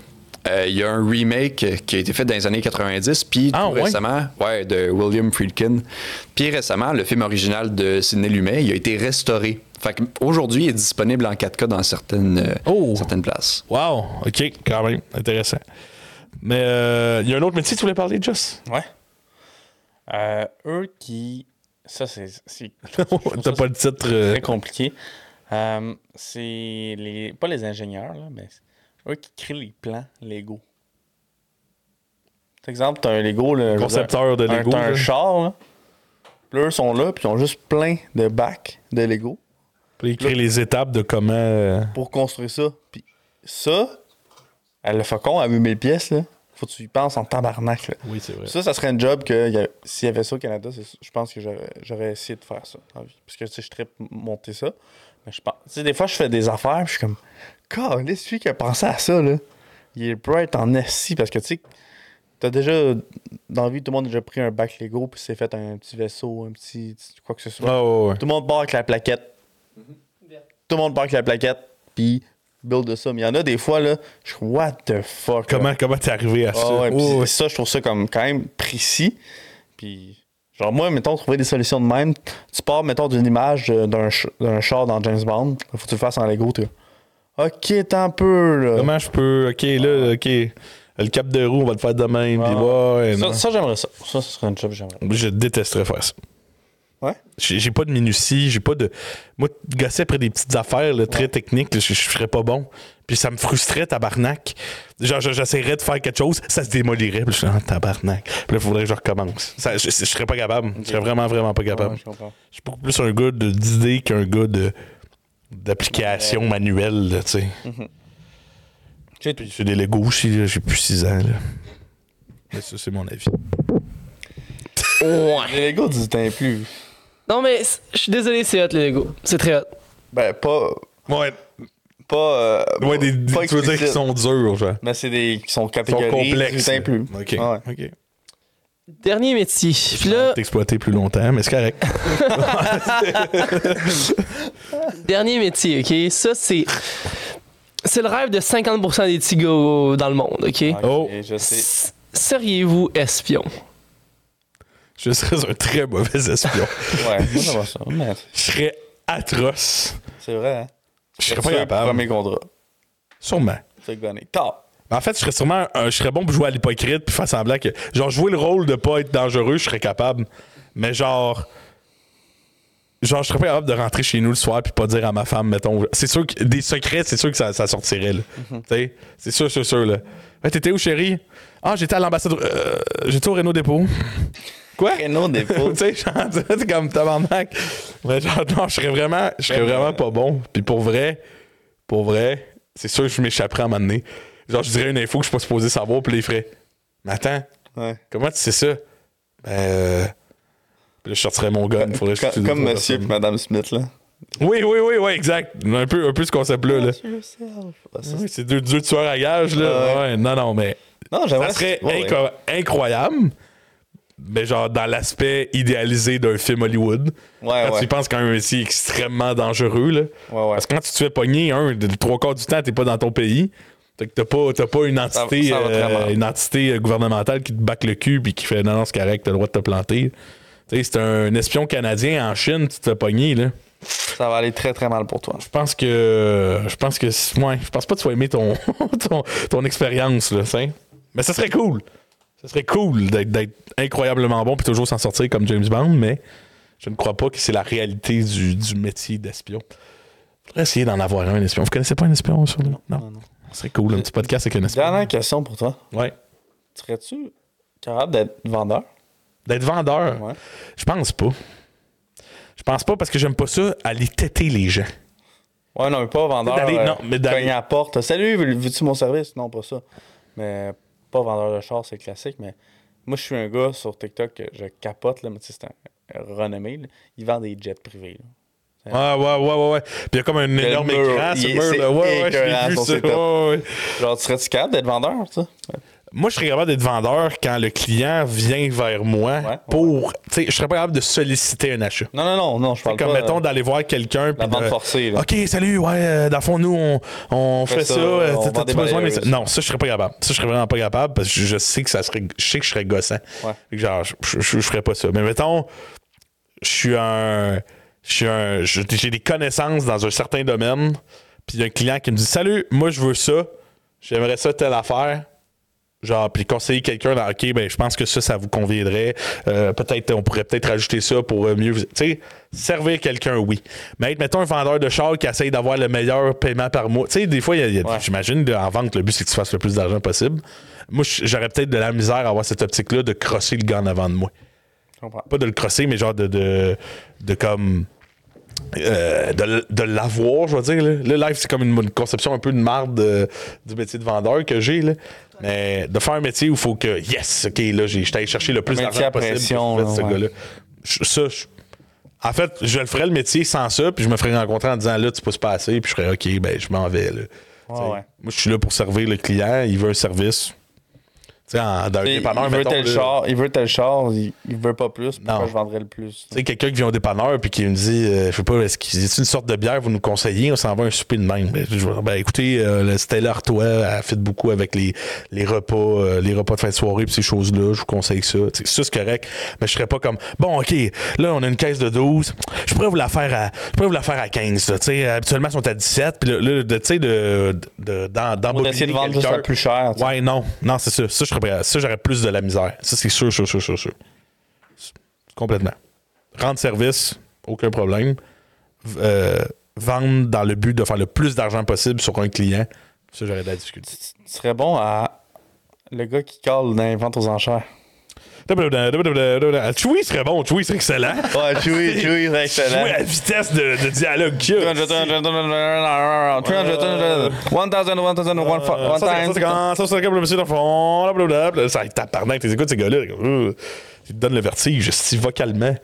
S4: Euh, il y a un remake qui a été fait dans les années 90, puis
S2: Ah,
S4: tout
S2: ouais?
S4: récemment, ouais, de William Friedkin. Puis récemment, le film original de Sidney Lumet, il a été restauré. Fait qu'aujourd'hui, il est disponible en 4K dans certaines, euh,
S2: Oh!
S4: certaines places.
S2: Wow! OK, quand même. Intéressant. Mais euh, il y a un autre métier que tu voulais parler, Just?
S5: Ouais. Euh, eux qui. Ça, c'est. c'est-
S2: T'as pas le titre... euh,
S5: très compliqué. Euh, c'est les pas les ingénieurs, là, mais c'est eux qui créent les plans Lego. Par exemple, t'as un Lego, là, je veux
S2: Concepteur
S5: dire,
S2: de
S5: un-
S2: Lego,
S5: t'as un
S2: là.
S5: char, là.
S3: Puis là, eux sont là, puis ils ont juste plein de bacs de Lego
S2: Puis écrire les étapes de comment. euh,
S3: pour construire ça. Puis ça, à le faucon à 8000 pièces, là, faut que tu y penses en tabarnak. Là.
S2: Oui, c'est vrai.
S3: Ça, ça serait un job que y a- s'il y avait ça au Canada, c'est- je pense que j'aurais- j'aurais essayé de faire ça. dans la vie. Parce que tu sais, je tripe monter ça. Mais je pense. Tu sais, des fois, je fais des affaires, puis je suis comme, God, celui qui a pensé à ça, là, il est bright en assis. Parce que tu sais, t'as déjà, dans la vie, tout le monde a déjà pris un bac Lego, puis s'est fait un petit vaisseau, un petit. quoi que ce soit.
S2: Ah, ouais, ouais.
S3: Tout le monde part avec la plaquette. Tout le monde part avec la plaquette, puis build de ça. Mais il y en a des fois, là, je suis, What the fuck? là?
S2: Comment comment t'es arrivé à ça?
S3: Ah ouais,
S2: Oh,
S3: puis
S2: ouais.
S3: ça, je trouve ça comme quand même précis. Puis, genre, moi, mettons, trouver des solutions de même. Tu pars, mettons, d'une image euh, d'un ch- d'un char dans James Bond. Faut que tu le fasses en Lego, tu Ok, t'as un peu, là.
S2: Comment je peux. Ok, là, ok. Le cap de roue, on va le faire demain. Puis ouais, non.
S5: Ça, ça, j'aimerais ça. Ça, ce serait une job que j'aimerais.
S2: Je détesterais faire ça.
S3: Ouais?
S2: J'ai j'ai pas de minutie, j'ai pas de. Moi, gosser après des petites affaires là, très techniques, là, je je serais pas bon. Puis ça me frustrait, tabarnak. Genre, je- j'essaierais de faire quelque chose, ça se démolirait. Puis je suis en tabarnak. Puis là, il faudrait que je recommence. Ça, je, je serais pas capable. Je serais vraiment, vraiment pas capable.
S5: Ouais, je comprends.
S2: Je suis beaucoup plus un gars de- d'idées qu'un gars de d'application manuelle, là, tu sais.
S5: Mhm. J'ai
S2: Puis j'ai des Lego aussi, là, j'ai plus 6 ans. Là. Mais ça, c'est mon avis. Oh,
S3: Les Lego, tu t'en plus.
S1: Non, mais c- je suis désolé, c'est hot, les Lego. C'est très hot.
S3: Ben, pas.
S2: Ouais,
S3: Pas. euh,
S2: ouais des,
S3: pas
S2: des- tu veux dire
S3: explicite.
S2: qu'ils sont durs, genre.
S3: Mais c'est des. qui sont
S2: Ils sont
S3: catégorisés.
S2: complexes.
S3: Tu
S2: là.
S3: t'en plus.
S2: Ok.
S3: Ouais.
S2: ok.
S1: Dernier métier. Puis là,
S2: T'exploiter plus longtemps, mais c'est correct.
S1: dernier métier, OK? Ça, c'est... C'est le rêve de 50% des petits gars dans le monde, OK?
S5: Ok,
S2: Oh.
S5: Je sais.
S1: S- Seriez-vous espion?
S2: Je serais un très mauvais espion.
S5: Ouais, moi, j'aimerais ça. Mais
S2: Je serais atroce.
S3: C'est vrai, hein.
S2: Je serais
S3: C'est
S2: pas
S3: le
S2: capable.
S3: Premier contrat.
S2: Sûrement.
S3: C'est le gagné. Top.
S2: En fait, je serais sûrement. un- je serais bon pour jouer à l'hypocrite puis faire semblant que. Genre, jouer le rôle de pas être dangereux, je serais capable. Mais genre. Genre, je serais pas capable de rentrer chez nous le soir puis pas dire à ma femme, mettons. C'est sûr que. Des secrets, c'est sûr que ça, ça sortirait, là. Tu sais? C'est sûr, sûr, sûr, là. Hey, t'étais où, chérie? Ah, j'étais à l'ambassadeur. euh, j'étais au Renault Dépôt. Quoi?
S3: Créneau dépôt.
S2: tu sais, genre, tu sais, t'es comme tabarnak. Mais genre, non, je serais vraiment, je serais vraiment pas bon. Puis pour vrai, pour vrai, c'est sûr que je m'échapperais à un moment donné. Genre, je dirais une info que je suis pas supposé savoir, puis là, il ferait Mais attends,
S3: Ouais.
S2: comment tu sais ça? Ben, euh... Puis là, je sortirais mon gun. faudrait que je
S3: Comme,
S2: tue deux,
S3: comme
S2: trois
S3: monsieur et
S2: personnes.
S3: madame Smith, là.
S2: Oui, oui, oui, oui, exact. Un peu, un peu ce concept-là. Là.
S3: Ah, ça,
S2: Oui, c'est deux, deux tueurs à gage, là.
S3: Ouais.
S2: Ouais, non, non, mais.
S3: c'est- Non, j'aimerais
S2: Ça serait
S3: Ouais, ouais.
S2: inco- incroyable, mais genre dans l'aspect idéalisé d'un film Hollywood.
S3: Ouais,
S2: quand
S3: ouais.
S2: tu y penses quand même métier extrêmement dangereux, là.
S3: Ouais, ouais.
S2: Parce que quand tu te fais pogner, un, de- trois quarts du temps, t'es pas dans ton pays. Fait que t'as pas, t'as pas une
S3: Ça-
S2: entité,
S3: ça va très
S2: euh,
S3: mal.
S2: une entité gouvernementale qui te back le cul puis qui fait non, non, c'est correct, t'as le droit de te planter. Tu sais, c'est un espion canadien en Chine, tu te fais pogner, là.
S3: Ça va aller très très mal pour toi.
S2: Je pense que. Je pense que. c'est- Ouais, je pense pas que tu vas aimer ton, ton, ton expérience, là, ça. Mais ça serait cool. Ça serait cool d'être d'être incroyablement bon puis toujours s'en sortir comme James Bond, mais je ne crois pas que c'est la réalité du, du métier d'espion. Faudrait essayer d'en avoir un, un espion. Vous connaissez pas un espion sur le. Non.
S3: non, non.
S2: Ce serait cool, un petit podcast avec un espion.
S3: Dernière question pour toi.
S2: Ouais.
S3: Serais-tu capable d'être vendeur?
S2: D'être vendeur.
S3: Ouais.
S2: Je pense pas. Je pense pas parce que j'aime pas ça, aller têter les gens.
S3: Ouais, non, mais pas vendeur.
S2: D'aller-
S3: euh,
S2: non, mais d'aller-
S3: cogner à la porte. Salut, veux- veux-tu mon service? Non, pas ça. Mais pas vendeur de char, c'est classique. Mais moi, je suis un gars sur TikTok que je capote, là, mais tu sais, c'est un un renommé. là. Il vend des jets privés. là.
S2: Ouais, ouais, ouais, ouais, ouais. Puis il y a comme un
S3: le
S2: énorme
S3: mur,
S2: écran
S3: il
S2: sur le
S3: est-
S2: mur.
S3: c'est
S2: là. Ouais, ouais, je
S3: écœurant,
S2: l'ai vu
S3: son
S2: ça.
S3: setup.
S2: Ouais, ouais.
S3: Genre, serais-tu capable d'être vendeur, ça?
S2: Moi, je serais capable d'être vendeur quand le client vient vers moi
S3: ouais.
S2: pour. Tu sais, je serais pas capable de solliciter un achat.
S3: Non, non, non, non, je parle
S2: Comme,
S3: pas.
S2: mettons,
S3: euh,
S2: d'aller voir quelqu'un.
S3: la
S2: puis
S3: vente
S2: de-
S3: forcée, là.
S2: OK, salut, ouais, euh, dans le fond, nous, on, on fait ça.
S3: ça,
S2: euh, t'as-
S3: on vend des
S2: T'as-tu besoin de mes-
S3: balayeuses.
S2: Non, ça, je serais pas capable. Ça, je serais vraiment pas capable parce que je, je sais que ça serait. Je sais que je serais gossant.
S3: Ouais.
S2: Fait que Genre, je, je, je- je ferais pas ça. Mais mettons, je suis un. Je suis un. je- J'ai des connaissances dans un certain domaine. Puis il y a un client qui me dit Salut, moi, je veux ça. J'aimerais ça, telle affaire. Genre, puis conseiller quelqu'un dans OK, ben, je pense que ça, ça vous conviendrait. Euh, peut-être, on pourrait peut-être ajouter ça pour euh, mieux. vous- Tu sais, servir quelqu'un, oui. Mais être, mettons, un vendeur de char qui essaye d'avoir le meilleur paiement par mois. Tu sais, des fois, il y a- il y a-
S3: Ouais.
S2: j'imagine, de- en vente, le but, c'est que tu fasses le plus d'argent possible. Moi, j- j'aurais peut-être de la misère à avoir cette optique-là de crosser le gars en avant de moi
S3: Je comprends.
S2: pas de le crosser, mais genre de, de, de comme. euh, de, l- de l'avoir, je veux dire. Là. Le live, c'est comme une, une conception un peu de marde de- du métier de vendeur que j'ai. là. Mais de faire un métier où il faut que, yes, ok, là, j'ai- j'étais allé chercher le plus
S3: Métier
S2: d'argent
S3: à
S2: possible. pour
S3: pression,
S2: faire
S3: là,
S2: ce
S3: ouais.
S2: gars-là. Je- Ça, je- en fait, je le ferais le métier sans ça, puis je me ferais rencontrer en disant là, tu pousses pas assez, puis je ferais ok, ben, je m'en vais. là. Tu sais,
S3: ouais.
S2: Moi, je suis là pour servir le client, il veut un service. Tu sais, en- dans un
S3: Il,
S2: dépanneur,
S3: il veut
S2: mettons,
S3: tel
S2: là.
S3: char, il veut tel char, il, il veut pas plus, pourquoi
S2: Non.
S3: je vendrais le plus?
S2: Tu sais, quelqu'un qui vient au dépanneur puis qui me dit, euh, je sais pas, est-ce qu'il est une sorte de bière, vous nous conseillez, on s'en va un souper de même. Ben, je vais dire, ben, écoutez, euh, le Stella Artois elle fit beaucoup avec les, les repas, euh, les repas de fin de soirée puis ces choses-là, je vous conseille ça. Tu sais, ça, c'est correct, mais je serais pas comme, bon, OK, là, on a une caisse de 12, je pourrais vous la faire à, je pourrais vous la faire à 15, là. tu sais, habituellement, ils sont à 17, puis là, là, de- tu sais, de, de, d'en-
S3: Pour
S2: d'embobiner
S3: essayer de vendre
S2: quelqu'un.
S3: ça plus cher. tu sais.
S2: Ouais, non, non, c'est sûr. Ça, je serais prêt à- ça, j'aurais plus de la misère. Ça, c'est sûr, sûr, sûr, sûr, sûr. Complètement. Rendre service, aucun problème. V- euh, vendre dans le but de faire le plus d'argent possible sur un client, ça, j'aurais de la difficulté.
S3: Tu- Tu serais bon à le gars qui colle dans les ventes aux enchères.
S2: Chewy serait bon, Chewy serait excellent.
S3: Ouais, Chewy, Chewy, c'est excellent.
S2: Chewy à la vitesse de, de dialogue qu'il y a.
S3: 300, 300, 300, 300, 1000, 1000, 1000,
S2: Euh, Ça, c'est- ça, c'est
S3: 1000.
S2: quand- ça, c'est quand le monsieur dans le fond, là, blablabla. Ça, tabarnak, t'es écoutes ces gars-là. t'es comme, euh, Ils te donnent le vertige, si vocalement.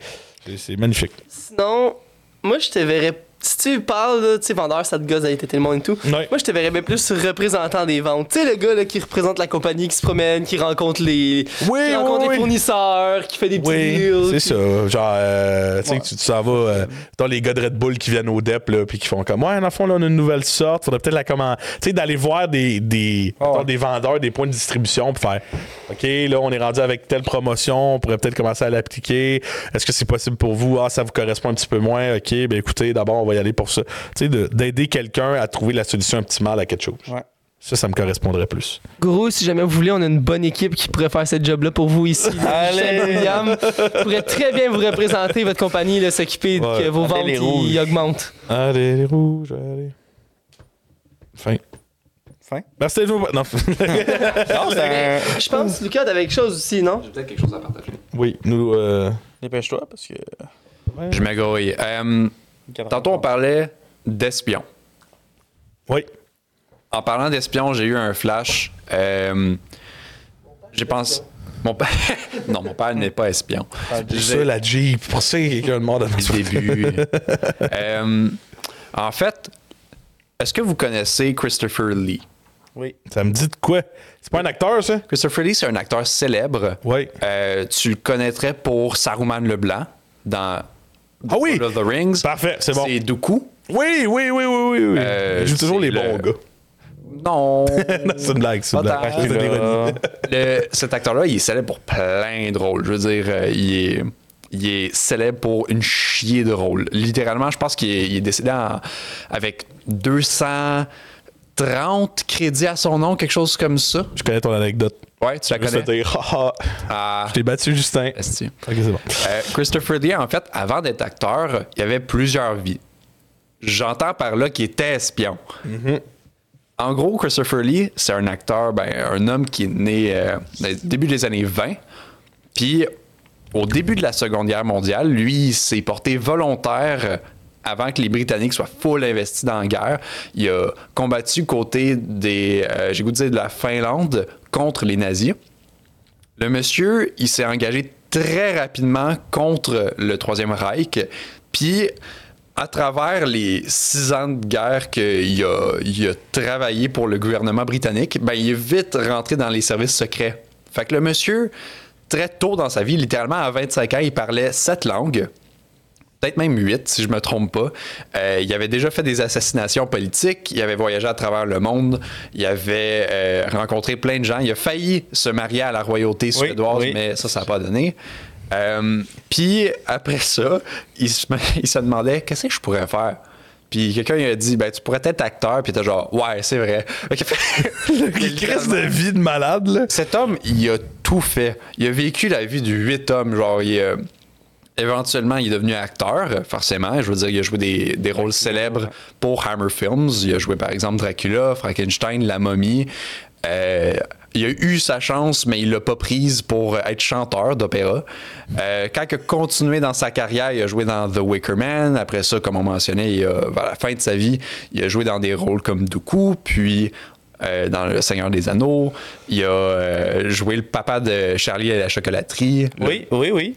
S2: C'est- C'est magnifique.
S1: Sinon, moi, je te verrais. Si tu parles, là, tu sais, vendeur, ça te gosse d'aller têter le monde et tout.
S2: Ouais.
S1: Moi, je te verrais bien plus représentant des ventes. Tu sais, le gars là, qui représente la compagnie, qui se promène, qui rencontre les,
S2: Oui,
S1: qui rencontre
S2: oui,
S1: les
S2: oui.
S1: fournisseurs, qui fait des petits deals.
S2: Oui, c'est
S1: qui-
S2: ça. Genre, euh, tu sais, que tu tu s'en vas, euh, mettons, les gars de Red Bull qui viennent au DEP, là, puis qui font comme, ouais, dans le fond, là, on a une nouvelle sorte, faudrait peut-être la commander. Tu sais, d'aller voir des, des,
S3: Ah ouais.
S2: mettons, des vendeurs, des points de distribution pour faire, OK, là, on est rendu avec telle promotion, on pourrait peut-être commencer à l'appliquer. Est-ce que c'est possible pour vous? Ah, ça vous correspond un petit peu moins. OK, ben écoutez, d'abord, on va y aller pour ça. Tu sais, de- d'aider quelqu'un à trouver la solution un petit mal à quelque chose.
S3: Ouais.
S2: Ça, ça me correspondrait plus.
S1: Gros, si jamais vous voulez, on a une bonne équipe qui pourrait faire ce job-là pour vous ici.
S3: Allez!
S1: Chez William pourrait très bien vous représenter votre compagnie, là, s'occuper de
S2: Ouais.
S1: que vos
S3: Allez,
S1: ventes
S3: les
S1: y-
S3: rouges.
S1: y augmentent.
S2: Allez, les rouges, allez. Fin.
S3: fin.
S2: Ben, c'était toujours pas- Non.
S3: Non, c'est un.
S1: Je pense, Lucas, t'avais quelque chose aussi, non?
S4: J'ai peut-être quelque chose à partager.
S2: oui, nous. euh,
S3: Dépêche-toi parce que.
S4: Je m'agouille. Euh, tantôt, on parlait d'espions.
S2: Oui.
S4: En parlant d'espions, j'ai eu un flash. Euh, j'ai pensé. Mon père. non, mon père n'est pas espion.
S2: C'est ça, la Jeep. Pour ça, il y a quelqu'un de mort dans
S4: Depuis le début. Euh, en fait, est-ce que vous connaissez Christopher Lee?
S3: Oui.
S2: Ça me dit de quoi? C'est pas un acteur, ça?
S4: Christopher Lee, c'est un acteur célèbre.
S2: Oui.
S4: Euh, tu le connaîtrais pour Saruman Leblanc dans
S2: Ah oui!
S4: Lord of the Rings.
S2: Parfait, c'est bon.
S4: C'est Dooku.
S2: Oui, oui, oui, oui, oui. oui.
S4: Euh,
S2: Je joue toujours
S4: c'est
S2: les bons
S4: le-
S2: gars.
S4: Non.
S2: Non, c'est une blague, c'est une
S4: Pas
S2: blague.
S4: tant.
S2: C'est de l'ironie.
S4: Le- cet acteur-là, il est célèbre pour plein de rôles. Je veux dire, euh, il, est, il est célèbre pour une chier de rôles. Littéralement, je pense qu'il est, il est décédé en- avec 230 crédits à son nom, quelque chose comme ça.
S2: Je connais ton anecdote.
S4: Ouais, tu la
S2: Juste à
S4: connais.
S2: dire, haha,
S4: Ah,
S2: je t'ai battu, Justin. Ok,
S4: esti.
S2: c'est bon.
S4: Euh, Christopher Lee, en fait, avant d'être acteur, il avait plusieurs vies. J'entends par là qu'il était espion. En gros, Christopher Lee, c'est un acteur, ben, un homme qui est né euh, dans le début des années 20. Puis, au début de la Seconde Guerre mondiale, lui, il s'est porté volontaire avant que les Britanniques soient full investis dans la guerre. Il a combattu côté des, euh, j'ai goût de dire, de la Finlande contre les nazis. Le monsieur, il s'est engagé très rapidement contre le Troisième Reich. Puis, à travers les six ans de guerre qu'il a, il a travaillé pour le gouvernement britannique, ben, il est vite rentré dans les services secrets. Fait que le monsieur, très tôt dans sa vie, littéralement à 25 ans, il parlait sept langues peut-être même 8, si je me trompe pas. Euh, il avait déjà fait des assassinations politiques, il avait voyagé à travers le monde, il avait euh, rencontré plein de gens, il a failli se marier à la royauté suédoise,
S3: oui.
S4: mais ça, ça n'a pas donné. Euh, Puis après ça, il se, il se demandait qu'est-ce que je pourrais faire. Puis quelqu'un il a dit ben tu pourrais être acteur puis il était genre ouais c'est vrai. Fait qu'il a fait-
S2: Une crise de vie de malade, là.
S4: cet homme, il a tout fait. Il a vécu la vie de huit hommes. Genre, il, euh, éventuellement, il est devenu acteur, euh, forcément. Je veux dire, il a joué des, des rôles célèbres pour Hammer Films. Il a joué, par exemple, Dracula, Frankenstein, La Momie. Euh, il a eu sa chance, mais il l'a pas prise pour être chanteur d'opéra. Euh, quand il a continué dans sa carrière, il a joué dans The Wicker Man. Après ça, comme on mentionnait, il a- vers la fin de sa vie, il a joué dans des rôles comme Dooku, puis euh, dans Le Seigneur des Anneaux. Il a euh, joué le papa de Charlie et la chocolaterie.
S3: Oui, oui, oui.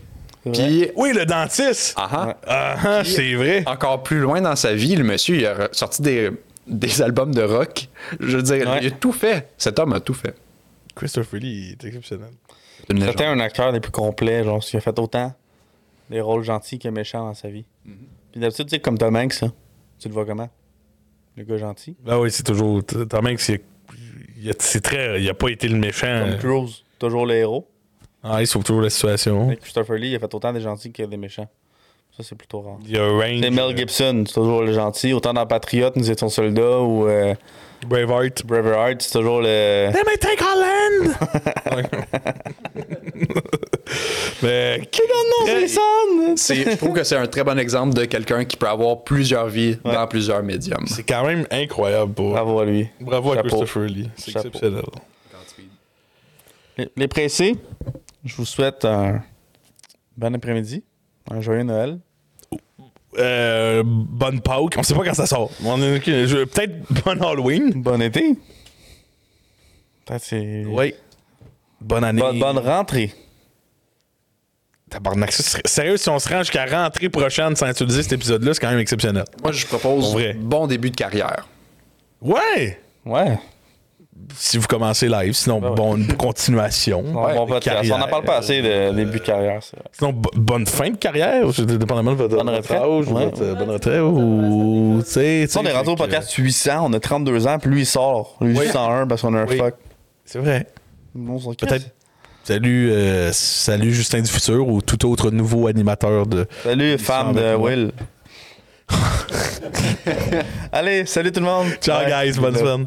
S4: Puis,
S2: Oui, le dentiste.
S4: ah ah.
S2: Ah, ah, c'est vrai.
S4: encore plus loin dans sa vie, le monsieur, il a sorti des, des albums de rock. Je veux dire,
S3: Ouais.
S4: il a tout fait. Cet homme a tout fait.
S2: Christopher Lee, il est exceptionnel.
S4: C'est une
S3: C'était
S4: légende.
S3: un acteur des plus complets, genre, qui a fait autant des rôles gentils que méchants dans sa vie. Puis d'habitude, tu sais, comme Tom Hanks, hein, tu le vois comment Le gars gentil.
S2: Ah oui, c'est toujours. Tom Hanks, c'est il a- c'est très. Il a pas été le méchant.
S3: Tom Cruise, toujours le héros.
S2: Ah, il sauve toujours la situation.
S3: Mais Christopher Lee, il a fait autant des gentils que des méchants. Ça, c'est plutôt rare.
S2: Il y a un range. euh,
S3: C'est Mel Gibson, c'est toujours le gentil. Autant dans Patriote, nous étions soldats, ou
S2: euh,
S3: euh,
S2: Braveheart. Eh,
S3: Braveheart, c'est toujours le.
S2: Let me take Holland! Mais.
S4: Très- C'est- Je trouve que c'est un très bon exemple de quelqu'un qui peut avoir plusieurs vies dans plusieurs médiums.
S2: C'est quand même incroyable pour. Bravo,
S3: Bravo à lui.
S2: à
S3: Ah, Chapeau.
S2: Christopher Lee. C'est
S3: Chapeau.
S2: exceptionnel.
S3: Les, les pressés, je vous souhaite un bon après-midi, un joyeux Noël.
S2: Euh, bonne Pâques. On sait pas quand ça sort. On est- je- Peut-être bonne Halloween.
S3: Bon été. Putain, c'est-
S2: Oui. Bonne année.
S3: Bonne, bonne rentrée.
S2: Tabarnak, ça serait- sérieux, si on se rend jusqu'à rentrée prochaine sans utiliser cet épisode-là, c'est quand même exceptionnel.
S4: Moi, je propose
S2: Pour vrai.
S4: bon début de carrière.
S2: Ouais!
S3: Ouais.
S2: Si vous commencez live, sinon, bon, une continuation.
S3: bon
S2: de
S3: podcast.
S2: carrière.
S3: On n'en parle pas assez de
S2: euh,
S3: début de carrière. c'est vrai.
S2: Sinon, bo- bonne fin de carrière, je- dépendamment de votre,
S3: Bonne
S2: votre
S3: retraite.
S2: âge,
S3: Ouais.
S2: votre, euh, bonne retraite, ou. tu sais, tu sais,
S3: on est rendu
S2: fait
S3: au
S2: que-
S3: podcast 800, on a 32 ans, puis lui il sort. Lui
S2: Oui.
S3: il 101 parce qu'on a un
S2: Oui.
S3: fuck.
S2: C'est vrai.
S3: Non, c'est ok.
S2: Peut-être. Salut, euh, salut Justin du futur ou tout autre nouveau animateur de.
S3: Salut, femme de
S2: avec moi.
S3: Will. Allez, salut tout le monde.
S2: Ciao,
S3: Bye.
S2: guys, bonne semaine.